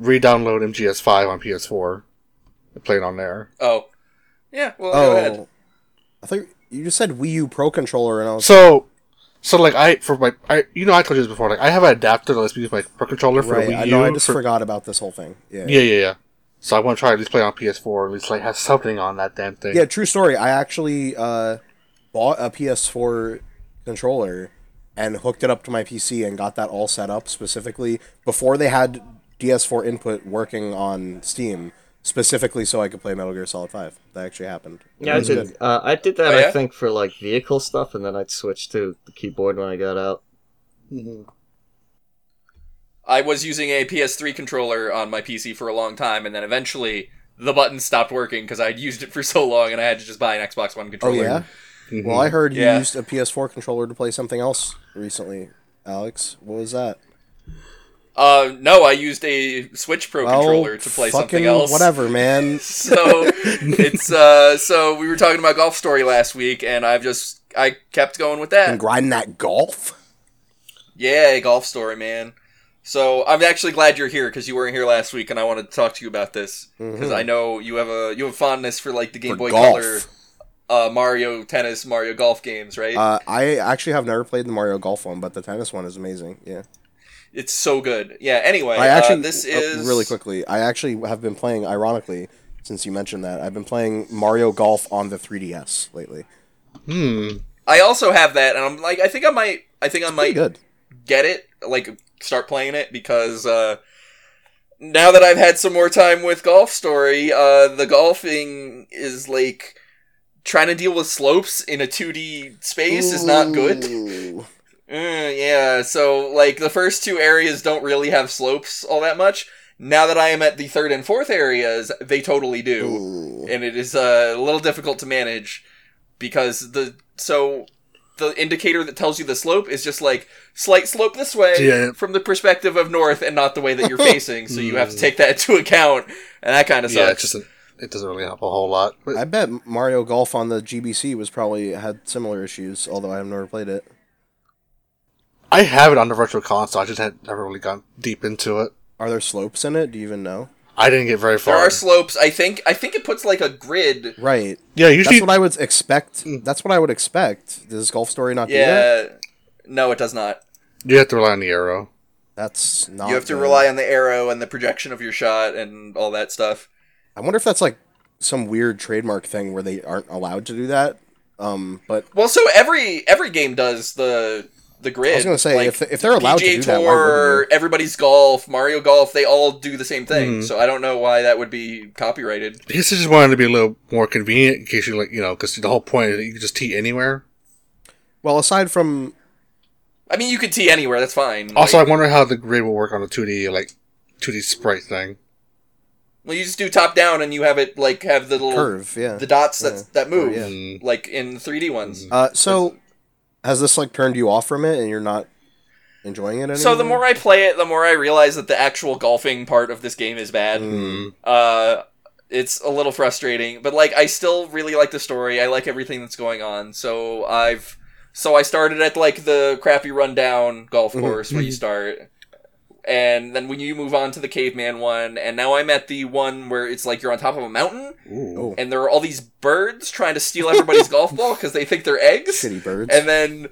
Speaker 4: Redownload MGS5 on PS4 and play it on there.
Speaker 1: Oh, yeah. Well, go ahead.
Speaker 2: Oh, I thought you just said Wii U Pro controller, and I was
Speaker 4: So, so like I for my I you know I told you this before like I have an adapter that lets me use my Pro Controller for
Speaker 2: right.
Speaker 4: the Wii
Speaker 2: I know.
Speaker 4: U
Speaker 2: I just
Speaker 4: for-
Speaker 2: forgot about this whole thing. Yeah.
Speaker 4: Yeah, yeah, yeah. So I want to try at least play on PS4. At least like have something on that damn thing.
Speaker 2: Yeah, true story. I actually uh, bought a PS4 controller and hooked it up to my PC and got that all set up specifically before they had DS4 input working on Steam specifically so I could play Metal Gear Solid 5. That actually happened.
Speaker 3: Yeah, I
Speaker 2: It was
Speaker 3: did. Uh, I did that.
Speaker 1: Oh,
Speaker 3: I
Speaker 1: yeah?
Speaker 3: think for like vehicle stuff, and then I'd switch to the keyboard when I got out.
Speaker 4: Mhm.
Speaker 1: I was using a PS3 controller on my PC for a long time, and then eventually the buttons stopped working because I had used it for so long, and I had to just buy an Xbox One
Speaker 2: Oh
Speaker 1: controller.
Speaker 2: yeah.
Speaker 4: Mhm.
Speaker 2: Well, I heard you
Speaker 1: Yeah.
Speaker 2: used a PS4 controller to play something else recently. Alex, what was that?
Speaker 1: Uh, no, I used a Switch Pro controller
Speaker 2: Well,
Speaker 1: to play
Speaker 2: Oh, fucking
Speaker 1: something else.
Speaker 2: Whatever, man.
Speaker 1: so it's uh, so we were talking about Golf Story last week, and I've just I kept going with that.
Speaker 2: and grinding that golf.
Speaker 1: Yeah, golf story, man. So I'm actually glad you're here because you weren't here last week, and I wanted to talk to you about this because
Speaker 2: Mm-hmm.
Speaker 1: I know you have a you have fondness for like the Game
Speaker 2: For
Speaker 1: Boy
Speaker 2: golf.
Speaker 1: Color, uh, Mario Tennis, Mario Golf games, right?
Speaker 2: Uh, I actually have never played the Mario Golf one, but the tennis one is amazing. Yeah.
Speaker 1: it's so good. Yeah. Anyway,
Speaker 2: I actually
Speaker 1: uh, this
Speaker 2: uh,
Speaker 1: is
Speaker 2: really quickly. I actually have been playing. Ironically, since you mentioned that, I've been playing Mario Golf on the 3DS lately.
Speaker 4: Hmm.
Speaker 1: I also have that, and I'm like, I think I might, I think I
Speaker 2: Pretty
Speaker 1: might
Speaker 2: good.
Speaker 1: get it, like start playing it because uh, now that I've had some more time with Golf Story, uh, the golfing is like trying to deal with slopes in a 2D space is not good.
Speaker 2: Ooh.
Speaker 1: Mm, yeah, so like the first two areas don't really have slopes all that much. Now that I am at the third and fourth areas, they totally do
Speaker 2: Ooh.
Speaker 1: and it is uh, a little difficult to manage because the so the indicator that tells you the slope is just like slight slope this way
Speaker 4: Yeah.
Speaker 1: from the perspective of north and not the way that you're facing so you have to take that into account and that kind of
Speaker 4: Yeah, it
Speaker 1: sucks
Speaker 4: just it doesn't really help a whole lot. But
Speaker 2: I bet Mario Golf on the GBC was probably had similar issues, although I have never played it.
Speaker 4: I have it on the virtual console. I just had never really gone deep into it.
Speaker 2: Are there slopes in it? Do you even know?
Speaker 4: I didn't get very
Speaker 1: there
Speaker 4: far.
Speaker 1: are slopes i think i think it puts like a grid
Speaker 2: Right.
Speaker 4: yeah, usually
Speaker 2: That's what I would expect. That's what I would expect. Does Golf Story not do that?
Speaker 1: Mm. yeah no it does not
Speaker 4: you have to rely on the arrow.
Speaker 2: That's not.
Speaker 1: you have to
Speaker 2: good.
Speaker 1: rely on the arrow and the projection of your shot and all that stuff
Speaker 2: I wonder if that's like some weird trademark thing where they aren't allowed to do that. Um, but
Speaker 1: well so every every game does the the grid
Speaker 2: I was gonna say
Speaker 1: Like,
Speaker 2: if, if they're allowed to
Speaker 1: PGA
Speaker 2: do that, why
Speaker 1: Tour,
Speaker 2: wouldn't
Speaker 1: everybody's golf, Mario Golf, they all do the same thing.
Speaker 2: Mm-hmm.
Speaker 1: So I don't know why that would be copyrighted.
Speaker 4: I guess I just wanted to be a little more convenient in case you like you know because the whole point is that you can just tee anywhere.
Speaker 2: you? well, aside from
Speaker 1: I mean, you could tee anywhere. That's fine.
Speaker 4: Also, I
Speaker 1: Like,
Speaker 4: wonder how the grid will work on a two D like two D sprite thing.
Speaker 1: well, you just do top down, and you have it like have the little
Speaker 2: curve, yeah.
Speaker 1: the dots that that move,
Speaker 2: Yeah.
Speaker 4: Mm.
Speaker 1: like in 3D ones.
Speaker 2: Uh, so has this like turned you off from it, and you're not enjoying it anymore?
Speaker 1: So the more I play it, the more I realize that the actual golfing part of this game is bad.
Speaker 2: Mm-hmm.
Speaker 4: Mm.
Speaker 1: Uh, it's a little frustrating, but like I still really like the story. I like everything that's going on. So I've so I started at like the crappy rundown golf course where you start. And then when you move on to the caveman one, and now I'm at the one where it's like you're on top of a mountain,
Speaker 4: Ooh.
Speaker 1: and there are all these birds trying to steal everybody's golf ball because they think they're eggs
Speaker 2: shitty birds,
Speaker 1: and then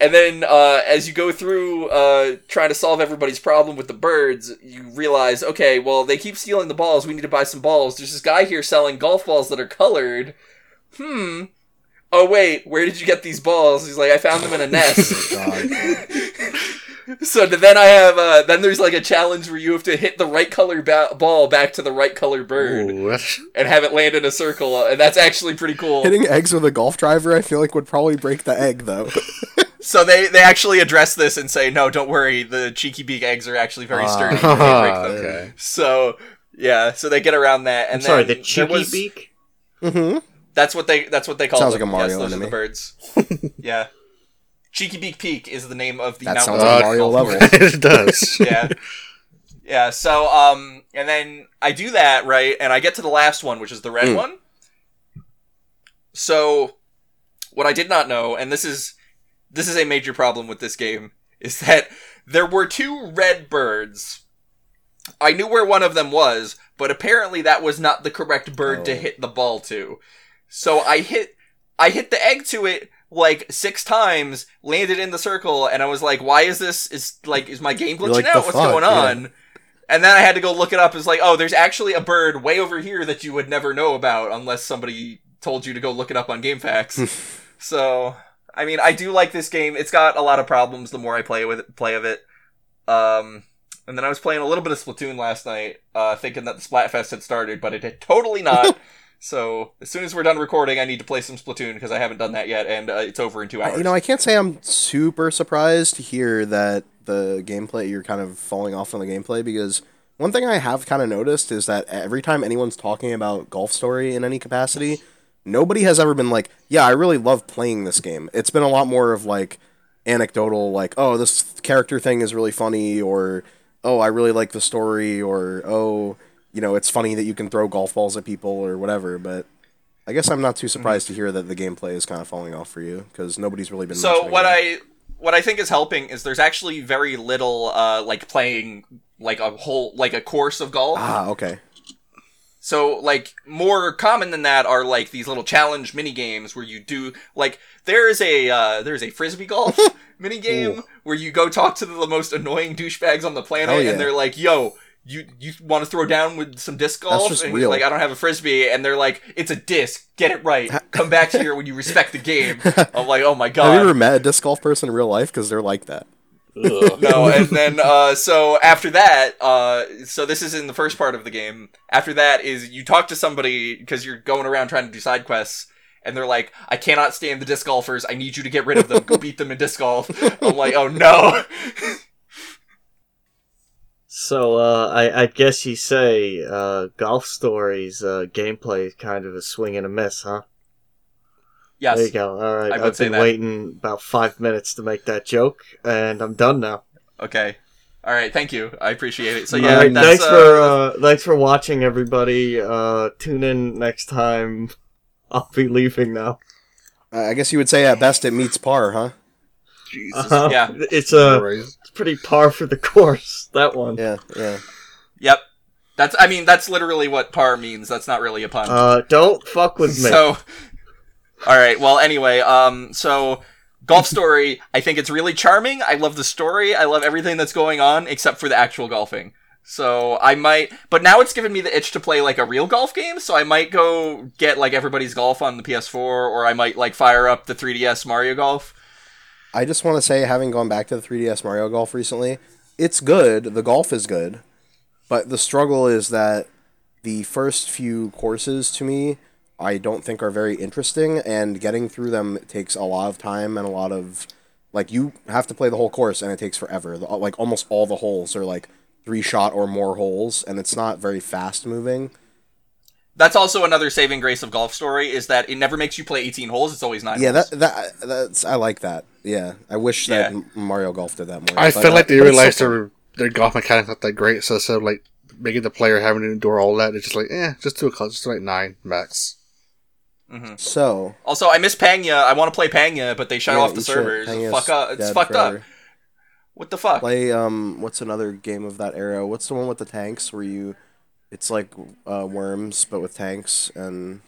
Speaker 1: and then uh, as you go through uh, trying to solve everybody's problem with the birds you realize okay well they keep stealing the balls we need to buy some balls there's this guy here selling golf balls that are colored hmm oh wait where did you get these balls he's like i found them in a nest
Speaker 2: Oh God.
Speaker 1: so th- then i have uh, then there's like a challenge where you have to hit the right color ba- ball back to the right color bird
Speaker 4: Ooh, that's-
Speaker 1: and have it land in a circle uh, and that's actually pretty cool
Speaker 2: hitting eggs with a golf driver. I feel like would probably break the egg though.
Speaker 1: So they, they actually address this and say, no, don't worry, the cheeky beak eggs are actually very sturdy.
Speaker 4: Ah,
Speaker 1: you can't break them."
Speaker 4: okay.
Speaker 1: So yeah, so they get around that. And
Speaker 3: I'm sorry, the
Speaker 1: then there
Speaker 3: cheeky
Speaker 1: was-
Speaker 3: beak.
Speaker 2: mm-hmm.
Speaker 1: That's what they that's what they call
Speaker 2: Sounds
Speaker 1: them.
Speaker 2: like a Mario
Speaker 1: yes, those are
Speaker 2: enemy.
Speaker 1: the birds. yeah, cheeky beak peak is the name of the
Speaker 2: That
Speaker 1: mountain.
Speaker 2: sounds
Speaker 4: like
Speaker 1: of
Speaker 4: a
Speaker 2: Mario
Speaker 1: golf
Speaker 2: level.
Speaker 1: course.
Speaker 4: it does.
Speaker 1: yeah. Yeah, so um and then I do that, right? And I get to the last one, which is the red
Speaker 2: Mm.
Speaker 1: one. So What I did not know, and this is this is a major problem with this game, is that there were two red birds. I knew where one of them was, but apparently that was not the correct bird to
Speaker 2: Oh.
Speaker 1: hit the ball to. So I hit I hit the egg to it like six times, landed in the circle, and I was like, "Why is this? Is like is my game glitching
Speaker 2: You're like,
Speaker 1: out?
Speaker 2: "The
Speaker 1: What's
Speaker 2: fuck?"
Speaker 1: going
Speaker 2: Yeah.
Speaker 1: on?" And then I had to go look it up. It's like, oh, there's actually a bird way over here that you would never know about unless somebody told you to go look it up on GameFAQs. so, I mean, I do like this game. It's got a lot of problems the more I play with it, play of it. Um, and then I was playing a little bit of Splatoon last night, uh, thinking that the Splatfest had started, but it had totally not. so as soon as we're done recording, I need to play some Splatoon because I haven't done that yet, and uh, it's over in two
Speaker 2: I-
Speaker 1: hours.
Speaker 2: you know, I can't say I'm super surprised to hear that the gameplay you're kind of falling off on the gameplay because one thing I have kind of noticed is that every time anyone's talking about Golf Story in any capacity, nobody has ever been like, "Yeah, I really love playing this game." It's been a lot more of like anecdotal, like, "Oh, this character thing is really funny," or "Oh, I really like the story," or "Oh, you know, it's funny that you can throw golf balls at people," or whatever. But I guess I'm not too surprised to hear that the gameplay is kind of falling off for you because nobody's really been.
Speaker 1: so
Speaker 2: mentioning
Speaker 1: what
Speaker 2: it.
Speaker 1: I what I think is helping is there's actually very little uh, like playing like a whole like a course of golf.
Speaker 2: ah okay
Speaker 1: So like more common than that are like these little challenge mini games where you do like there is a uh, there's a frisbee golf mini game where you go talk to the most annoying douchebags on the
Speaker 2: Hell
Speaker 1: planet
Speaker 2: yeah.
Speaker 1: and they're like yo you you want to throw down with some disc golf
Speaker 2: just
Speaker 1: and
Speaker 2: real.
Speaker 1: you're like I don't have a frisbee and they're like it's a disc get it right come back here when you respect the game I'm like oh my god
Speaker 2: have you ever met a disc golf person in real life because they're like that
Speaker 4: Ugh.
Speaker 1: no, and then uh, so after that, uh, so this is in the first part of the game. After that is you talk to somebody because you're going around trying to do side quests, and they're like, "I cannot stand the disc golfers. I need you to get rid of them. Go beat them in disc golf." I'm like, "Oh no!"
Speaker 3: So uh, I, I guess you say uh, Golf Stories uh, gameplay is kind of a swing and a miss, huh?
Speaker 1: Yes,
Speaker 3: There you go. All right,
Speaker 1: I would
Speaker 3: I've
Speaker 1: say
Speaker 3: been
Speaker 1: that.
Speaker 3: waiting about five minutes to make that joke, and I'm done now.
Speaker 1: okay, all right, thank you. I appreciate it. So
Speaker 3: All
Speaker 1: yeah,
Speaker 3: right,
Speaker 1: that's,
Speaker 3: thanks
Speaker 1: uh,
Speaker 3: for uh, thanks for watching, everybody. Uh, tune in next time. I'll be leaving now.
Speaker 2: Uh, i guess you would say at best it meets par huh
Speaker 4: Jesus
Speaker 3: Uh,
Speaker 1: yeah.
Speaker 3: it's a
Speaker 4: Christ.
Speaker 3: it's pretty par for the course. That one.
Speaker 2: yeah yeah
Speaker 1: yep. That's I mean that's literally what par means. That's not really a pun.
Speaker 3: Uh, don't fuck with me.
Speaker 1: So, all right. Well, anyway, um, so golf story. I think it's really charming. I love the story. I love everything that's going on except for the actual golfing. So I might, but now it's given me the itch to play like a real golf game. So I might go get like everybody's golf on the PS4, or I might like fire up the 3DS Mario Golf.
Speaker 2: i just want to say having gone back to the 3ds mario golf recently it's good the golf is good but the struggle is that the first few courses to me i don't think are very interesting and getting through them takes a lot of time and a lot of like you have to play the whole course and it takes forever The- like almost all the holes are like three shot or more holes and it's not very fast moving
Speaker 1: That's also another saving grace of Golf Story is that it never makes you play 18 holes. It's always nine.
Speaker 2: Yeah,
Speaker 1: holes.
Speaker 2: that that that's I like that. Yeah, I wish that
Speaker 1: Yeah.
Speaker 2: M- Mario Golf did that more.
Speaker 4: I
Speaker 2: but,
Speaker 4: feel
Speaker 2: uh,
Speaker 4: like they
Speaker 2: but it's
Speaker 4: realized
Speaker 2: still-
Speaker 4: their their golf mechanic's not that great, so instead of like making the player having to endure all that, it's just like, eh, just do a couple, just do like nine max.
Speaker 2: so
Speaker 1: Mm-hmm. Also, I miss Panya. I want to play Panya, but they shut
Speaker 2: yeah,
Speaker 1: off the
Speaker 2: eat shit.
Speaker 1: servers.
Speaker 2: Hang is
Speaker 1: Fuck up. It's
Speaker 2: dead
Speaker 1: fucked up.
Speaker 2: forever.
Speaker 1: What the fuck?
Speaker 2: Play um, what's another game of that era? What's the one with the tanks where you? It's like uh, worms, but with tanks and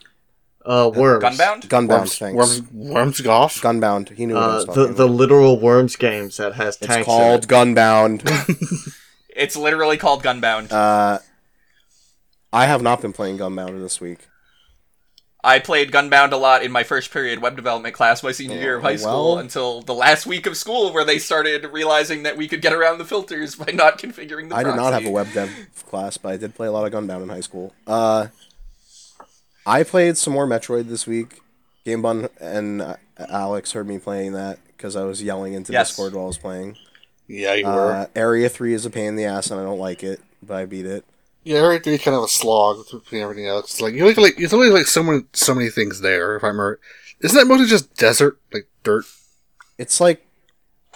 Speaker 3: Uh, worms.
Speaker 1: Gunbound.
Speaker 2: gunbound
Speaker 4: Worms,
Speaker 2: tanks.
Speaker 4: worms, worms golf.
Speaker 2: Gunbound. He knew what I
Speaker 3: Uh,
Speaker 2: was
Speaker 3: the
Speaker 2: talking
Speaker 3: the
Speaker 2: about.
Speaker 3: literal worms games that has
Speaker 2: It's
Speaker 3: tanks.
Speaker 2: called
Speaker 3: In
Speaker 2: Gunbound.
Speaker 1: It's literally called Gunbound.
Speaker 2: uh, I have not been playing Gunbound this week.
Speaker 1: I played Gunbound a lot in my first period web development class my senior year of high school
Speaker 2: Oh, well.
Speaker 1: until the last week of school where they started realizing that we could get around the filters by not configuring the
Speaker 2: I did not have
Speaker 1: proxy.
Speaker 2: a web dev class, but I did play a lot of Gunbound in high school. Uh, I played some more Metroid this week. Game Bun and uh, Alex heard me playing that because I was yelling into
Speaker 1: Yes.
Speaker 2: Discord while I was playing.
Speaker 4: Yeah, you were.
Speaker 2: Uh, Area 3 is a pain in the ass, and I don't like it, but I beat it.
Speaker 4: Yeah, Area Three kind of a slog between everything else. It's Like you like, like it's only like so many, so many things there. If I remember, isn't that mostly just desert, like dirt?
Speaker 2: It's like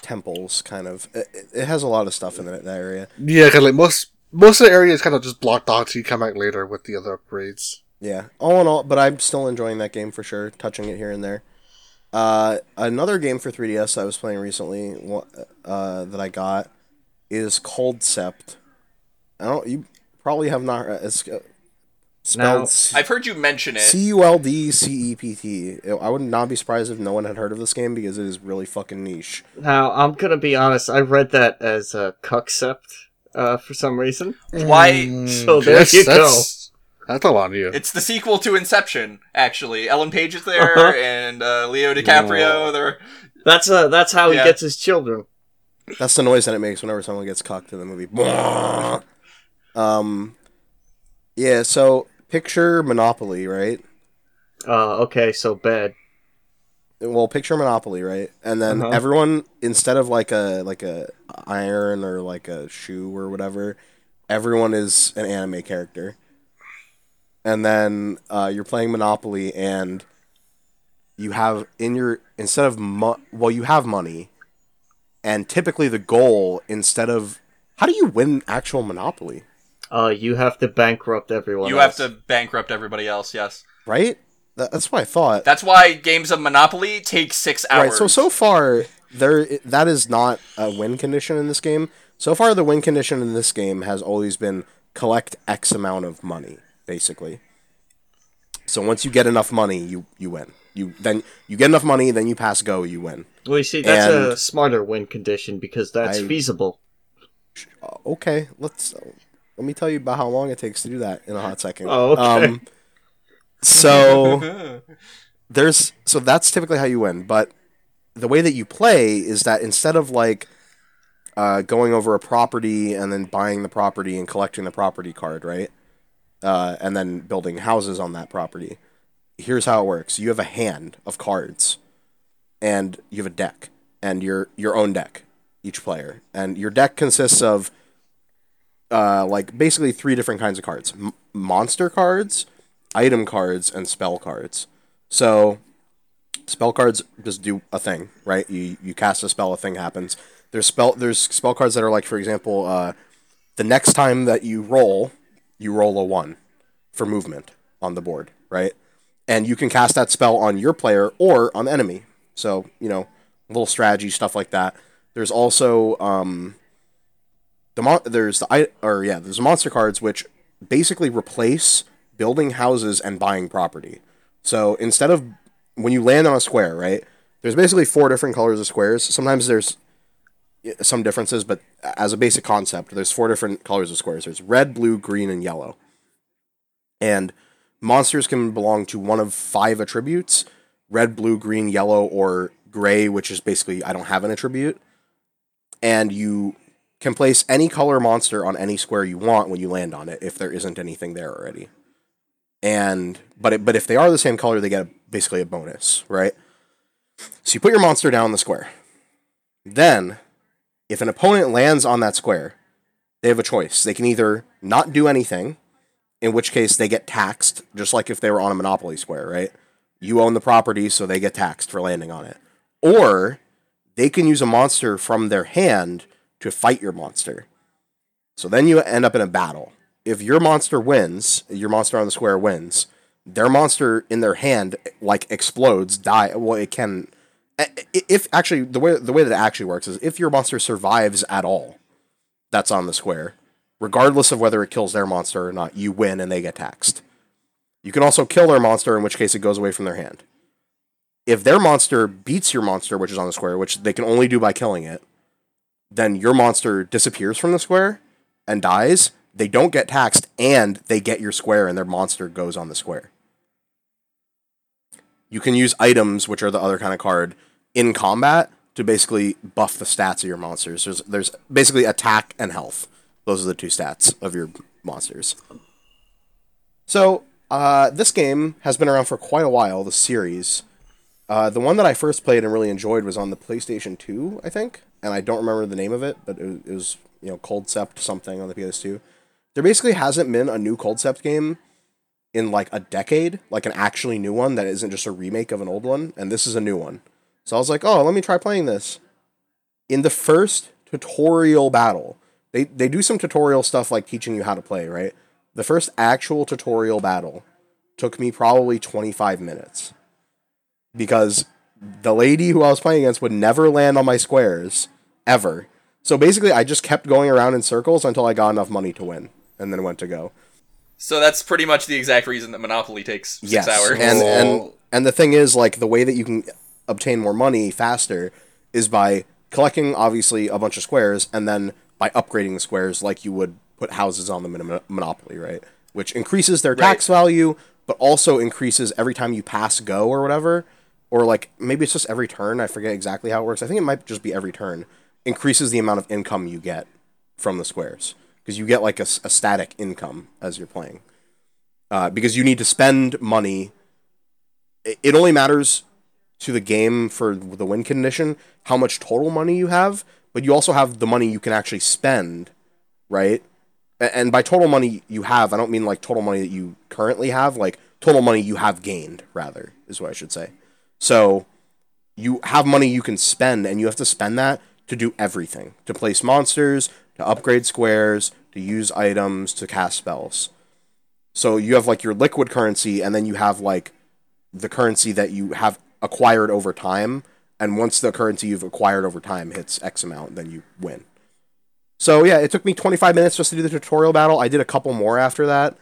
Speaker 2: temples, kind of. It, it- it has a lot of stuff in that, that area.
Speaker 4: Yeah, because like most most of the area is kind of just blocked off, so you come back later with the other upgrades.
Speaker 2: Yeah, all in all, but I'm still enjoying that game for sure, touching it here and there. Uh, another game for 3DS I was playing recently wha- uh, that I got is Coldcept. I don't. You probably have not. It's uh,
Speaker 3: No.
Speaker 2: spelled C-
Speaker 1: I've heard you mention it.
Speaker 2: C U L D C E P T. I would not be surprised if no one had heard of this game because it is really fucking niche.
Speaker 3: Now, I'm gonna be honest, I read that as a cuckcept uh, for some reason.
Speaker 1: Why?
Speaker 3: So there you go.
Speaker 4: Mm, That's a lot on you.
Speaker 1: It's the sequel to Inception, actually. Ellen Page is there,
Speaker 3: Uh-huh.
Speaker 1: and uh, Leo DiCaprio. They're
Speaker 3: That's uh, that's how
Speaker 1: Yeah.
Speaker 3: he gets his children.
Speaker 2: That's the noise that it makes whenever someone gets cocked in the movie. um, yeah. So picture Monopoly, right?
Speaker 3: Uh, okay, so bad.
Speaker 2: well picture monopoly right and then
Speaker 3: Uh-huh.
Speaker 2: everyone instead of like a like a iron or like a shoe or whatever everyone is an anime character and then uh, you're playing monopoly and you have in your instead of mo- well you have money and typically the goal instead of how do you win actual monopoly
Speaker 3: Uh, you have to bankrupt everyone.
Speaker 1: you have to
Speaker 3: else.
Speaker 1: bankrupt everybody else. Yes,
Speaker 2: right Tha- that's what i thought
Speaker 1: that's why games of Monopoly take six hours.
Speaker 2: Right. So so far there that is not a win condition in this game. So far the win condition in this game has always been collect X amount of money, basically. So once you get enough money, you you win. You then you get enough money, then you pass go, you win.
Speaker 3: Well, you see, that's a
Speaker 2: And-
Speaker 3: smarter win condition because that's
Speaker 2: I-
Speaker 3: feasible.
Speaker 2: Uh, okay, let's let me tell you about how long it takes to do that in a hot second. Um,
Speaker 3: Oh, okay.
Speaker 2: so
Speaker 1: Uh-huh.
Speaker 2: there's so that's typically how you win, but the way that you play is that instead of like uh, going over a property and then buying the property and collecting the property card, right? Uh, and then building houses on that property. Here's how it works: you have a hand of cards, and you have a deck, and your your own deck, each player, and your deck consists of uh, like basically three different kinds of cards: M- monster cards, item cards, and spell cards. So spell cards just do a thing, right? You you cast a spell, a thing happens. There's spell there's spell cards that are like, for example, uh, the next time that you roll, you roll a one for movement on the board, right? And you can cast that spell on your player or on the enemy. So you know, little strategy stuff like that. There's also um, the mon- there's the I- or yeah there's monster cards which basically replace building houses and buying property. So instead of when you land on a square, right? There's basically four different colors of squares. Sometimes there's y- some differences, but as a basic concept, there's four different colors of squares. There's red, blue, green, and yellow. And monsters can belong to one of five attributes: red, blue, green, yellow, or gray, which is basically I don't have an attribute. And you can place any color monster on any square you want when you land on it if there isn't anything there already and but it, but if they are the same color, they get a, basically a bonus, right? So you put your monster down in the square. Then, if an opponent lands on that square, they have a choice. They can either not do anything, in which case they get taxed, just like if they were on a monopoly square, right? You own the property, so they get taxed for landing on it. Or they can use a monster from their hand to fight your monster. So then you end up in a battle. If your monster wins, your monster on the square wins, their monster in their hand like explodes, die. Well, it can. i- i- If actually the way the way that it actually works is if your monster survives at all, that's on the square, regardless of whether it kills their monster or not, you win and they get taxed. You can also kill their monster, in which case it goes away from their hand. If their monster beats your monster, which is on the square, which they can only do by killing it, then your monster disappears from the square and dies, they don't get taxed and they get your square and their monster goes on the square. You can use items, which are the other kind of card, in combat to basically buff the stats of your monsters. There's, there's basically attack and health. Those are the two stats of your monsters. So, uh, this game has been around for quite a while, the series. Uh, the one that I first played and really enjoyed was on the PlayStation 2, I think, and I don't remember the name of it, but it was, it was you know Coldcept something on the PS2. There basically hasn't been a new Coldcept game in like a decade, like an actually new one that isn't just a remake of an old one, and this is a new one. So I was like, oh, let me try playing this. In the first tutorial battle, they they do some tutorial stuff like teaching you how to play, right? The first actual tutorial battle took me probably 25 minutes because the lady who I was playing against would never land on my squares ever. So basically, I just kept going around in circles until I got enough money to win, and then went to go.
Speaker 1: So that's pretty much the exact reason that Monopoly takes six
Speaker 2: yes,
Speaker 1: hours.
Speaker 2: and and
Speaker 4: Oh.
Speaker 2: and the thing is, like the way that you can obtain more money faster is by collecting obviously a bunch of squares, and then by upgrading the squares like you would put houses on them in a mon- monopoly, right? Which increases their tax value, but also increases every time you pass go or whatever, or like maybe it's just every turn. I forget exactly how it works. I think it might just be every turn. Increases the amount of income you get from the squares because you get like a, s- a static income as you're playing uh, because you need to spend money. I- It only matters to the game for the win condition how much total money you have, but you also have the money you can actually spend, right? A- And by total money you have, I don't mean like total money that you currently have, like total money you have gained, rather, is what I should say. So you have money you can spend, and you have to spend that to do everything to place monsters, to upgrade squares, to use items, to cast spells. So you have like your liquid currency, and then you have like the currency that you have acquired over time. And once the currency you've acquired over time hits X amount, then you win. So yeah, it took me 25 minutes just to do the tutorial battle. I did a couple more after that,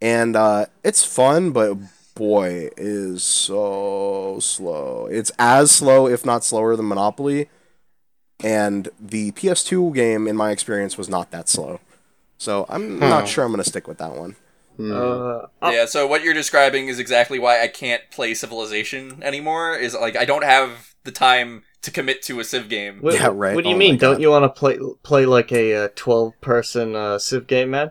Speaker 2: and uh, it's fun, but boy, it is so slow. It's as slow, if not slower, than Monopoly. And the PS2 game, in my experience, was not that slow. So I'm
Speaker 4: Huh.
Speaker 2: not sure I'm gonna stick with that one.
Speaker 4: Hmm.
Speaker 3: Uh, I-
Speaker 1: yeah, so what you're describing is exactly why I can't play Civilization anymore. Is like I don't have the time to commit to a Civ game.
Speaker 3: what,
Speaker 2: Yeah, right.
Speaker 3: What do
Speaker 2: Oh
Speaker 3: you
Speaker 2: my
Speaker 3: mean? Don't
Speaker 2: God.
Speaker 3: you want to play play like a uh, twelve person uh, Civ game, man?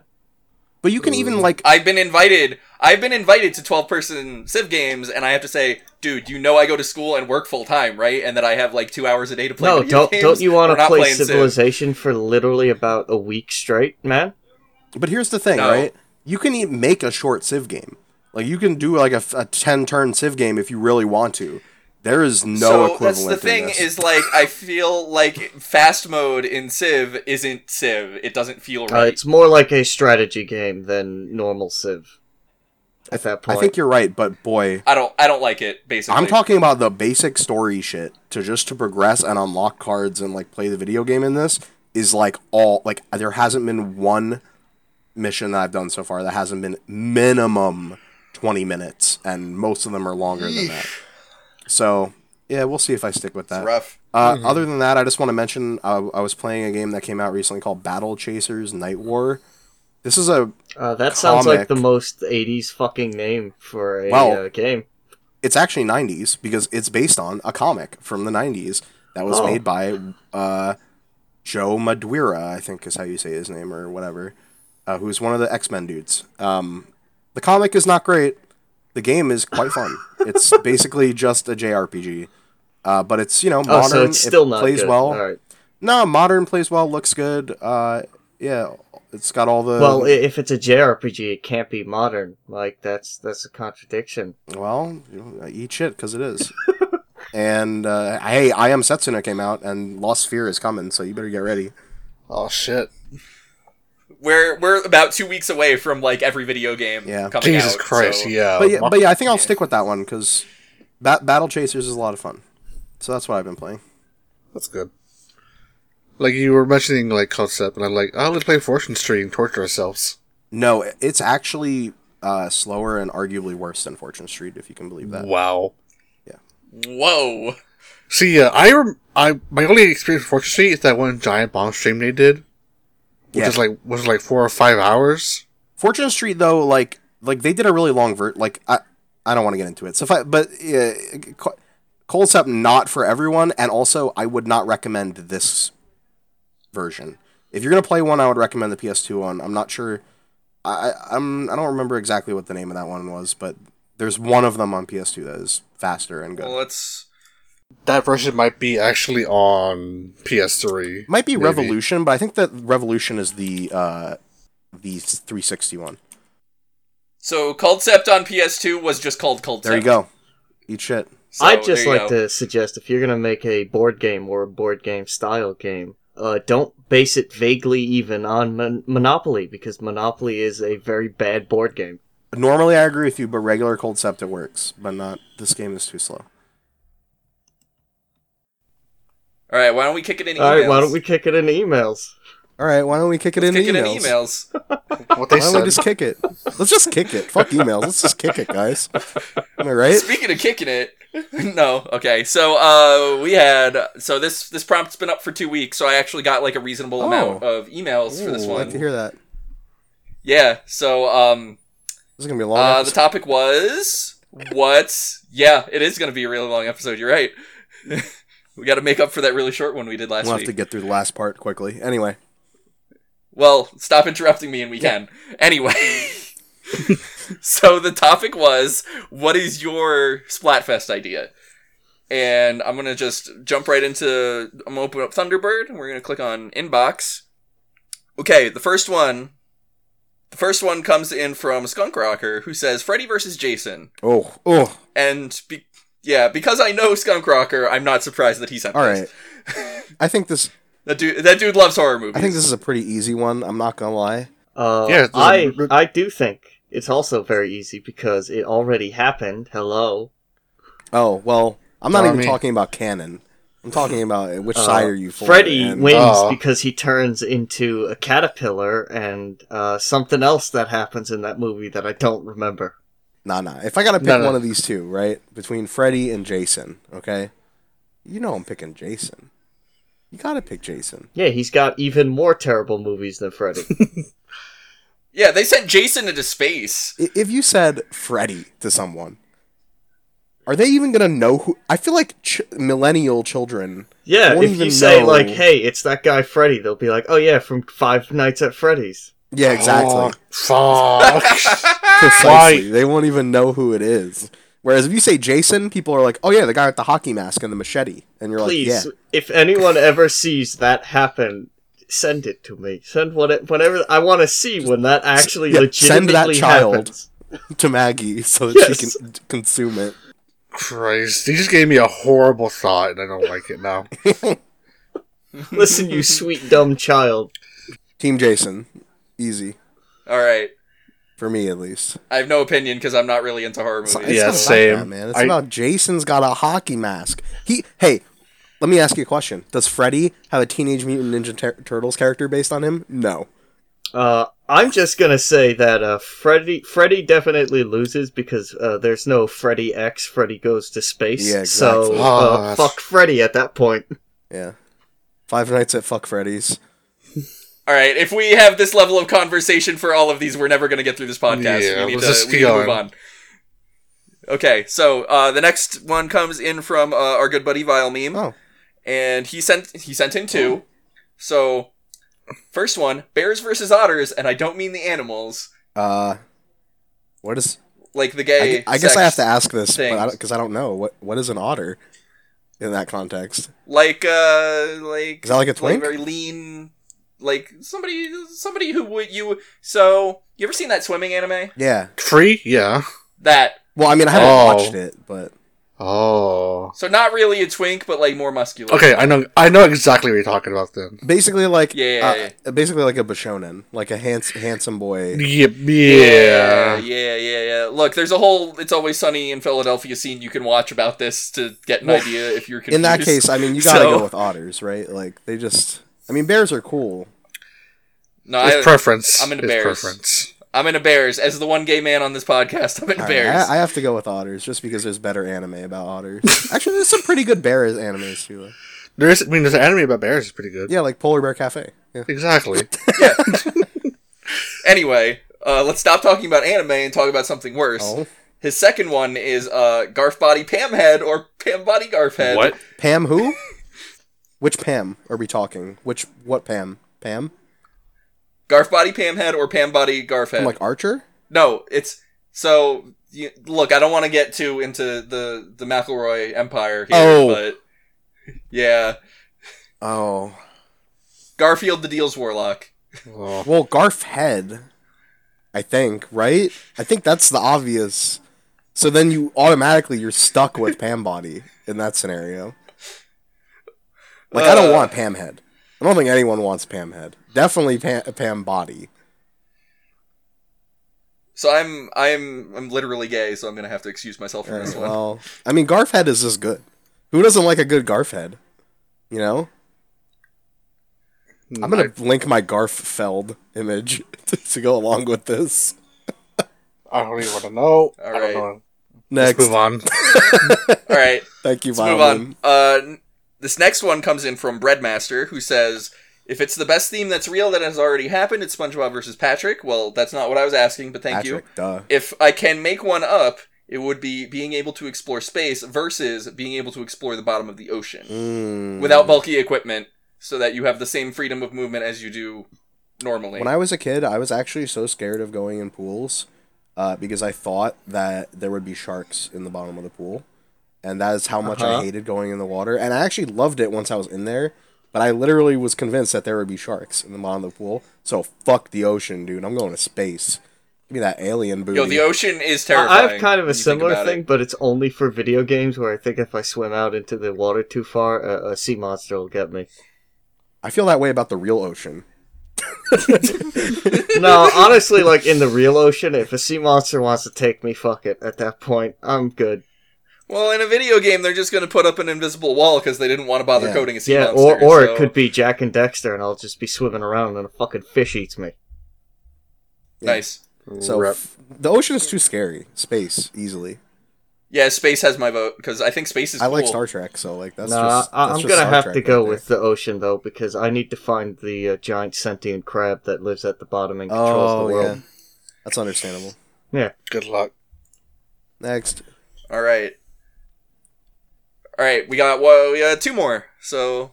Speaker 2: But you can even like
Speaker 1: I've been invited. I've been invited to 12 person Civ games, and I have to say, dude, you know I go to school and work full time, right? And that I have like two hours a day to play.
Speaker 3: No,
Speaker 1: video
Speaker 3: don't
Speaker 1: games.
Speaker 3: don't you want
Speaker 1: We're
Speaker 3: to
Speaker 1: not
Speaker 3: play
Speaker 1: playing Civ.
Speaker 3: Civilization for literally about a week straight, man?
Speaker 2: But here's the thing,
Speaker 1: No.
Speaker 2: right? You can e- make a short Civ game. Like you can do like a, f- a ten turn Civ game if you really want to. There is no
Speaker 1: so
Speaker 2: equivalent.
Speaker 1: that's the thing
Speaker 2: in this.
Speaker 1: is like I feel like fast mode in Civ isn't Civ. It doesn't feel
Speaker 3: Uh,
Speaker 1: right.
Speaker 3: it's more like a strategy game than normal Civ. At that
Speaker 2: I
Speaker 3: point,
Speaker 2: think you're right, but boy,
Speaker 1: I don't. I don't like it. Basically,
Speaker 2: I'm talking about the basic story shit to just to progress and unlock cards and like play the video game in this is like all like there hasn't been one mission that I've done so far that hasn't been minimum 20 minutes and most of them are longer than that. So, yeah, we'll see if I stick with that.
Speaker 1: rough.
Speaker 2: Uh,
Speaker 3: Mm-hmm.
Speaker 2: Other than that, I just want to mention uh, I was playing a game that came out recently called Battle Chasers Night War. This is a
Speaker 3: uh, that sounds like
Speaker 2: comic.
Speaker 3: the most '80s fucking name for a
Speaker 2: Well,
Speaker 3: uh, game.
Speaker 2: it's actually 90s because it's based on a comic from the 90s that was
Speaker 3: Oh.
Speaker 2: made by uh, Joe Madureira, I think is how you say his name or whatever, uh, who's one of the X Men dudes. Um, the comic is not great. The game is quite fun. it's basically just a JRPG, uh, but it's you know
Speaker 3: Oh,
Speaker 2: modern.
Speaker 3: so it's
Speaker 2: it
Speaker 3: still not
Speaker 2: plays
Speaker 3: good.
Speaker 2: well.
Speaker 3: All right.
Speaker 2: No, modern plays well, looks good. Uh, yeah, it's got all the
Speaker 3: Well, i- if it's a JRPG, it can't be modern. Like that's that's a contradiction.
Speaker 2: Well, you- eat shit because it is. and uh, hey, I am Setsuna came out, and Lost Sphere is coming, so you better get ready.
Speaker 4: Oh shit!
Speaker 1: We're we're about two weeks away from like every video game.
Speaker 2: Yeah.
Speaker 1: Coming
Speaker 4: Jesus
Speaker 1: out,
Speaker 4: Christ!
Speaker 1: so-
Speaker 4: Yeah,
Speaker 2: but yeah,
Speaker 4: Mark-
Speaker 2: but yeah, I think I'll stick with that one because ba- Battle Chasers is a lot of fun. So that's what I've been playing.
Speaker 4: that's good. Like you were mentioning, like concept, and I'm like, I only play Fortune Street and torture ourselves.
Speaker 2: No, it- it's actually uh, slower and arguably worse than Fortune Street, if you can believe that.
Speaker 4: Wow.
Speaker 1: Whoa.
Speaker 4: See, uh, I rem- I my only experience with Fortune Street is that one giant bomb stream they did, which
Speaker 2: Yeah.
Speaker 4: is like was like four or five hours.
Speaker 2: Fortune Street though, like like they did a really long vert. Like I I don't want to get into it. So if I, but yeah, co- Concept not for everyone, and also I would not recommend this version. If you're gonna play one, I would recommend the PS2 one. I'm not sure. I I- I'm I don't remember exactly what the name of that one was, but there's one of them on PS2 that is faster and good.
Speaker 1: Well, let's.
Speaker 4: That version might be actually on PS3.
Speaker 2: Might be
Speaker 4: maybe.
Speaker 2: Revolution, but I think that Revolution is the uh the 360 one.
Speaker 1: So, Cultcept on PS2 was just called Cultcept.
Speaker 2: There you go. Eat shit.
Speaker 1: So,
Speaker 3: I'd just
Speaker 1: there you
Speaker 3: like
Speaker 1: go.
Speaker 3: to suggest if you're gonna make a board game or a board game style game, uh, don't base it vaguely even on Mon- Monopoly because Monopoly is a very bad board game.
Speaker 2: Normally, I agree with you, but regular cold sept it works, but not. This game is too slow.
Speaker 1: All right, why don't we kick it in emails?
Speaker 3: All right, why don't we kick it in emails?
Speaker 2: All right, why don't we kick it
Speaker 1: Let's
Speaker 2: in
Speaker 1: kick it
Speaker 2: emails?
Speaker 1: in emails?
Speaker 4: What they
Speaker 2: Why don't we
Speaker 4: said.
Speaker 2: just kick it? Let's just kick it. Fuck emails. Let's just kick it, guys. Am I right?
Speaker 1: Speaking of kicking it, no, okay. So uh, we had so this this prompt's been up for two weeks, so I actually got like a reasonable
Speaker 2: Oh.
Speaker 1: amount of emails for this
Speaker 2: Ooh, I'd like to
Speaker 1: one.
Speaker 2: hear that.
Speaker 1: Yeah. So um,
Speaker 2: This is gonna be a long.
Speaker 1: uh, the
Speaker 2: episode.
Speaker 1: topic was what's yeah, it is going to be a really long episode. You're right. we got to make up for that really short one we did last
Speaker 2: we'll have
Speaker 1: week.
Speaker 2: to get through the last part quickly. Anyway,
Speaker 1: Well, stop interrupting me and we can. Anyway. so the topic was what is your Splatfest idea? And I'm going to just jump right into I'm going to open up Thunderbird and we're going to click on inbox. Okay, the first one the first one comes in from Skunk Rocker who says Freddy versus Jason.
Speaker 2: oh, oh,
Speaker 1: And be- yeah, because I know Skunk Rocker, I'm not surprised that he sent
Speaker 2: all
Speaker 1: this.
Speaker 2: right. I think this.
Speaker 1: That dude that dude loves horror movies.
Speaker 2: I think this is a pretty easy one. I'm not gonna lie.
Speaker 3: Uh,
Speaker 4: Yeah, it's-
Speaker 3: I I do think it's also very easy because it already happened. Hello.
Speaker 2: Oh well, I'm not
Speaker 4: Not
Speaker 2: even
Speaker 4: me.
Speaker 2: talking about canon. I'm talking about which
Speaker 3: Uh,
Speaker 2: side are you for?
Speaker 3: Freddy
Speaker 2: and- uh,
Speaker 3: wins
Speaker 4: Oh.
Speaker 3: because he turns into a caterpillar and uh, something else that happens in that movie that I don't remember.
Speaker 2: Nah, nah. If I gotta pick
Speaker 4: No, no.
Speaker 2: one of these two, right, between Freddy and Jason, okay, you know I'm picking Jason. You gotta pick Jason.
Speaker 3: Yeah, he's got even more terrible movies than Freddy.
Speaker 1: yeah, they sent Jason into space.
Speaker 2: I- If you said Freddy to someone, are they even gonna know who? I feel like ch- millennial children.
Speaker 3: Yeah,
Speaker 2: Won't
Speaker 3: if
Speaker 2: even
Speaker 3: you say
Speaker 2: know.
Speaker 3: like, "Hey, it's that guy Freddy," they'll be like, "Oh yeah, from Five Nights at Freddy's."
Speaker 2: Yeah, exactly.
Speaker 4: Oh, Fuck.
Speaker 2: Precisely. Ah. They won't even know who it is. Whereas if you say Jason, people are like, "Oh yeah, the guy with the hockey mask and the machete," and you're
Speaker 3: Please,
Speaker 2: like, "Yeah."
Speaker 3: if anyone ever sees that happen, send it to me. Send what whenever I want to see when that actually
Speaker 2: yeah, send that
Speaker 3: legitimately
Speaker 2: child.
Speaker 3: happens.
Speaker 2: to Maggie so that
Speaker 3: Yes.
Speaker 2: she can d- consume it.
Speaker 4: Christ. He just gave me a horrible thought, and I don't like it now.
Speaker 3: Listen, you sweet dumb child.
Speaker 2: Team Jason, easy
Speaker 1: All right.
Speaker 2: for me at least.
Speaker 1: I have no opinion because I'm not really into horror
Speaker 2: It's,
Speaker 1: movies.
Speaker 2: it's
Speaker 4: Yeah,
Speaker 2: not about
Speaker 4: same.
Speaker 2: that, man. It's
Speaker 4: I-
Speaker 2: about Jason's got a hockey mask. He hey, let me ask you a question. Does Freddy have a Teenage Mutant Ninja Tur- Turtles character based on him? No.
Speaker 3: Uh, I'm just gonna say that uh, Freddy Freddy definitely loses because uh, there's no Freddy X. Freddy goes to space.
Speaker 2: Yeah,
Speaker 3: So
Speaker 2: exactly. Ah,
Speaker 4: Oh,
Speaker 3: uh,
Speaker 4: that's-
Speaker 3: fuck Freddy at that point.
Speaker 2: Yeah. Five Nights at Fuck Freddy's.
Speaker 1: All right, if we have this level of conversation for all of these, we're never going to get through this podcast.
Speaker 4: Yeah,
Speaker 1: we need
Speaker 4: let's
Speaker 1: to,
Speaker 4: just
Speaker 1: we need
Speaker 4: keep
Speaker 1: to move
Speaker 4: going.
Speaker 1: on. Okay, so uh, the next one comes in from uh, our good buddy Vile Meme,
Speaker 2: Oh.
Speaker 1: and he sent he sent in two. So first one, bears versus otters, and I don't mean the animals,
Speaker 2: Uh what is
Speaker 1: like the
Speaker 2: I,
Speaker 1: gay.
Speaker 2: gu- I guess I
Speaker 1: sex.
Speaker 2: have to ask this
Speaker 1: things.
Speaker 2: because I, don't know what what is an otter in that context.
Speaker 1: like uh like
Speaker 2: Is that like a twink?
Speaker 1: very lean like somebody somebody who would you so you ever seen that swimming anime
Speaker 2: Yeah.
Speaker 4: Free? Yeah.
Speaker 1: that
Speaker 2: Well, I mean, I haven't
Speaker 4: Oh.
Speaker 2: watched it, but
Speaker 4: Oh.
Speaker 1: so not really a twink but like more muscular
Speaker 4: Okay, I know. I know exactly what you're talking about then.
Speaker 2: basically like
Speaker 1: Yeah, yeah,
Speaker 2: uh, basically like a Bashonen, like a hands- handsome boy.
Speaker 4: Yep.
Speaker 1: yeah,
Speaker 4: Yeah.
Speaker 1: yeah, yeah, yeah. Look, there's a whole "It's Always Sunny in Philadelphia" scene you can watch about this to get an
Speaker 2: Well,
Speaker 1: idea if you're confused.
Speaker 2: In that case, I mean, you gotta
Speaker 1: So-
Speaker 2: go with otters, right? Like they just, I mean, bears are cool.
Speaker 1: no,
Speaker 4: It's
Speaker 1: I,
Speaker 4: preference.
Speaker 1: I'm into
Speaker 4: It's
Speaker 1: bears.
Speaker 4: preference.
Speaker 1: I'm into bears. As the one gay man on this podcast, I'm into
Speaker 2: All right,
Speaker 1: bears.
Speaker 2: I, I have to go with otters just because there's better anime about otters. Actually, there's some pretty good bears animes too. though.
Speaker 4: There is. I mean, there's an anime about bears. It's pretty good.
Speaker 2: Yeah, like Polar Bear Cafe. Yeah.
Speaker 4: Exactly.
Speaker 1: anyway, uh, let's stop talking about anime and talk about something worse.
Speaker 2: Oh,
Speaker 1: His second one is uh, Garf Body Pam Head or Pam Body Garf Head.
Speaker 5: What?
Speaker 2: Pam who? Which Pam are we talking? Which what Pam? Pam?
Speaker 1: Garf Body Pam Head or Pam Body Garf Head?
Speaker 2: From like Archer?
Speaker 1: no, it's so. You, look, I don't want to get too into the the McElroy Empire here,
Speaker 2: Oh.
Speaker 1: but yeah,
Speaker 2: Oh,
Speaker 1: Garfield the Deals Warlock.
Speaker 4: Oh.
Speaker 2: well, Garf Head. I think right. I think that's the obvious. So then you automatically you're stuck with Pam Body in that scenario. Like I don't
Speaker 1: Uh.
Speaker 2: want Pam Head. I don't think anyone wants Pam Head. Definitely Pam, Pam Body.
Speaker 1: So I'm I'm I'm literally gay, so I'm gonna have to excuse myself from
Speaker 2: Alright,
Speaker 1: this one.
Speaker 2: well, I mean Garf Head is just good. Who doesn't like a good Garf Head? You know, I'm gonna link my Garfeld image to, to go along with this.
Speaker 4: I don't even want to know. I don't
Speaker 1: Alright.
Speaker 4: know.
Speaker 2: Next,
Speaker 4: Let's move on.
Speaker 1: All right.
Speaker 2: thank you,
Speaker 1: Let's move
Speaker 2: Violin.
Speaker 1: on. Uh, n- this next one comes in from Breadmaster, who says, "If it's the best theme that's real that has already happened, it's SpongeBob versus Patrick." Well, that's not what I was asking, but thank you.
Speaker 2: Patrick, duh.
Speaker 1: If I can make one up, it would be being able to explore space versus being able to explore the bottom of the ocean
Speaker 2: Mm.
Speaker 1: without bulky equipment, so that you have the same freedom of movement as you do normally.
Speaker 2: When I was a kid, I was actually so scared of going in pools uh, because I thought that there would be sharks in the bottom of the pool. And that is how much
Speaker 3: Uh-huh.
Speaker 2: I hated going in the water. And I actually loved it once I was in there, but I literally was convinced that there would be sharks in the bottom of the pool. So fuck the ocean, dude. I'm going to space. Give me that alien booty.
Speaker 1: Yo, the ocean is terrifying.
Speaker 3: I have kind of
Speaker 1: when you
Speaker 3: a
Speaker 1: think
Speaker 3: similar
Speaker 1: about it.
Speaker 3: thing, but it's only for video games where I think if I swim out into the water too far, a, a sea monster will get me.
Speaker 2: I feel that way about the real ocean.
Speaker 3: No, honestly, like in the real ocean, if a sea monster wants to take me, fuck it. At that point, I'm good.
Speaker 1: Well, in a video game, they're just going to put up an invisible wall because they didn't want to bother
Speaker 2: Yeah.
Speaker 1: coding a sea
Speaker 3: Yeah,
Speaker 1: monster.
Speaker 3: or or
Speaker 1: so-
Speaker 3: it could be Jack and Dexter, and I'll just be swimming around, and a fucking fish eats me.
Speaker 2: Yeah.
Speaker 1: nice.
Speaker 2: So
Speaker 4: Rep.
Speaker 2: f- the ocean is too scary. Space easily.
Speaker 1: Yeah, space has my vote because I think space is.
Speaker 2: I like
Speaker 1: cool.
Speaker 2: Star Trek, so like that's
Speaker 3: nah,
Speaker 2: just.
Speaker 3: I,
Speaker 2: that's
Speaker 3: I'm
Speaker 2: just
Speaker 3: gonna
Speaker 2: Star
Speaker 3: have
Speaker 2: Trek
Speaker 3: to
Speaker 2: right
Speaker 3: go
Speaker 2: there.
Speaker 3: with the ocean though, because I need to find the uh, giant sentient crab that lives at the bottom and controls
Speaker 2: Oh
Speaker 3: the world.
Speaker 2: yeah, that's understandable.
Speaker 4: Good luck.
Speaker 2: Next,
Speaker 1: All right, all right. We got well, we got two more. So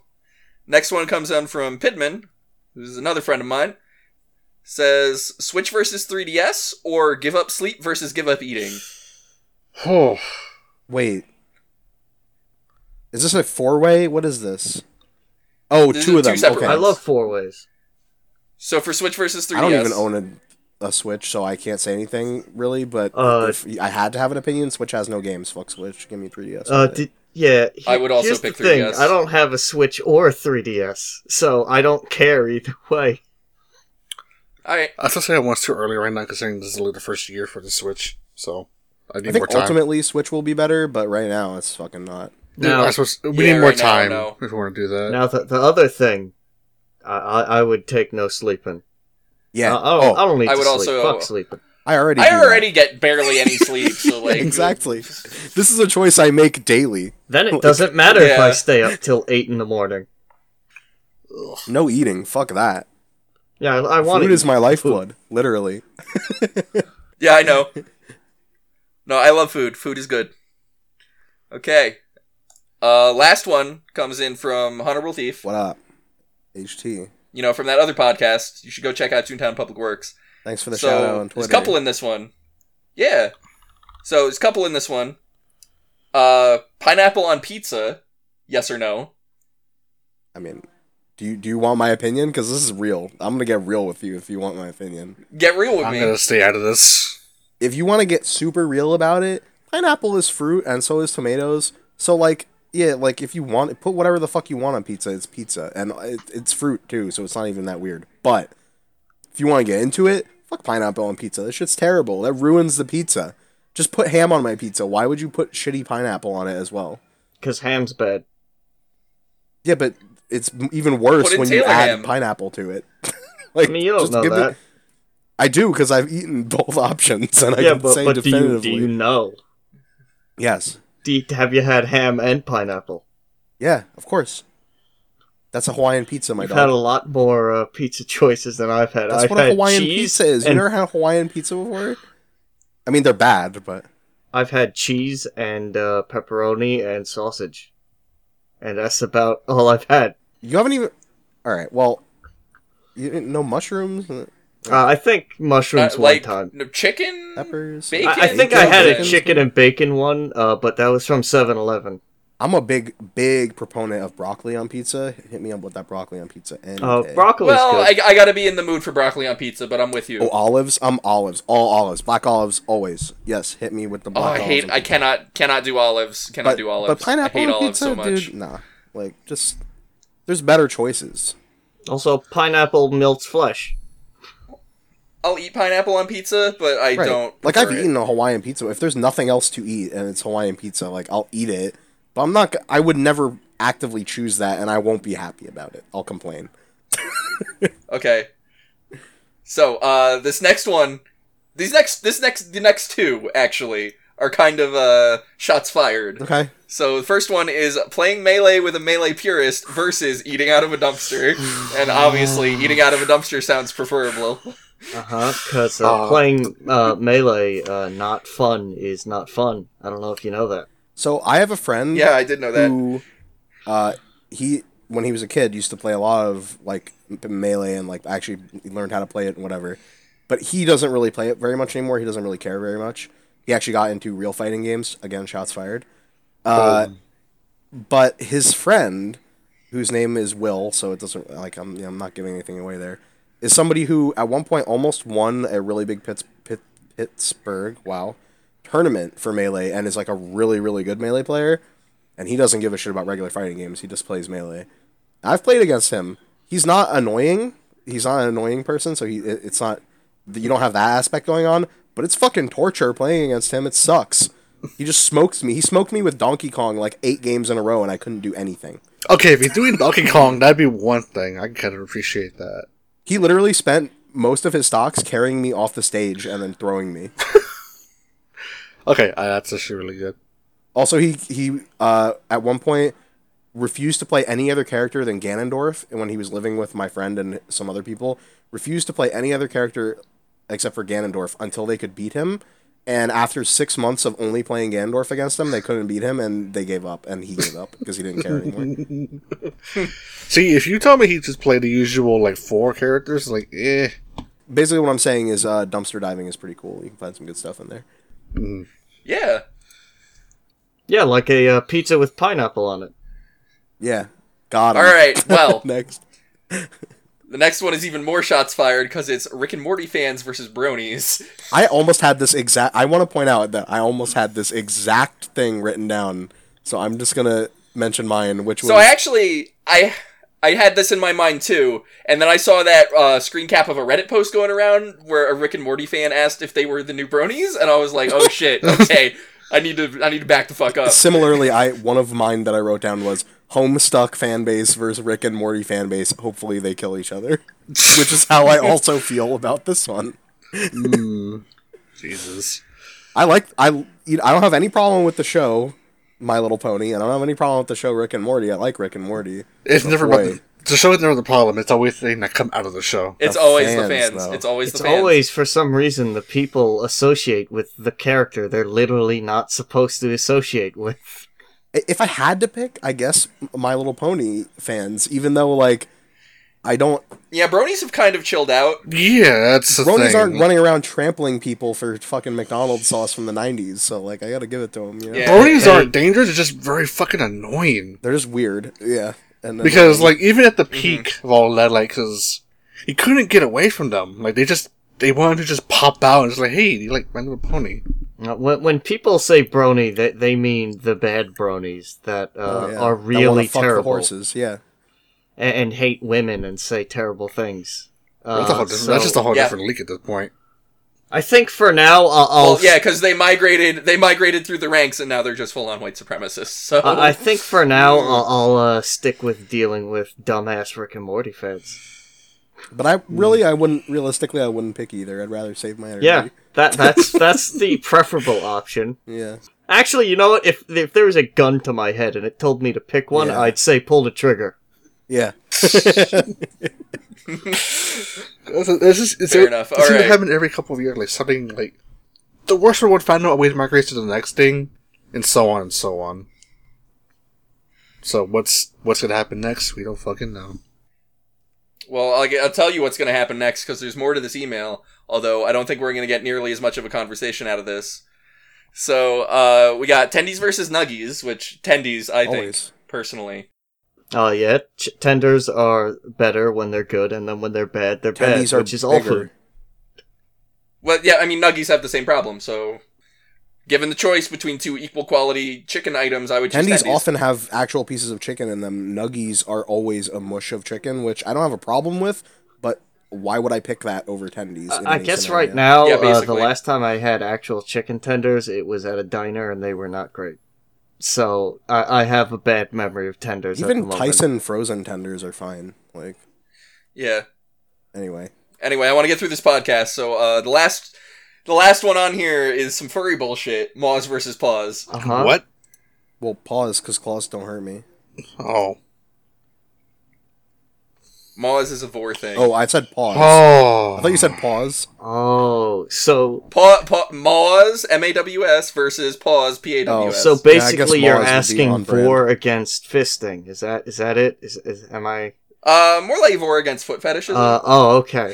Speaker 1: next one comes in from Pidman, who's another friend of mine. Says Switch versus 3DS or give up sleep versus give up eating.
Speaker 4: Oh,
Speaker 2: Wait. Is this a four way? What is this? Oh,
Speaker 1: This is two
Speaker 2: two of them.
Speaker 1: separate
Speaker 2: okay.
Speaker 1: ones.
Speaker 3: I love four ways.
Speaker 1: So for Switch versus 3DS,
Speaker 2: I don't even own a, a Switch, so I can't say anything really. But
Speaker 3: Uh,
Speaker 2: if I had to have an opinion, Switch has no games. Fuck Switch. Give me 3DS.
Speaker 3: Uh,
Speaker 2: with it.
Speaker 3: did, yeah, he-
Speaker 1: I would also
Speaker 3: here's
Speaker 1: pick
Speaker 3: the thing.
Speaker 1: 3DS.
Speaker 3: I don't have a Switch or a 3DS, so I don't care either way.
Speaker 1: All right,
Speaker 4: I still say I want too early right now, considering this is only the first year for the Switch. So I need more
Speaker 2: I think
Speaker 4: time.
Speaker 2: ultimately Switch will be better, but right now it's fucking not.
Speaker 3: No.
Speaker 4: I suppose we
Speaker 1: Yeah,
Speaker 4: need more
Speaker 1: right now,
Speaker 4: time
Speaker 1: no.
Speaker 4: if we want to do that.
Speaker 3: Now the, the other thing, I, I I would take no sleeping.
Speaker 2: Yeah.
Speaker 3: I, I don't, I
Speaker 2: oh,
Speaker 3: don't need
Speaker 1: I
Speaker 3: to
Speaker 1: would
Speaker 3: sleep.
Speaker 1: also-
Speaker 3: Fuck sleeping.
Speaker 2: I already. do
Speaker 1: I
Speaker 2: that.
Speaker 1: already get barely any sleep. So like
Speaker 2: exactly. This is a choice I make daily.
Speaker 3: Then it doesn't matter if I
Speaker 1: Yeah.
Speaker 3: stay up till eight in the morning.
Speaker 2: No eating. Fuck that.
Speaker 3: Yeah, I, I want
Speaker 2: Food
Speaker 3: to.
Speaker 2: is my lifeblood. Literally.
Speaker 1: Yeah, I know. No, I love food. Food is good. Okay. Uh, last one comes in from Honorable Thief.
Speaker 2: What up? HT.
Speaker 1: You know, from that other podcast. You should go check out Toontown Public Works.
Speaker 2: Thanks for the
Speaker 1: so
Speaker 2: shout out on
Speaker 1: there's
Speaker 2: Twitter.
Speaker 1: a couple in this one. Yeah. So there's a couple in this one. Uh, pineapple on pizza. Yes or no?
Speaker 2: I mean, do you do you want my opinion? Because this is real. I'm gonna get real with you if you want my opinion.
Speaker 1: Get real with
Speaker 4: I'm
Speaker 1: me.
Speaker 4: gonna stay out of this.
Speaker 2: If you want to get super real about it, pineapple is fruit, and so is tomatoes. So like, yeah, like if you want, put whatever the fuck you want on pizza. It's pizza, and it, it's fruit too, so it's not even that weird. But if you want to get into it, fuck pineapple on pizza. That shit's terrible. That ruins the pizza. Just put ham on my pizza. Why would you put shitty pineapple on it as well?
Speaker 3: Because ham's bad.
Speaker 2: Yeah, but it's m- even worse
Speaker 1: Put in
Speaker 2: when you
Speaker 1: Taylor
Speaker 2: add
Speaker 1: ham.
Speaker 2: pineapple to it. like,
Speaker 3: I mean, you don't
Speaker 2: just
Speaker 3: know
Speaker 2: give the-
Speaker 3: that.
Speaker 2: I do because I've eaten both options, and I
Speaker 3: yeah,
Speaker 2: can
Speaker 3: but,
Speaker 2: say
Speaker 3: but do you,
Speaker 2: definitively
Speaker 3: do you know?
Speaker 2: yes,
Speaker 3: Do you, have you had ham and pineapple?
Speaker 2: yeah, of course. That's a Hawaiian pizza, my
Speaker 3: You've
Speaker 2: dog.
Speaker 3: had a lot more uh, pizza choices than I've had.
Speaker 2: That's
Speaker 3: I've
Speaker 2: what
Speaker 3: had
Speaker 2: a Hawaiian
Speaker 3: cheese
Speaker 2: pizza is. You
Speaker 3: and-
Speaker 2: never had a Hawaiian pizza before? I mean, they're bad, but
Speaker 3: I've had cheese and uh, pepperoni and sausage, and that's about all I've had.
Speaker 2: you haven't even. All right, well, you didn't know mushrooms, uh,
Speaker 3: Uh, I think
Speaker 1: Uh,
Speaker 3: mushrooms
Speaker 1: like
Speaker 3: one time.
Speaker 1: no, chicken.
Speaker 2: peppers.
Speaker 3: I,
Speaker 1: Bacon?
Speaker 3: I think I had a
Speaker 2: bacon.
Speaker 3: chicken and bacon one, uh, but that was from 7-Eleven.
Speaker 2: I'm a big, big proponent of broccoli on pizza. Hit me up with that broccoli on pizza. And
Speaker 3: Uh, broccoli's
Speaker 1: Well,
Speaker 3: good.
Speaker 1: I, I gotta be in the mood for broccoli on pizza, but I'm with you.
Speaker 2: Oh, olives! I'm olives. All olives. Black olives, always. Yes, hit me with the
Speaker 1: Oh,
Speaker 2: black
Speaker 1: I
Speaker 2: olives.
Speaker 1: hate.
Speaker 2: on
Speaker 1: I
Speaker 2: pizza.
Speaker 1: cannot. Cannot do olives. Cannot do olives.
Speaker 2: But pineapple
Speaker 1: I hate
Speaker 2: on
Speaker 1: olives
Speaker 2: pizza,
Speaker 1: so much.
Speaker 2: dude. Nah, like just there's better choices.
Speaker 3: Also, pineapple melts flesh.
Speaker 1: I'll eat pineapple on pizza, but I don't.
Speaker 2: like I've
Speaker 1: prefer it.
Speaker 2: eaten a Hawaiian pizza. If there's nothing else to eat and it's Hawaiian pizza, like I'll eat it. But I'm not. g- I would never actively choose that, and I won't be happy about it. I'll complain.
Speaker 1: Okay. So, uh, this next one, these next, this next, the next two actually are kind of uh, shots fired.
Speaker 2: Okay.
Speaker 1: So the first one is playing melee with a melee purist versus eating out of a dumpster, and obviously eating out of a dumpster sounds preferable.
Speaker 3: Uh huh. Because uh,
Speaker 4: Uh.
Speaker 3: playing uh, melee uh, not fun is not fun. I don't know if you know that.
Speaker 2: So I have a friend.
Speaker 1: Yeah, I did know that.
Speaker 2: who uh, he when he was a kid used to play a lot of like m- melee and like actually learned how to play it and whatever but he doesn't really play it very much anymore he doesn't really care very much he actually got into real fighting games again shots fired
Speaker 4: Oh,
Speaker 2: uh,
Speaker 4: Um,
Speaker 2: but his friend whose name is will so it doesn't like i'm, you know, I'm not giving anything away there is somebody who at one point almost won a really big Pitts, Pitt, pittsburgh wow tournament for melee and is like a really really good melee player and he doesn't give a shit about regular fighting games. He just plays melee. I've played against him. He's not annoying. He's not an annoying person, so he it, it's not you don't have that aspect going on. But it's fucking torture playing against him. It sucks. He just smokes me. He smoked me with Donkey Kong like eight games in a row, and I couldn't do anything.
Speaker 4: Okay, if he's doing Donkey Kong, that'd be one thing. I can kind of appreciate that.
Speaker 2: He literally spent most of his stocks carrying me off the stage and then throwing me.
Speaker 4: Okay, uh, that's actually really good.
Speaker 2: Also, he he uh, at one point refused to play any other character than Ganondorf, and when he was living with my friend and some other people, refused to play any other character except for Ganondorf until they could beat him. And after six months of only playing Ganondorf against him, they couldn't beat him, and they gave up, and he gave up because he didn't care anymore.
Speaker 4: See, if you tell me he just played the usual like four characters, like eh,
Speaker 2: Basically, what I'm saying is uh, dumpster diving is pretty cool. You can find some good stuff in there.
Speaker 1: Yeah.
Speaker 3: Yeah, like a uh, pizza with pineapple on it.
Speaker 2: Yeah, got him.
Speaker 1: All right. Well,
Speaker 2: next.
Speaker 1: the next one is even more shots fired because it's Rick and Morty fans versus Bronies.
Speaker 2: I almost had this exact. I want to point out that I almost had this exact thing written down, so I'm just gonna mention mine, which was
Speaker 1: So I actually I I had this in my mind too, and then I saw that uh, screen cap of a Reddit post going around where a Rick and Morty fan asked if they were the new Bronies, and I was like, oh shit, okay, I need to I need to back the fuck up.
Speaker 2: similarly. I one of mine that I wrote down was Homestuck fan base versus Rick and Morty fan base. Hopefully they kill each other, which is how I also feel about this one. Hmm.
Speaker 4: Jesus.
Speaker 2: I like I you know, I don't have any problem with the show My Little Pony, and I don't have any problem with the show Rick and Morty. I like Rick and Morty.
Speaker 4: It's
Speaker 2: But
Speaker 4: never about
Speaker 2: Oh, boy,
Speaker 4: the, the show is never the problem. It's always the thing that come out of the show.
Speaker 1: It's
Speaker 2: The
Speaker 1: always the
Speaker 2: fans,
Speaker 1: fans.
Speaker 2: though.
Speaker 1: It's always
Speaker 3: It's
Speaker 1: the fans.
Speaker 3: always for some reason the people associate with the character they're literally not supposed to associate with.
Speaker 2: I- if I had to pick, I guess My Little Pony fans, even though like. I don't
Speaker 1: Yeah, Bronies have kind of chilled out.
Speaker 4: Yeah, that's the
Speaker 2: Bronies
Speaker 4: thing.
Speaker 2: aren't running around trampling people for fucking McDonald's sauce from the '90s, so like I gotta give it to them. You know?
Speaker 1: Yeah.
Speaker 4: Bronies
Speaker 3: Hey.
Speaker 4: aren't dangerous. They're just very fucking annoying.
Speaker 2: They're just weird. Yeah, and then-
Speaker 4: Because like even at the peak of all that, like because you couldn't get away from them. Like they just they wanted to just pop out and just like, hey, you like My Little Pony?
Speaker 3: Uh, When, when people say brony, they, they mean the bad bronies that uh,
Speaker 2: Oh, yeah.
Speaker 3: are
Speaker 2: That wanna
Speaker 3: really
Speaker 2: fuck the
Speaker 3: terrible and,
Speaker 2: horses. Yeah,
Speaker 3: and hate women and say terrible things. Uh,
Speaker 4: that's, a whole different, that's
Speaker 3: so
Speaker 4: just a whole
Speaker 1: yeah.
Speaker 4: different leak at this point.
Speaker 3: I think for now, I'll, I'll
Speaker 1: Well, yeah, because they migrated they migrated through the ranks, and now they're just full on white supremacists. So
Speaker 3: I I think for now I'll, I'll uh, stick with dealing with dumbass Rick and Morty fans.
Speaker 2: but
Speaker 3: Mm.
Speaker 2: I really, I wouldn't realistically, I wouldn't pick either. I'd rather save my energy.
Speaker 3: Yeah, that that's that's the preferable option.
Speaker 2: yeah.
Speaker 3: Actually, you know what? If if there was a gun to my head and it told me to pick one,
Speaker 2: Yeah.
Speaker 3: I'd say pull the trigger.
Speaker 2: Yeah.
Speaker 4: It's, it's just it's
Speaker 1: Fair
Speaker 4: it-
Speaker 1: enough,
Speaker 4: It
Speaker 1: all
Speaker 4: seems to
Speaker 1: right.
Speaker 4: happen every couple of years. Like something like the worst for one final always migrates to the next thing, and so on and so on. So what's what's gonna happen next? We don't fucking know.
Speaker 1: Well, I'll, get- I'll tell you what's going to happen next because there's more to this email. Although I don't think we're going to get nearly as much of a conversation out of this. So uh, we got Tendies versus Nuggies, which Tendies I
Speaker 2: Always.
Speaker 1: think personally.
Speaker 3: Oh yeah, ch- tenders are better when they're good, and then when they're bad, they're
Speaker 2: Tendies
Speaker 3: bad,
Speaker 2: are
Speaker 3: which is all
Speaker 2: bigger.
Speaker 3: food.
Speaker 1: Well, yeah, I mean Nuggies have the same problem. So, given the choice between two equal quality chicken items, I would choose
Speaker 2: Tendies
Speaker 1: Tendies.
Speaker 2: often have actual pieces of chicken in them. Nuggies are always a mush of chicken, which I don't have a problem with. But why would I pick that over tendies? in
Speaker 3: I I
Speaker 2: any
Speaker 3: guess
Speaker 2: scenario?
Speaker 3: right now,
Speaker 1: Yeah,
Speaker 3: uh, the
Speaker 1: basically.
Speaker 3: last time I had actual chicken tenders, it was at a diner, and they were not great. So I, I have a bad memory of tenders. at the
Speaker 2: Even
Speaker 3: moment.
Speaker 2: Tyson frozen tenders are fine. Like
Speaker 1: Yeah.
Speaker 2: anyway,
Speaker 1: Anyway, I want to get through this podcast. So uh, the last, the last one on here is some furry bullshit. Maws versus paws.
Speaker 3: Uh-huh.
Speaker 4: What?
Speaker 2: well pause because claws don't hurt me.
Speaker 4: Oh.
Speaker 1: Maws is a vor thing.
Speaker 2: Oh, I said pause.
Speaker 4: Oh.
Speaker 2: I thought you said pause.
Speaker 3: Oh, so
Speaker 1: Paw, paw, Maws M A W S versus paws P A W S.
Speaker 3: Oh, so
Speaker 2: Yeah, I guess
Speaker 3: basically you're
Speaker 2: Mars would be
Speaker 3: asking
Speaker 2: on brand.
Speaker 3: for against fisting. Is that is that it? Is, is am I?
Speaker 1: uh, more like vor against foot fetishes.
Speaker 3: Uh, oh, okay.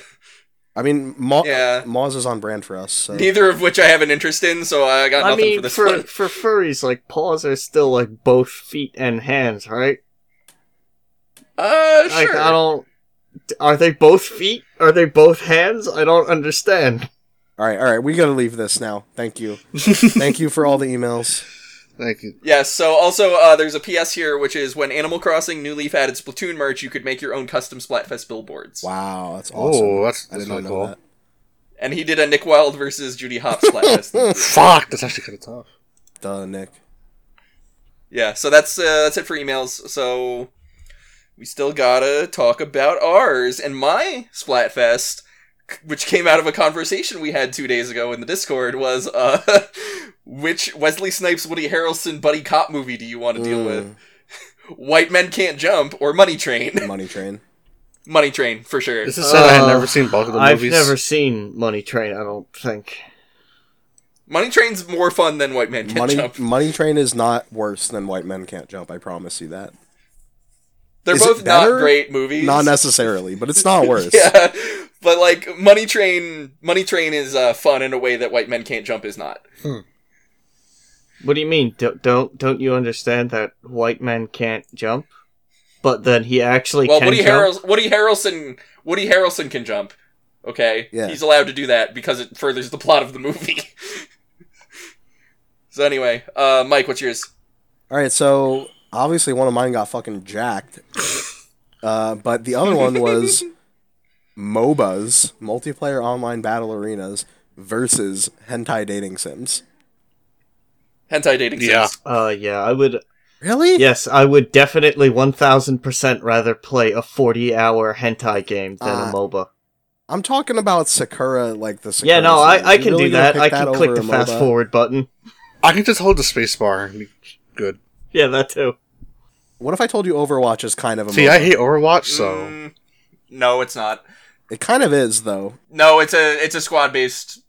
Speaker 2: I mean, Ma-
Speaker 1: Yeah.
Speaker 2: Maws is on brand for us. So.
Speaker 1: Neither of which I have an interest in, so I got
Speaker 3: I
Speaker 1: nothing
Speaker 3: mean,
Speaker 1: for this
Speaker 3: for
Speaker 1: one.
Speaker 3: for furries, like paws are still like both feet and hands, right?
Speaker 1: Uh,
Speaker 3: Like
Speaker 1: sure.
Speaker 3: I don't. Are they both feet? Are they both hands? I don't understand.
Speaker 2: All right, all right, we gotta leave this now. Thank you, thank you for all the emails.
Speaker 4: Thank you.
Speaker 1: Yes, so also uh, there's a PS here, which is when Animal Crossing New Leaf added Splatoon merch, you could make your own custom Splatfest billboards.
Speaker 2: Wow, that's awesome.
Speaker 4: Oh, that's,
Speaker 2: I
Speaker 4: that's
Speaker 2: did
Speaker 4: really
Speaker 2: not know
Speaker 4: cool.
Speaker 2: that.
Speaker 1: And he did a Nick Wilde versus Judy Hop Splatfest.
Speaker 4: Fuck, that's actually kind of tough.
Speaker 2: Duh, Nick.
Speaker 1: yeah, so that's uh, that's it for emails. So we still gotta talk about ours and my Splatfest, c- which came out of a conversation we had two days ago in the Discord. Was uh, which Wesley Snipes, Woody Harrelson, buddy cop movie do you want to deal with?
Speaker 2: Mm,
Speaker 1: White Men Can't Jump or Money Train?
Speaker 2: Money Train.
Speaker 1: Money Train for sure.
Speaker 4: This is sad I had
Speaker 3: Uh,
Speaker 4: never seen both of the
Speaker 3: I've
Speaker 4: movies.
Speaker 3: never seen Money Train. I don't think.
Speaker 1: Money Train's more fun than White Man Can't
Speaker 2: Money
Speaker 1: Jump.
Speaker 2: Money Train is not worse than White Men Can't Jump. I promise you that.
Speaker 1: They're
Speaker 2: Is it
Speaker 1: both not
Speaker 2: better?
Speaker 1: great movies.
Speaker 2: Not necessarily, but it's not worse.
Speaker 1: yeah, but like Money Train, Money Train is uh, fun in a way that White Men Can't Jump is not.
Speaker 3: What do you mean? Don't don't, don't you understand that white men can't jump? But then he actually
Speaker 1: well,
Speaker 3: can
Speaker 1: Woody,
Speaker 3: jump.
Speaker 1: Harrel- Woody Harrelson, Woody Harrelson can jump. Okay,
Speaker 2: Yeah.
Speaker 1: he's allowed to do that because it furthers the plot of the movie. so anyway, uh, Mike, what's yours?
Speaker 2: All right, so obviously one of mine got fucking jacked, uh, but the other one was MOBAs, multiplayer online battle arenas, versus hentai dating sims.
Speaker 1: Hentai dating sims.
Speaker 4: Yeah.
Speaker 3: Uh, yeah, I would.
Speaker 2: Really?
Speaker 3: Yes, I would definitely one thousand percent rather play a forty-hour hentai game than
Speaker 2: Uh,
Speaker 3: a MOBA.
Speaker 2: I'm talking about Sakura, like the Sakura.
Speaker 3: Yeah, no,
Speaker 2: series.
Speaker 3: I, I
Speaker 2: You
Speaker 3: can
Speaker 2: really
Speaker 3: do
Speaker 2: gonna
Speaker 3: that.
Speaker 2: pick
Speaker 3: I can
Speaker 2: over
Speaker 3: click the
Speaker 2: a
Speaker 3: fast
Speaker 2: MOBA?
Speaker 3: forward button.
Speaker 4: I can just hold the space bar. and be Good.
Speaker 3: Yeah, that too.
Speaker 2: What if I told you Overwatch is kind of a
Speaker 4: See,
Speaker 2: MOBA?
Speaker 4: I hate Overwatch, so
Speaker 1: Mm, no, it's not.
Speaker 2: It kind of is though.
Speaker 1: No, it's a it's a squad based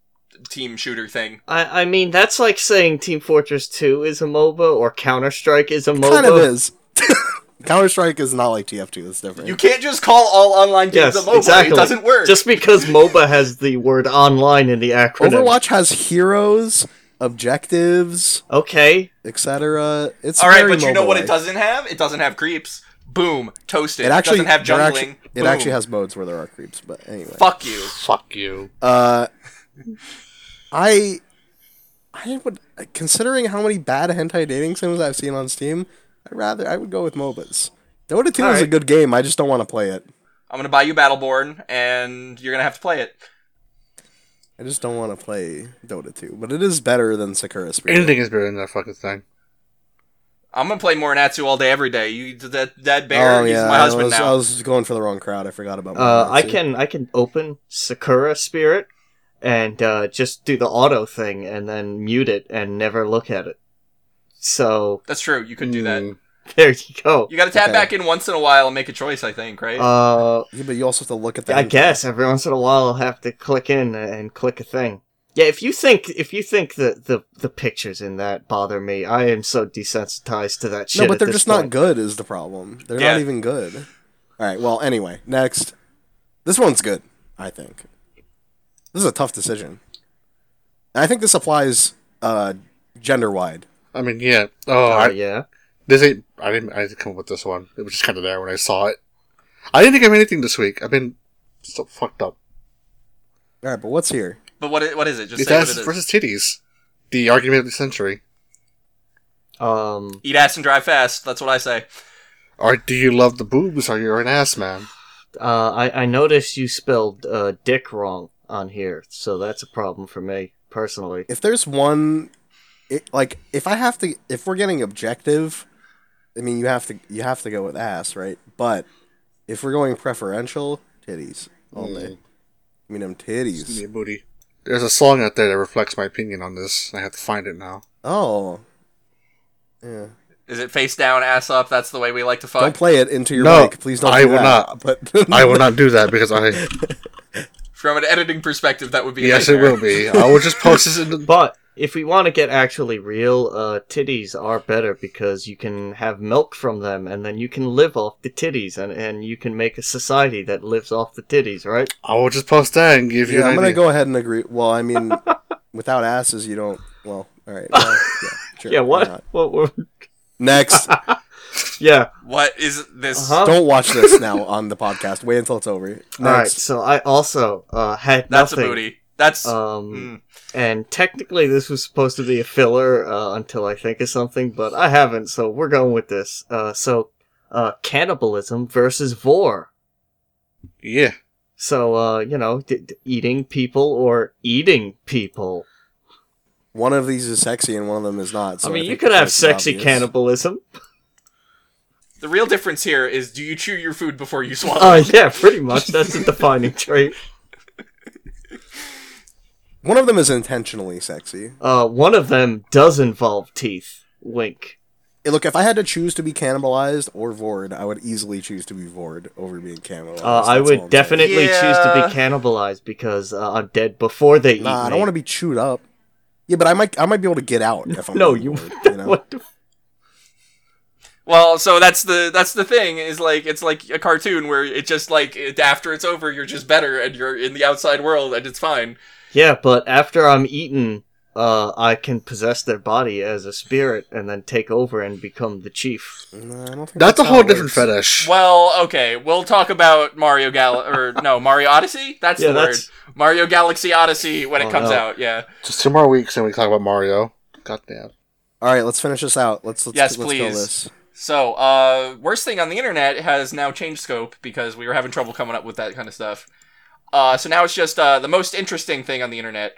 Speaker 1: team shooter thing.
Speaker 3: I, I mean, that's like saying Team Fortress Two is a MOBA or Counter Strike is a MOBA.
Speaker 2: Kind of is. Counter Strike is not like TF2. That's different.
Speaker 1: You can't just call all online games
Speaker 3: Yes,
Speaker 1: a MOBA.
Speaker 3: exactly.
Speaker 1: It doesn't work.
Speaker 3: Just because MOBA has the word online in the acronym.
Speaker 2: Overwatch has heroes, objectives,
Speaker 3: Okay.
Speaker 2: etc. It's
Speaker 1: all right,
Speaker 2: very
Speaker 1: but you know what it
Speaker 3: eh?
Speaker 2: MOBA-like.
Speaker 1: doesn't have? It doesn't have creeps. Boom, toasted.
Speaker 2: It actually
Speaker 1: doesn't have
Speaker 2: there actu-
Speaker 1: jungling.
Speaker 2: it
Speaker 1: Boom.
Speaker 2: actually has modes where there are creeps, but anyway.
Speaker 1: Fuck you.
Speaker 4: fuck you.
Speaker 2: Uh, I I would considering how many bad hentai dating sims I've seen on Steam, I'd rather I would go with MOBAs. Dota 2 is a
Speaker 1: Alright.
Speaker 2: good game. I just don't want to play it.
Speaker 1: I'm gonna buy you Battleborn, and you're gonna have to play it.
Speaker 2: I just don't want to play Dota 2, but it is better than Sakura Spirit.
Speaker 4: Anything is better than that fucking thing.
Speaker 1: I'm gonna play Morinatsu all day, every day. You that that bear,
Speaker 2: oh
Speaker 1: he's
Speaker 2: yeah,
Speaker 1: my
Speaker 2: I,
Speaker 1: husband
Speaker 2: was, I
Speaker 1: now.
Speaker 2: was going for the wrong crowd. I forgot about.
Speaker 3: Uh, I
Speaker 2: Morinatsu.
Speaker 3: can I can open Sakura Spirit and uh, just do the auto thing and then mute it and never look at it. So
Speaker 1: That's true. You could do that.
Speaker 4: Mm.
Speaker 3: there you go.
Speaker 1: You gotta tap
Speaker 2: Okay.
Speaker 1: back in once in a while and make a choice. I think, right?
Speaker 3: Uh,
Speaker 2: Yeah, but you also have to look at the.
Speaker 3: I
Speaker 2: hentai.
Speaker 3: guess every once in a while I'll have to click in and click a thing. Yeah, if you think if you think the, the, the pictures in that bother me, I am so desensitized to that shit.
Speaker 2: No, but
Speaker 3: at
Speaker 2: they're
Speaker 3: this
Speaker 2: just not
Speaker 3: point.
Speaker 2: good. Is the problem? They're
Speaker 1: Yeah.
Speaker 2: not even good. All right. Well, anyway, next. This one's good. I think. This is a tough decision. And I think this applies uh, gender wide.
Speaker 4: I mean, yeah. Oh,
Speaker 3: Oh
Speaker 4: I,
Speaker 3: yeah,
Speaker 4: this ain't. I didn't. I didn't come up with this one. It was just kind of there when I saw it. I didn't think of anything this week. I've been so fucked up.
Speaker 2: All right, but what's here?
Speaker 1: but what i- what is it? Just
Speaker 4: It's
Speaker 1: say what
Speaker 4: ass
Speaker 1: it is.
Speaker 4: versus titties. The argument of the century.
Speaker 3: um,
Speaker 1: Eat ass and drive fast. That's what I say.
Speaker 4: Or do you love the boobs? Or you're an ass man?
Speaker 3: uh, I I noticed you spelled uh, dick wrong on here, so that's a problem for me personally.
Speaker 2: If there's one it, like if I have to if we're getting objective, I mean you have to you have to go with ass, right? But if we're going preferential, titties all
Speaker 3: Mm.
Speaker 2: day. I mean them
Speaker 4: Give me
Speaker 2: titties.
Speaker 4: a booty. There's a song out there that reflects my opinion on this. I have to find it now.
Speaker 2: Oh. Yeah.
Speaker 5: Is it face down, ass up? That's the way we like to fuck.
Speaker 2: Don't play it into your
Speaker 4: No,
Speaker 2: mic, please don't.
Speaker 4: I
Speaker 2: do
Speaker 4: will
Speaker 2: that.
Speaker 4: not.
Speaker 2: But
Speaker 4: I will not do that because I
Speaker 5: From an editing perspective, that would be a
Speaker 4: yes, it
Speaker 5: nightmare.
Speaker 4: will be. I will just post this in the
Speaker 3: But if we want to get actually real, uh, titties are better because you can have milk from them, and then you can live off the titties, and, and you can make a society that lives off the titties, right?
Speaker 4: I will just post that and give you.
Speaker 2: yeah,
Speaker 4: an
Speaker 2: I'm gonna
Speaker 4: idea.
Speaker 2: go ahead and agree. Well, I mean, without asses, you don't. Well, all right. well, yeah, sure,
Speaker 3: Yeah.
Speaker 2: why
Speaker 3: What?
Speaker 2: not?
Speaker 3: What? what-
Speaker 2: Next,
Speaker 3: yeah.
Speaker 5: What is this?
Speaker 3: Uh-huh.
Speaker 2: don't watch this now on the podcast. Wait until it's over. Next.
Speaker 3: All right. So I also uh, had
Speaker 5: That's
Speaker 3: nothing.
Speaker 5: a booty. That's
Speaker 1: hmm.
Speaker 3: Um, and technically this was supposed to be a filler uh, until I think of something, but I haven't, so we're going with this. Uh, so, uh, cannibalism versus vor.
Speaker 4: Yeah,
Speaker 3: So, uh, you know, d- d- eating people or eating people.
Speaker 2: One of these is sexy and one of them is not. So
Speaker 3: I mean, you
Speaker 2: think
Speaker 3: could
Speaker 2: it's
Speaker 3: have
Speaker 2: like
Speaker 3: sexy
Speaker 2: obvious.
Speaker 3: cannibalism.
Speaker 5: the real difference here is do you chew your food before you swallow?
Speaker 3: Uh, yeah, pretty much. That's a defining trait.
Speaker 2: One of them is intentionally sexy.
Speaker 3: Uh, one of them does involve teeth. Wink.
Speaker 2: Eh, Look, if I had to choose to be cannibalized or vored, I would easily choose to be vored over being cannibalized.
Speaker 3: Uh, I
Speaker 2: That's all
Speaker 3: would
Speaker 2: I'm saying.
Speaker 3: definitely choose to
Speaker 5: Yeah.
Speaker 3: be cannibalized because uh, I'm dead before they eat
Speaker 2: Nah, I
Speaker 3: me.
Speaker 2: don't want to be chewed up. Yeah, but I might, I might be able to get out if I'm.
Speaker 3: No,
Speaker 2: being
Speaker 3: you.
Speaker 2: vored, know?
Speaker 3: what the
Speaker 5: Well, so that's the that's the thing is like it's like a cartoon where it just like it, after it's over you're just better and you're in the outside world and it's fine.
Speaker 3: Yeah, but after I'm eaten, uh, I can possess their body as a spirit and then take over and become the chief.
Speaker 2: Nah, I don't think
Speaker 4: that's a
Speaker 2: how
Speaker 4: whole
Speaker 2: it
Speaker 4: different
Speaker 2: works.
Speaker 4: fetish.
Speaker 5: Well, okay, we'll talk about Mario Gal or no Mario Odyssey. That's
Speaker 3: yeah,
Speaker 5: the
Speaker 3: that's
Speaker 5: word Mario Galaxy Odyssey when
Speaker 3: Oh,
Speaker 5: it comes
Speaker 3: no.
Speaker 5: out. Yeah,
Speaker 4: Just two more weeks and we talk about Mario. Goddamn.
Speaker 2: All right, let's finish this out. Let's let's
Speaker 5: Yes,
Speaker 2: let's kill
Speaker 5: please.
Speaker 2: this.
Speaker 5: So, uh, worst thing on the internet has now changed scope because we were having trouble coming up with that kind of stuff. Uh, so now it's just uh, the most interesting thing on the internet.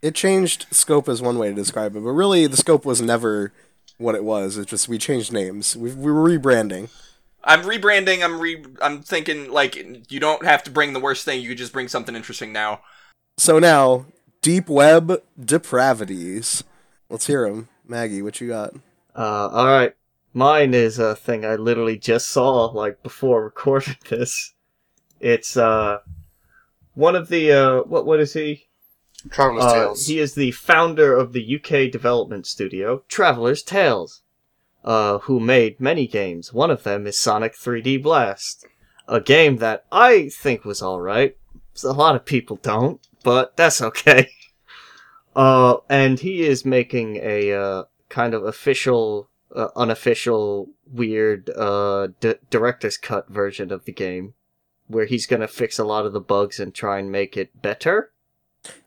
Speaker 2: It changed scope is one way to describe it, but really the scope was never what it was. It's just we changed names. We we were rebranding.
Speaker 5: I'm rebranding. I'm re. I'm thinking like you don't have to bring the worst thing. You could just bring something interesting now.
Speaker 2: So now deep web depravities. Let's hear them, Maggie. What you got?
Speaker 3: uh, all right. Mine is a thing I literally just saw like before recording this. It's uh, one of the uh, what what is he?
Speaker 4: Traveler's
Speaker 3: Uh,
Speaker 4: Tales.
Speaker 3: He is the founder of the UK development studio Traveler's Tales, uh, who made many games. One of them is Sonic 3D Blast, a game that I think was alright. A lot of people don't, but that's okay. Uh, and he is making a uh, kind of official, uh, unofficial, weird uh, d- director's cut version of the game, where he's going to fix a lot of the bugs and try and make it better.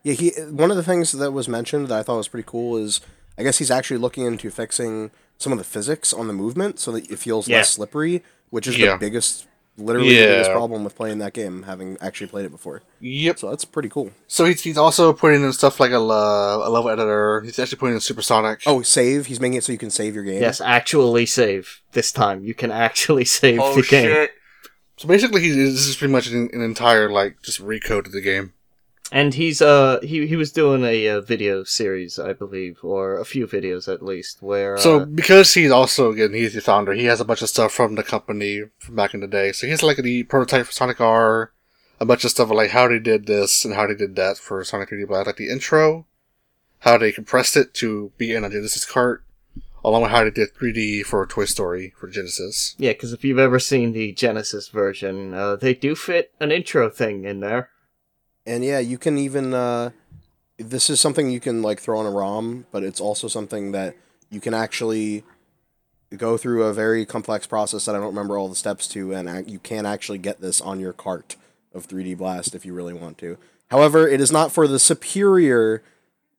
Speaker 2: Yeah, he. One of the things that was mentioned that I thought was pretty cool is I guess he's actually looking into fixing some of the physics on the movement so that it feels
Speaker 3: Yeah.
Speaker 2: less slippery, which is
Speaker 4: Yeah.
Speaker 2: the biggest, literally the biggest
Speaker 4: Yeah.
Speaker 2: problem with playing that game, having actually played it before.
Speaker 4: yep.
Speaker 2: So that's pretty cool.
Speaker 4: So he's, he's also putting in stuff like a, lo- a level editor. He's actually putting in Supersonic.
Speaker 2: Oh, save. He's making it so you can save your game.
Speaker 3: Yes, actually save this time. You can actually save
Speaker 5: Oh,
Speaker 3: the game.
Speaker 4: So basically, he's, this is pretty much an, an entire, like, just recode of the game.
Speaker 3: And he's uh he he was doing a, uh video series, I believe, or a few videos at least, where uh,
Speaker 4: So because he's also, again, he's the founder, he has a bunch of stuff from the company from back in the day. So he has, like, the prototype for Sonic R, a bunch of stuff like how they did this and how they did that for Sonic 3D Blast, like the intro, how they compressed it to be in a Genesis cart, along with how they did 3D for Toy Story for Genesis.
Speaker 3: yeah, because if you've ever seen the Genesis version, uh, they do fit an intro thing in there.
Speaker 2: And yeah, you can even uh, this is something you can like throw in a ROM, but it's also something that you can actually go through a very complex process that I don't remember all the steps to, and ac- you can actually get this on your cart of 3D Blast if you really want to. However, it is not for the superior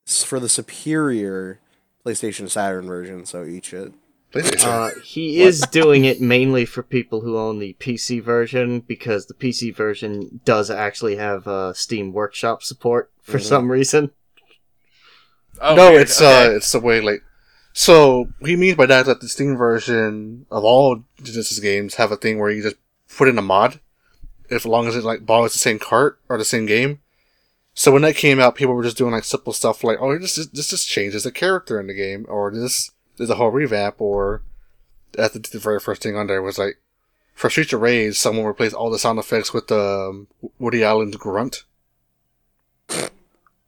Speaker 2: for the superior PlayStation Saturn version, so eat shit.
Speaker 4: PlayStation.
Speaker 3: Uh, he is doing it mainly for people who own the PC version because the PC version
Speaker 5: Mm-hmm.
Speaker 3: does actually have uh, Steam Workshop support for some reason.
Speaker 5: Oh,
Speaker 4: no,
Speaker 5: weird.
Speaker 4: it's
Speaker 5: Okay.
Speaker 4: uh, it's the way like. So he means by that is that the Steam version of all Genesis games have a thing where you just put in a mod, if as long as it like borrows the same cart or the same game. So when that came out, people were just doing like simple stuff like, oh, this just, this just changes the character in the game, or this is a whole revamp, or at the, the very first thing on there was like, for Future Rage, someone replaced all the sound effects with the um, Woody Allen's grunt.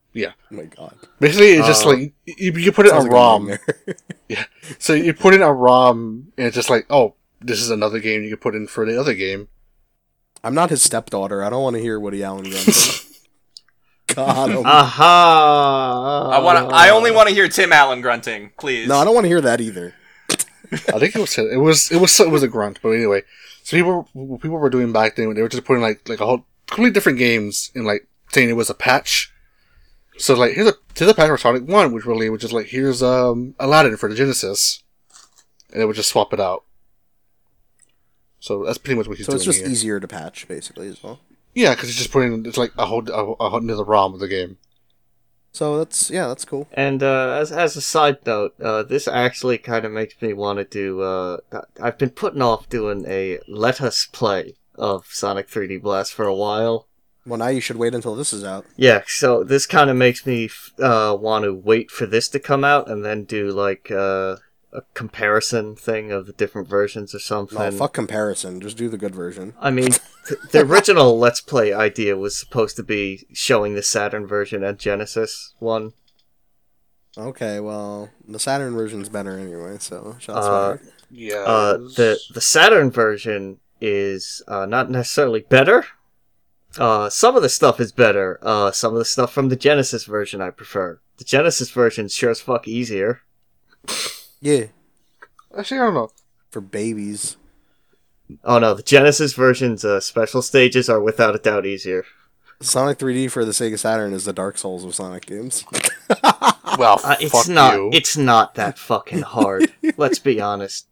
Speaker 2: Oh my god.
Speaker 4: Basically, it's just
Speaker 3: Oh.
Speaker 4: like you, you put it
Speaker 2: Sounds
Speaker 4: on
Speaker 2: like a
Speaker 4: ROM.
Speaker 2: nightmare.
Speaker 4: So you put in a ROM, and it's just like, oh, this is another game you can put in for the other game.
Speaker 2: I'm not his stepdaughter. I don't want to hear Woody Allen grunt. God.
Speaker 4: Ah,
Speaker 2: oh my-
Speaker 3: Aha!
Speaker 5: I want. I only want to hear Tim Allen grunting, please.
Speaker 2: no, I don't want to hear that either.
Speaker 4: I think it was it was it was it was a grunt, but anyway. So people what people were doing back then. They were just putting like like a whole completely different games and like saying it was a patch. So like here's a here's a patch for Sonic One, which really was just like here's um Aladdin for the Genesis, and they would just swap it out. So that's pretty much what he's
Speaker 2: So
Speaker 4: doing.
Speaker 2: it's just
Speaker 4: here.
Speaker 2: easier to patch, basically, as well.
Speaker 4: yeah, because he's just putting it's like a whole a, a whole another ROM of the game.
Speaker 2: So that's yeah, that's cool.
Speaker 3: And uh, as as a side note, uh, this actually kind of makes me want to do. Uh, I've been putting off doing a let us play of Sonic 3D Blast for a while.
Speaker 2: Well, now you should wait until this is out.
Speaker 3: Yeah, so this kind of makes me uh, want to wait for this to come out and then do like uh, a comparison thing of the different versions or something.
Speaker 2: No, Oh, fuck comparison. Just do the good version.
Speaker 3: I mean, th- the original Let's Play idea was supposed to be showing the Saturn version and Genesis one.
Speaker 2: Okay, well, the Saturn version's better anyway, so shots
Speaker 3: Uh,
Speaker 2: fired.
Speaker 4: Yeah.
Speaker 3: Uh, the the Saturn version is uh, not necessarily better. Uh, some of the stuff is better. Uh, some of the stuff from the Genesis version I prefer. The Genesis version sure as fuck easier.
Speaker 2: Yeah,
Speaker 4: Actually, I don't know.
Speaker 2: for babies.
Speaker 3: Oh no, the Genesis version's uh, special stages are without a doubt easier.
Speaker 2: Sonic 3D for the Sega Saturn is the Dark Souls of Sonic games.
Speaker 4: Well,
Speaker 3: Uh, it's
Speaker 4: fuck
Speaker 3: not.
Speaker 4: you.
Speaker 3: It's not that fucking hard. let's be honest.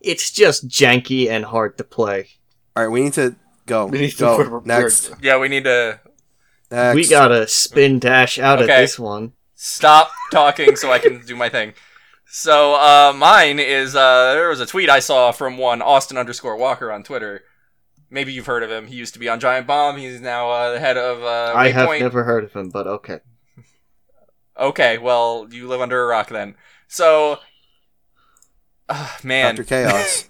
Speaker 3: It's just janky and hard to play.
Speaker 2: All right, we need to go.
Speaker 4: We need to-
Speaker 2: go.
Speaker 4: we're-
Speaker 2: Next,
Speaker 4: we're-
Speaker 5: Yeah, we need to
Speaker 2: next.
Speaker 3: We gotta spin dash out of
Speaker 5: Okay.
Speaker 3: this one.
Speaker 5: stop talking so I can do my thing. So uh, mine is uh, there was a tweet I saw from one Austin underscore Walker on Twitter. Maybe you've heard of him. He used to be on Giant Bomb. He's now uh, the head of uh,
Speaker 3: I have
Speaker 5: Waypoint.
Speaker 3: never heard of him, but okay.
Speaker 5: Okay, well you live under a rock then. So, Ah, man,
Speaker 2: Dr. Chaos.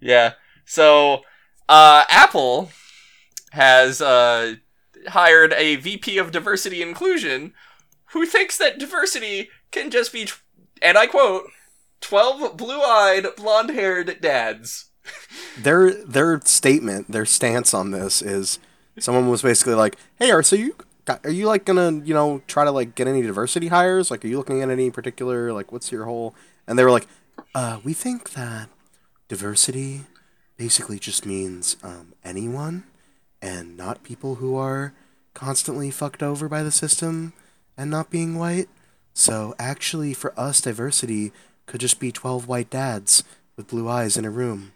Speaker 5: Yeah. So, uh, Apple has uh, hired a VP of diversity inclusion who thinks that diversity can just be, tw- and I quote, 12 blue eyed, blonde haired dads.
Speaker 2: their their statement, their stance on this is someone was basically like, "Hey, are so you got- are you like gonna you know try to like get any diversity hires? Like, are you looking at any particular like what's your whole?" And they were like, "Uh, we think that diversity basically just means um, anyone and not people who are constantly fucked over by the system and not being white. So actually, for us, diversity could just be twelve white dads with blue eyes in a room."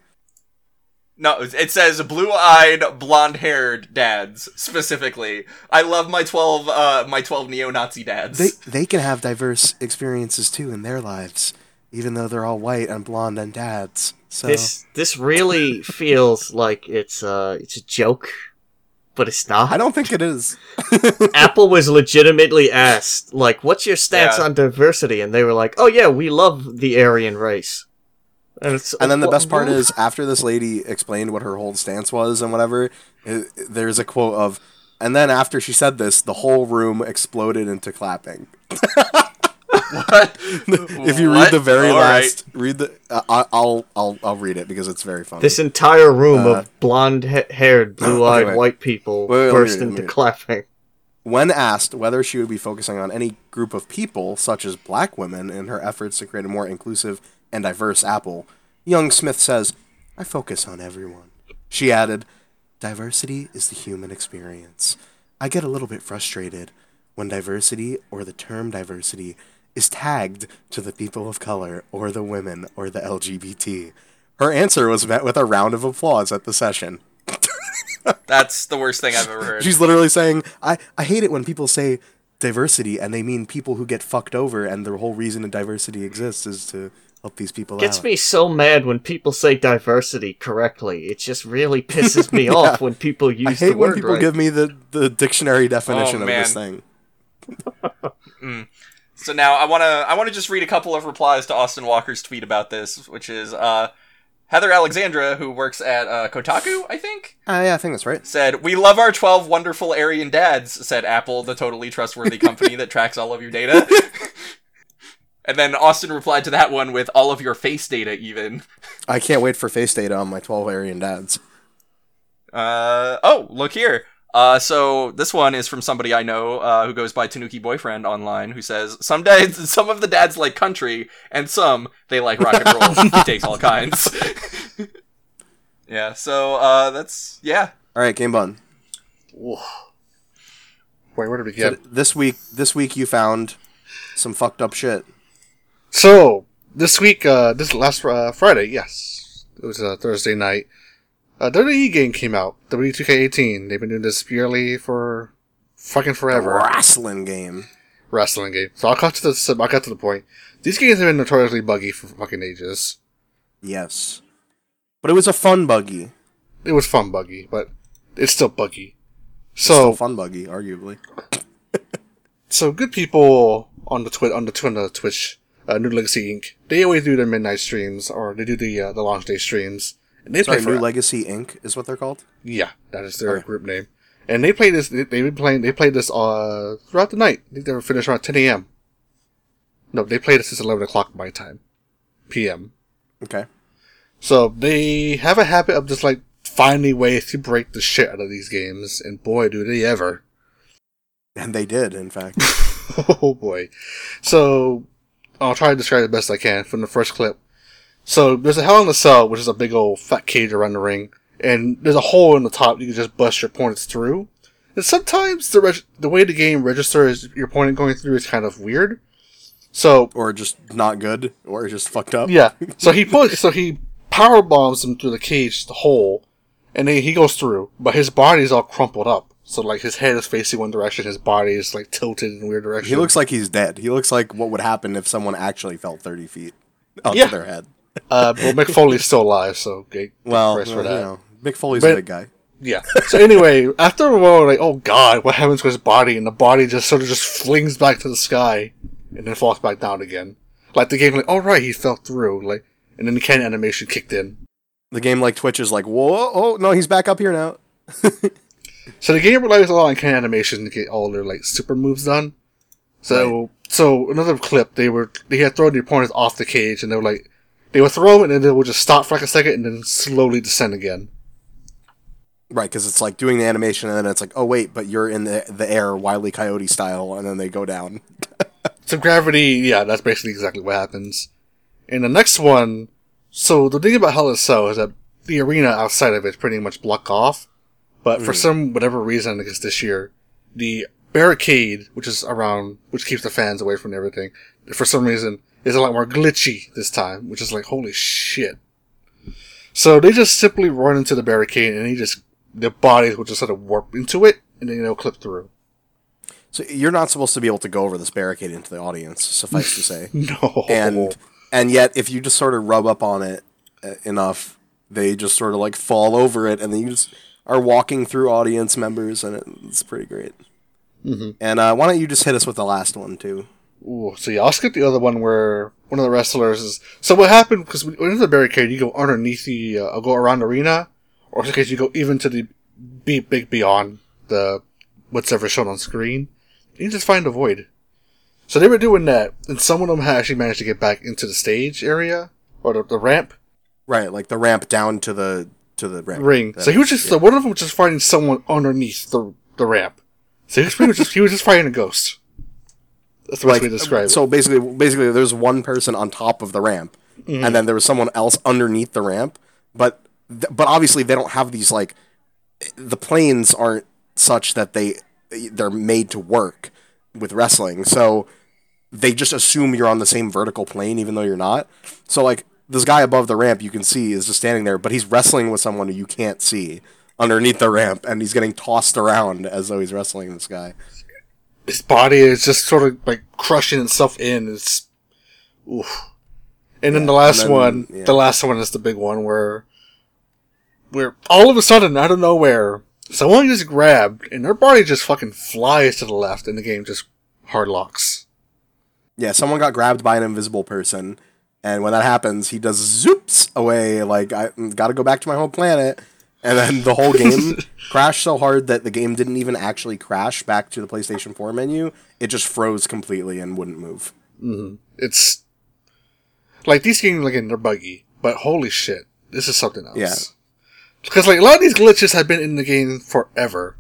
Speaker 5: No, it says blue eyed, blonde haired dads specifically. I love my 12, uh, my 12 neo Nazi dads.
Speaker 2: they they can have diverse experiences too in their lives, even though they're all white and blonde and dads. So
Speaker 3: This this really feels like it's uh it's a joke, but it's
Speaker 2: I
Speaker 3: not.
Speaker 2: don't think it is.
Speaker 3: Apple was legitimately asked, like, "What's your stance
Speaker 5: Yeah.
Speaker 3: on diversity?" And they were like, "Oh yeah, we love the Aryan race." And, it's,
Speaker 2: And then the best part
Speaker 3: what?
Speaker 2: is after this lady explained what her whole stance was and whatever, i there's a quote of, and then after she said this, the whole room exploded into clapping.
Speaker 5: What?
Speaker 2: if you read
Speaker 5: What?
Speaker 2: the very
Speaker 5: All right.
Speaker 2: last, read the uh, I- I'll I'll I'll read it because it's very funny.
Speaker 3: This entire room
Speaker 2: Uh,
Speaker 3: of blonde-haired, blue-eyed
Speaker 2: okay, wait.
Speaker 3: white people
Speaker 2: Wait, wait, let me
Speaker 3: burst
Speaker 2: read it, let me
Speaker 3: into
Speaker 2: read it.
Speaker 3: clapping.
Speaker 2: When asked whether she would be focusing on any group of people, such as black women, in her efforts to create a more inclusive and diverse Apple, young Smith says, I focus on everyone. She added, Diversity is the human experience. I get a little bit frustrated when diversity or the term diversity is tagged to the people of color or the women or the LGBT. Her answer was met with a round of applause at the session.
Speaker 5: That's the worst thing I've ever heard.
Speaker 2: She's literally saying, I, I hate it when people say diversity, and they mean people who get fucked over, and the whole reason that diversity exists is to help these people
Speaker 3: Gets
Speaker 2: out.
Speaker 3: me so mad when people say diversity correctly. It just really pisses me off when people use
Speaker 2: I hate
Speaker 3: the word
Speaker 2: when people
Speaker 3: right.
Speaker 2: give me the, the dictionary definition
Speaker 1: Oh,
Speaker 2: of this
Speaker 1: man.
Speaker 2: thing.
Speaker 1: So now I want to I want to just read a couple of replies to Austin Walker's tweet about this, which is uh, Heather Alexandra, who works at uh, Kotaku, I think,
Speaker 2: Uh, yeah, I think that's right.
Speaker 1: said, "We love our twelve wonderful Aryan dads," said Apple, the totally trustworthy company that tracks all of your data. and then Austin replied to that one with all of your face data, even.
Speaker 2: I can't wait for face data on my 12 Aryan dads.
Speaker 1: Uh, oh, look here. Uh, so this one is from somebody I know uh, who goes by Tanuki Boyfriend online, who says some dads, some of the dads like country, and some they like rock and roll. he takes all kinds. yeah. So uh, that's yeah.
Speaker 2: All right, game bun.
Speaker 4: Whoa. Wait, where did we get?
Speaker 2: Th- This week, this week you found some fucked up shit.
Speaker 4: So this week, uh, this last uh, Friday, yes, it was uh, Thursday night. Uh, A WWE E game came out, E W2K18. They've been doing this yearly for fucking forever.
Speaker 2: Wrestling game.
Speaker 4: Wrestling game. So I'll cut to the I'll cut to the point. These games have been notoriously buggy for fucking ages.
Speaker 2: Yes, but it was a fun buggy.
Speaker 4: It was fun buggy, but it's still buggy. So
Speaker 2: Still fun buggy, arguably.
Speaker 4: so good people on the twit on the, twi- on the Twitch, uh, New Legacy Inc. They always do their midnight streams or they do the uh, the launch day streams. And they
Speaker 2: Sorry,
Speaker 4: play for
Speaker 2: New Legacy Inc. is what they're called.
Speaker 4: Yeah, that is their
Speaker 2: Okay.
Speaker 4: group name. And they play this. They've been playing. They played this uh throughout the night. I think they were finished around 10 a.m. No, they played this since 11 o'clock my time, p.m.
Speaker 2: Okay.
Speaker 4: So they have a habit of just like finding ways to break the shit out of these games, and boy, do they ever!
Speaker 2: And they did, in fact.
Speaker 4: oh boy. So I'll try to describe it best I can from the first clip. So there's a Hell in a Cell, which is a big old fat cage around the ring, and there's a hole in the top you can just bust your opponents through. And sometimes the reg- the way the game registers your opponent going through is kind of weird. So
Speaker 2: or just not good, or just fucked up.
Speaker 4: yeah, so he pulls, so he power bombs him through the cage, the hole, and then he goes through. But his body's all crumpled up, so like his head is facing one direction, his body is like tilted in a weird direction.
Speaker 2: He looks like he's dead. He looks like what would happen if someone actually fell 30 feet up
Speaker 4: Yeah.
Speaker 2: to their head.
Speaker 4: Uh, but Mick Foley's still alive, so okay.
Speaker 2: Well,
Speaker 4: rest for
Speaker 2: well, you
Speaker 4: that.
Speaker 2: know, Mick Foley's a
Speaker 4: But-
Speaker 2: big guy.
Speaker 4: Yeah. So anyway, after a while, like, oh god, what happens to his body? And the body just sort of just flings back to the sky, and then falls back down again. Like the game, like, oh right, he fell through. Like, and then the can animation kicked in.
Speaker 2: The game like Twitch is like, whoa, oh no, he's back up here now.
Speaker 4: So the game relies a lot on can animation to get all their like super moves done. So so another clip, they were they had thrown the opponents off the cage, and they were like, they would throw them, and then they would just stop for like a second, and then slowly descend again.
Speaker 2: Right, because it's like doing the animation, and then it's like, oh wait, but you're in the the air, Wily Coyote style, and then they go down.
Speaker 4: So gravity, yeah, that's basically exactly what happens. In the next one, so the thing about Hell in a Cell is that the arena outside of it's pretty much blocked off, but for some whatever reason, I guess this year, the barricade, which is around, which keeps the fans away from everything, for some reason, is a lot more glitchy this time, which is like holy shit. So they just simply run into the barricade, and they just their bodies will just sort of warp into it, and then they'll clip through.
Speaker 2: So you're not supposed to be able to go over this barricade into the audience. Suffice to say.
Speaker 4: No,
Speaker 2: and and yet if you just sort of rub up on it uh, enough they just sort of like fall over it and then you just are walking through audience members and it, it's pretty great mm-hmm. and uh, why don't you just hit us with the last one too
Speaker 4: Ooh, so yeah, I'll skip the other one where one of the wrestlers is. So what happened? Because when you're in the barricade, you go underneath the, uh, go around the arena, or in case you go even to the be big beyond the what's ever shown on screen. You just find a void. So they were doing that, and some of them had actually managed to get back into the stage area or the, the ramp
Speaker 2: right like the ramp down to the to the ramp.
Speaker 4: ring. So he was just so one of them was just fighting someone underneath the the ramp. So he was, pretty much just he was just fighting a ghost. That's the best way to describe it.
Speaker 2: so basically basically there's one person on top of the ramp and then there was someone else underneath the ramp but th- but obviously they don't have these like the planes aren't such that they they're made to work with wrestling so they just assume you're on the same vertical plane even though you're not so like this guy above the ramp you can see is just standing there but he's wrestling with someone who you can't see underneath the ramp and he's getting tossed around as though he's wrestling this guy
Speaker 4: his body is just sort of like crushing itself in. It's, oof. And then the last
Speaker 2: and then-
Speaker 4: one,
Speaker 2: yeah.
Speaker 4: the last one is the big one where, where all of a sudden, out of nowhere, someone gets grabbed and their body just fucking flies to the left, and the game just hard locks.
Speaker 2: Yeah, someone got grabbed by an invisible person, and when that happens, he does zoops away. Like I got to go back to my home planet, and then the whole game crashed so hard that the game didn't even actually crash back to the PlayStation Four menu. It just froze completely and wouldn't move.
Speaker 4: hmm It's like these games again, they're buggy, but holy shit, this is something else.
Speaker 2: Yeah.
Speaker 4: Because like a lot of these glitches have been in the game forever,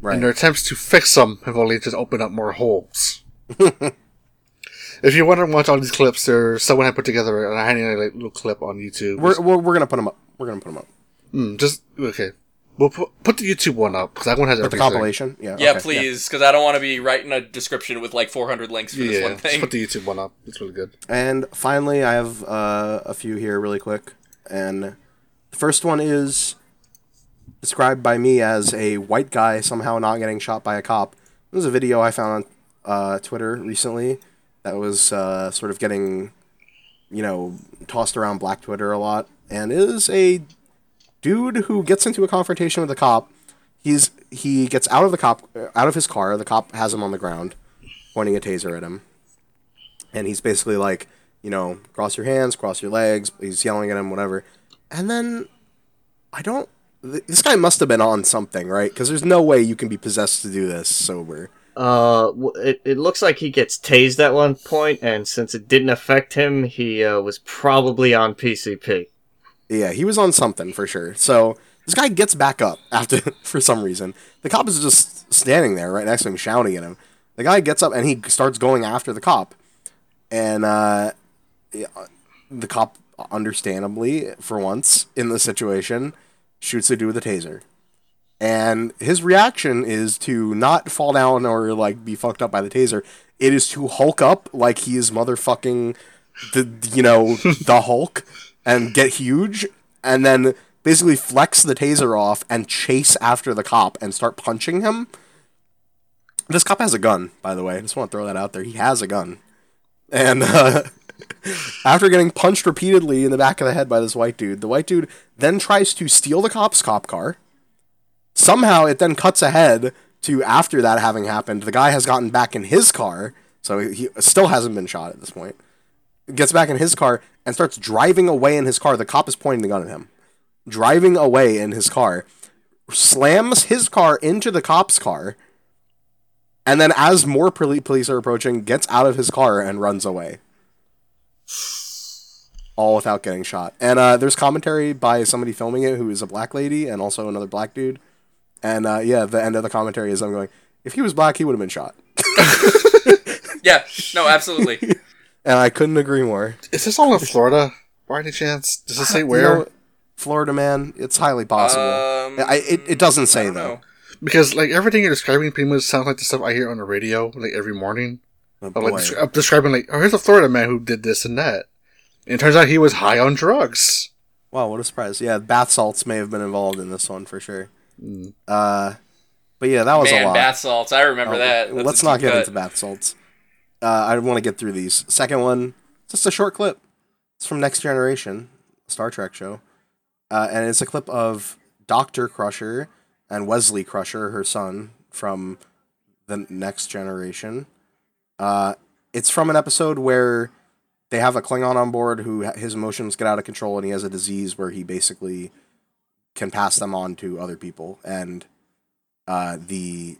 Speaker 2: Right.
Speaker 4: and their attempts to fix them have only just opened up more holes. if you want to watch all these clips, there's someone had put together a tiny like, little clip on YouTube.
Speaker 2: we're, we're we're gonna put them up. We're gonna put them up.
Speaker 4: Mm, just okay. We'll put, put the YouTube one up because that one has
Speaker 2: The
Speaker 4: everything.
Speaker 2: compilation. Yeah.
Speaker 1: Yeah,
Speaker 2: okay,
Speaker 1: please, because I don't want to be writing a description with like 400 links for
Speaker 4: Yeah,
Speaker 1: this one
Speaker 4: just put
Speaker 1: thing.
Speaker 4: the YouTube one up. It's really good.
Speaker 2: And finally, I have uh, a few here really quick. And the first one is described by me as a white guy somehow not getting shot by a cop. There was a video I found on uh, Twitter recently that was uh, sort of getting, you know, tossed around Black Twitter a lot. And it is a dude who gets into a confrontation with a cop. He's he gets out of the cop out of his car. The cop has him on the ground, pointing a taser at him and he's basically like, you know, cross your hands, cross your legs. He's yelling at him, whatever. And then I don't. th- This guy must have been on something, right? Because there's no way you can be possessed to do this sober.
Speaker 3: Uh, w- it, it looks like he gets tased at one point, and since it didn't affect him, he uh, was probably on PCP.
Speaker 2: Yeah, he was on something for sure. So this guy gets back up after for some reason. The cop is just standing there right next to him, shouting at him. The guy gets up and he starts going after the cop, and uh, yeah, the cop, understandably for once in the situation, shoots the dude with a taser. And his reaction is to not fall down or like be fucked up by the taser. It is to Hulk up like he is motherfucking the you know the Hulk and get huge and then basically flex the taser off and chase after the cop and start punching him. This cop has a gun, by the way. I just want to throw that out there. He has a gun. And uh, after getting punched repeatedly in the back of the head by this white dude, the white dude then tries to steal the cop's cop car. Somehow it then cuts ahead to after that having happened. The guy has gotten back in his car, so he still hasn't been shot at this point. Gets back in his car and starts driving away in his car. The cop is pointing the gun at him. Driving away in his car, slams his car into the cop's car, and then as more poli- police are approaching, gets out of his car and runs away all without getting shot. And uh, there's commentary by somebody filming it who is a black lady and also another black dude. And uh, yeah, the end of the commentary is I'm going, if he was black, he would have been shot.
Speaker 1: yeah, no, absolutely.
Speaker 2: And I couldn't agree more.
Speaker 4: Is this all in Florida by any chance? Does it say
Speaker 2: You
Speaker 4: where?
Speaker 2: know, Florida man, it's highly possible.
Speaker 1: Um,
Speaker 2: I, it, it doesn't say
Speaker 1: don't
Speaker 2: though.
Speaker 4: Because like everything you're describing pretty much sounds like the stuff I hear on the radio like every morning.
Speaker 2: Oh,
Speaker 4: Of, like
Speaker 2: boy.
Speaker 4: descri- of describing like, oh, here's a Florida man who did this and that, and it turns out he was high on drugs.
Speaker 2: Wow, what a surprise. Yeah, bath salts may have been involved in this one for sure.
Speaker 4: Mm.
Speaker 2: Uh, but yeah, that was a
Speaker 1: Man,
Speaker 2: lot.
Speaker 1: bath salts. I remember
Speaker 2: Oh,
Speaker 1: that. That's
Speaker 2: Let's
Speaker 1: a
Speaker 2: not
Speaker 1: deep
Speaker 2: get
Speaker 1: cut.
Speaker 2: into bath salts. Uh, I want to get through these. Second one, just a short clip. It's from Next Generation, Star Trek show, uh, and it's a clip of Doctor Crusher and Wesley Crusher, her son, from the Next Generation. Uh, it's from an episode where they have a Klingon on board who his emotions get out of control, and he has a disease where he basically can pass them on to other people. And uh, the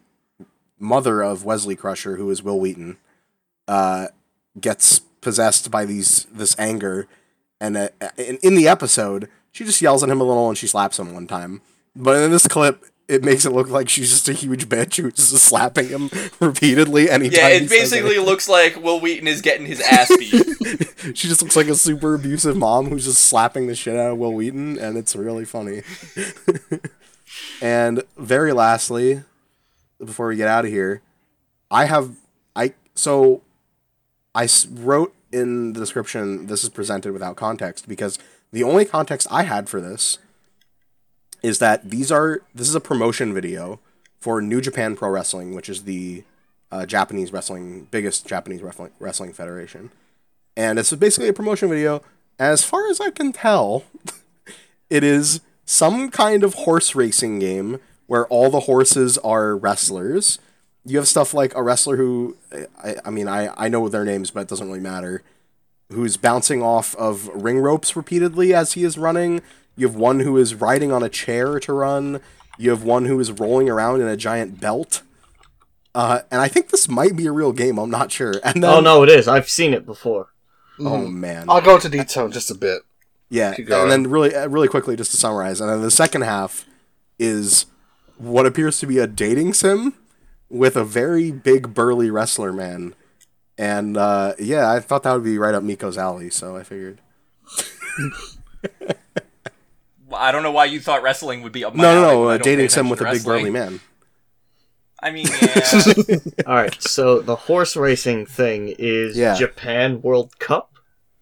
Speaker 2: mother of Wesley Crusher, who is Will Wheaton, uh, gets possessed by these this anger, and uh, in, in the episode, she just yells at him a little and she slaps him one time. But in this clip, it makes it look like she's just a huge bitch who's just slapping him repeatedly. Anytime
Speaker 1: Yeah,
Speaker 2: he
Speaker 1: it
Speaker 2: says
Speaker 1: basically looks like Will Wheaton is getting his ass beat.
Speaker 2: she just looks like a super abusive mom who's just slapping the shit out of Will Wheaton, and it's really funny. and very lastly, before we get out of here, I have I so I s- wrote in the description this is presented without context because the only context I had for this is that these are this is a promotion video for New Japan Pro Wrestling, which is the uh, Japanese wrestling, biggest Japanese wrestling wrestling federation, and it's basically a promotion video. As far as I can tell, it is some kind of horse racing game where all the horses are wrestlers. You have stuff like a wrestler who, I, I mean, I, I know their names, but it doesn't really matter who's bouncing off of ring ropes repeatedly as he is running. You have one who is riding on a chair to run. You have one who is rolling around in a giant belt. Uh, and I think this might be a real game. I'm not sure. And then,
Speaker 3: oh no, it is. I've seen it before.
Speaker 2: oh man,
Speaker 4: I'll go into detail in just a bit.
Speaker 2: yeah.
Speaker 4: keep
Speaker 2: And
Speaker 4: going.
Speaker 2: then really, uh, really quickly, just to summarize, and then the second half is what appears to be a dating sim with a very big burly wrestler man. And uh, yeah, I thought that would be right up Miko's alley, so I figured.
Speaker 1: I don't know why you thought wrestling would be up my
Speaker 2: No, no,
Speaker 1: alley,
Speaker 2: no,
Speaker 1: but I
Speaker 2: uh,
Speaker 1: don't pay
Speaker 2: dating sim with a
Speaker 1: attention
Speaker 2: big
Speaker 1: to
Speaker 2: burly
Speaker 1: wrestling.
Speaker 2: man.
Speaker 1: I mean, yeah.
Speaker 3: All right, so the horse racing thing is
Speaker 2: Yeah.
Speaker 3: Japan World Cup.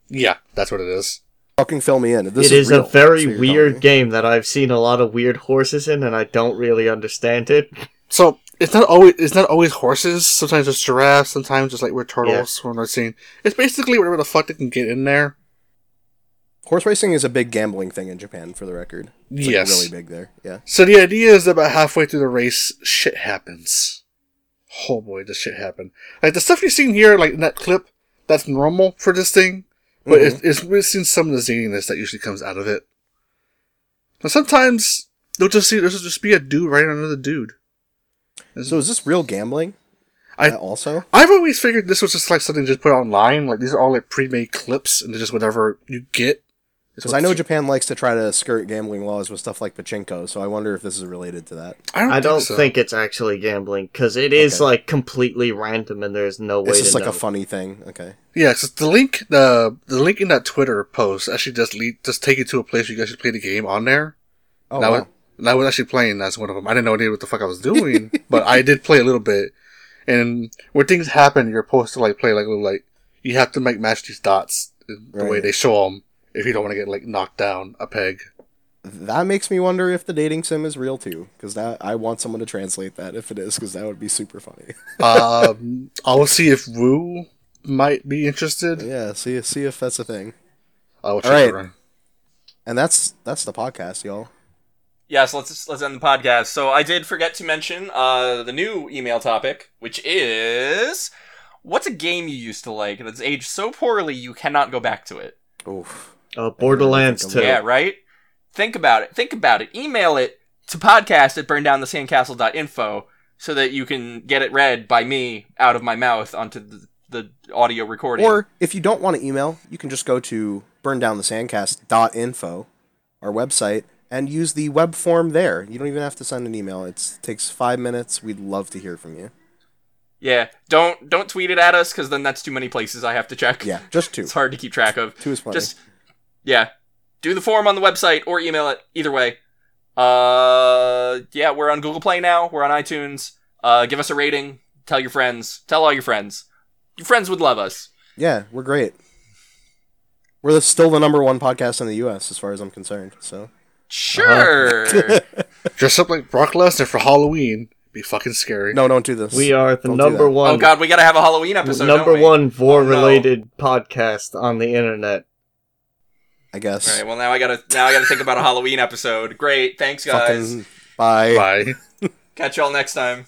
Speaker 4: Yeah, that's what it is.
Speaker 2: Fucking fill me in. This
Speaker 3: it is,
Speaker 2: real.
Speaker 3: a very
Speaker 2: So you're
Speaker 3: weird
Speaker 2: telling me.
Speaker 3: game that I've seen a lot of weird horses in, and I don't really understand it.
Speaker 4: So it's not always it's not always horses. Sometimes it's giraffes. Sometimes it's like we're turtles when we're seeing. It's basically whatever the fuck they can get in there.
Speaker 2: Horse racing is a big gambling thing in Japan, for the record. It's like,
Speaker 4: yes.
Speaker 2: really big there. Yeah.
Speaker 4: So the idea is that about halfway through the race, shit happens. Oh boy, does shit happen. Like the stuff you're seeing here, like in that clip, that's normal for this thing. But it's, it's we've seen some of the zaniness that usually comes out of it. Now sometimes they'll just see there'll just be a dude right under the dude.
Speaker 2: So is this real gambling?
Speaker 4: I-
Speaker 2: Uh, also.
Speaker 4: I've always figured this was just like something just put online. Like these are all like pre-made clips, and they're just whatever you get. is
Speaker 2: Because
Speaker 4: what
Speaker 2: I know
Speaker 4: you-
Speaker 2: Japan likes to try to skirt gambling laws with stuff like pachinko, so I wonder if this is related to that.
Speaker 4: I don't,
Speaker 3: I don't
Speaker 4: so.
Speaker 3: think it's actually gambling because it is
Speaker 2: Okay.
Speaker 3: like completely random, and there's no way
Speaker 2: It's
Speaker 3: to
Speaker 2: just like
Speaker 3: know.
Speaker 2: a funny thing. Okay.
Speaker 4: Yeah, 'cause the link, the the link in that Twitter post actually does lead, just take you to a place where you guys should play the game on there.
Speaker 2: Oh,
Speaker 4: and, I
Speaker 2: wow.
Speaker 4: was, and I was actually playing. That's one of them. I didn't know any of what the fuck I was doing, but I did play a little bit. And when things happen, you're supposed to like play like little like you have to like match these dots the way
Speaker 2: Right.
Speaker 4: they show them if you don't want to get like knocked down a peg.
Speaker 2: that makes me wonder if the dating sim is real too, because that I want someone to translate that if it is, because that would be super funny.
Speaker 4: um, I'll see if Wu might be interested.
Speaker 2: yeah. See, see if that's a thing.
Speaker 4: I will check
Speaker 2: Alright.
Speaker 4: around.
Speaker 2: And that's that's the podcast, y'all.
Speaker 1: yeah, so let's let's end the podcast. So I did forget to mention uh, the new email topic, which is what's a game you used to like that's aged so poorly you cannot go back to it.
Speaker 2: Oof.
Speaker 3: Uh, Borderlands
Speaker 2: I'm-
Speaker 3: Two.
Speaker 1: Yeah, right? Think about it. Think about it. Email it to podcast at burndownthesandcastle.info so that you can get it read by me out of my mouth onto the, the audio recording.
Speaker 2: Or if you don't want to email, you can just go to burndownthesandcast.info, our website, and use the web form there. You don't even have to send an email. It takes five minutes. We'd love to hear from you.
Speaker 1: yeah, don't don't tweet it at us because then that's too many places I have to check.
Speaker 2: Yeah, just two.
Speaker 1: it's hard to keep track of.
Speaker 2: Two is plenty.
Speaker 1: Just yeah, do the form on the website or email it. Either way, uh, yeah, we're on Google Play now. We're on iTunes. Uh, give us a rating. Tell your friends. Tell all your friends. Your friends would love us.
Speaker 2: yeah, we're great. We're the, still the number one podcast in the U.S. as far as I'm concerned. So
Speaker 1: Sure.
Speaker 3: Uh-huh.
Speaker 4: Dress up like Brock Lesnar for Halloween. Be fucking scary.
Speaker 2: no, don't do this.
Speaker 3: We are the
Speaker 2: Don't do
Speaker 3: number
Speaker 1: oh
Speaker 2: that.
Speaker 3: one,
Speaker 1: god, we gotta have a Halloween episode.
Speaker 3: number
Speaker 1: don't we?
Speaker 3: one
Speaker 1: Oh, no.
Speaker 3: vor-related podcast on the internet.
Speaker 2: I
Speaker 1: All
Speaker 2: guess.
Speaker 1: right. Well, now I gotta now I gotta think about a Halloween episode. Great. Thanks, guys.
Speaker 2: Fucking bye.
Speaker 4: Bye.
Speaker 1: Catch y'all next time.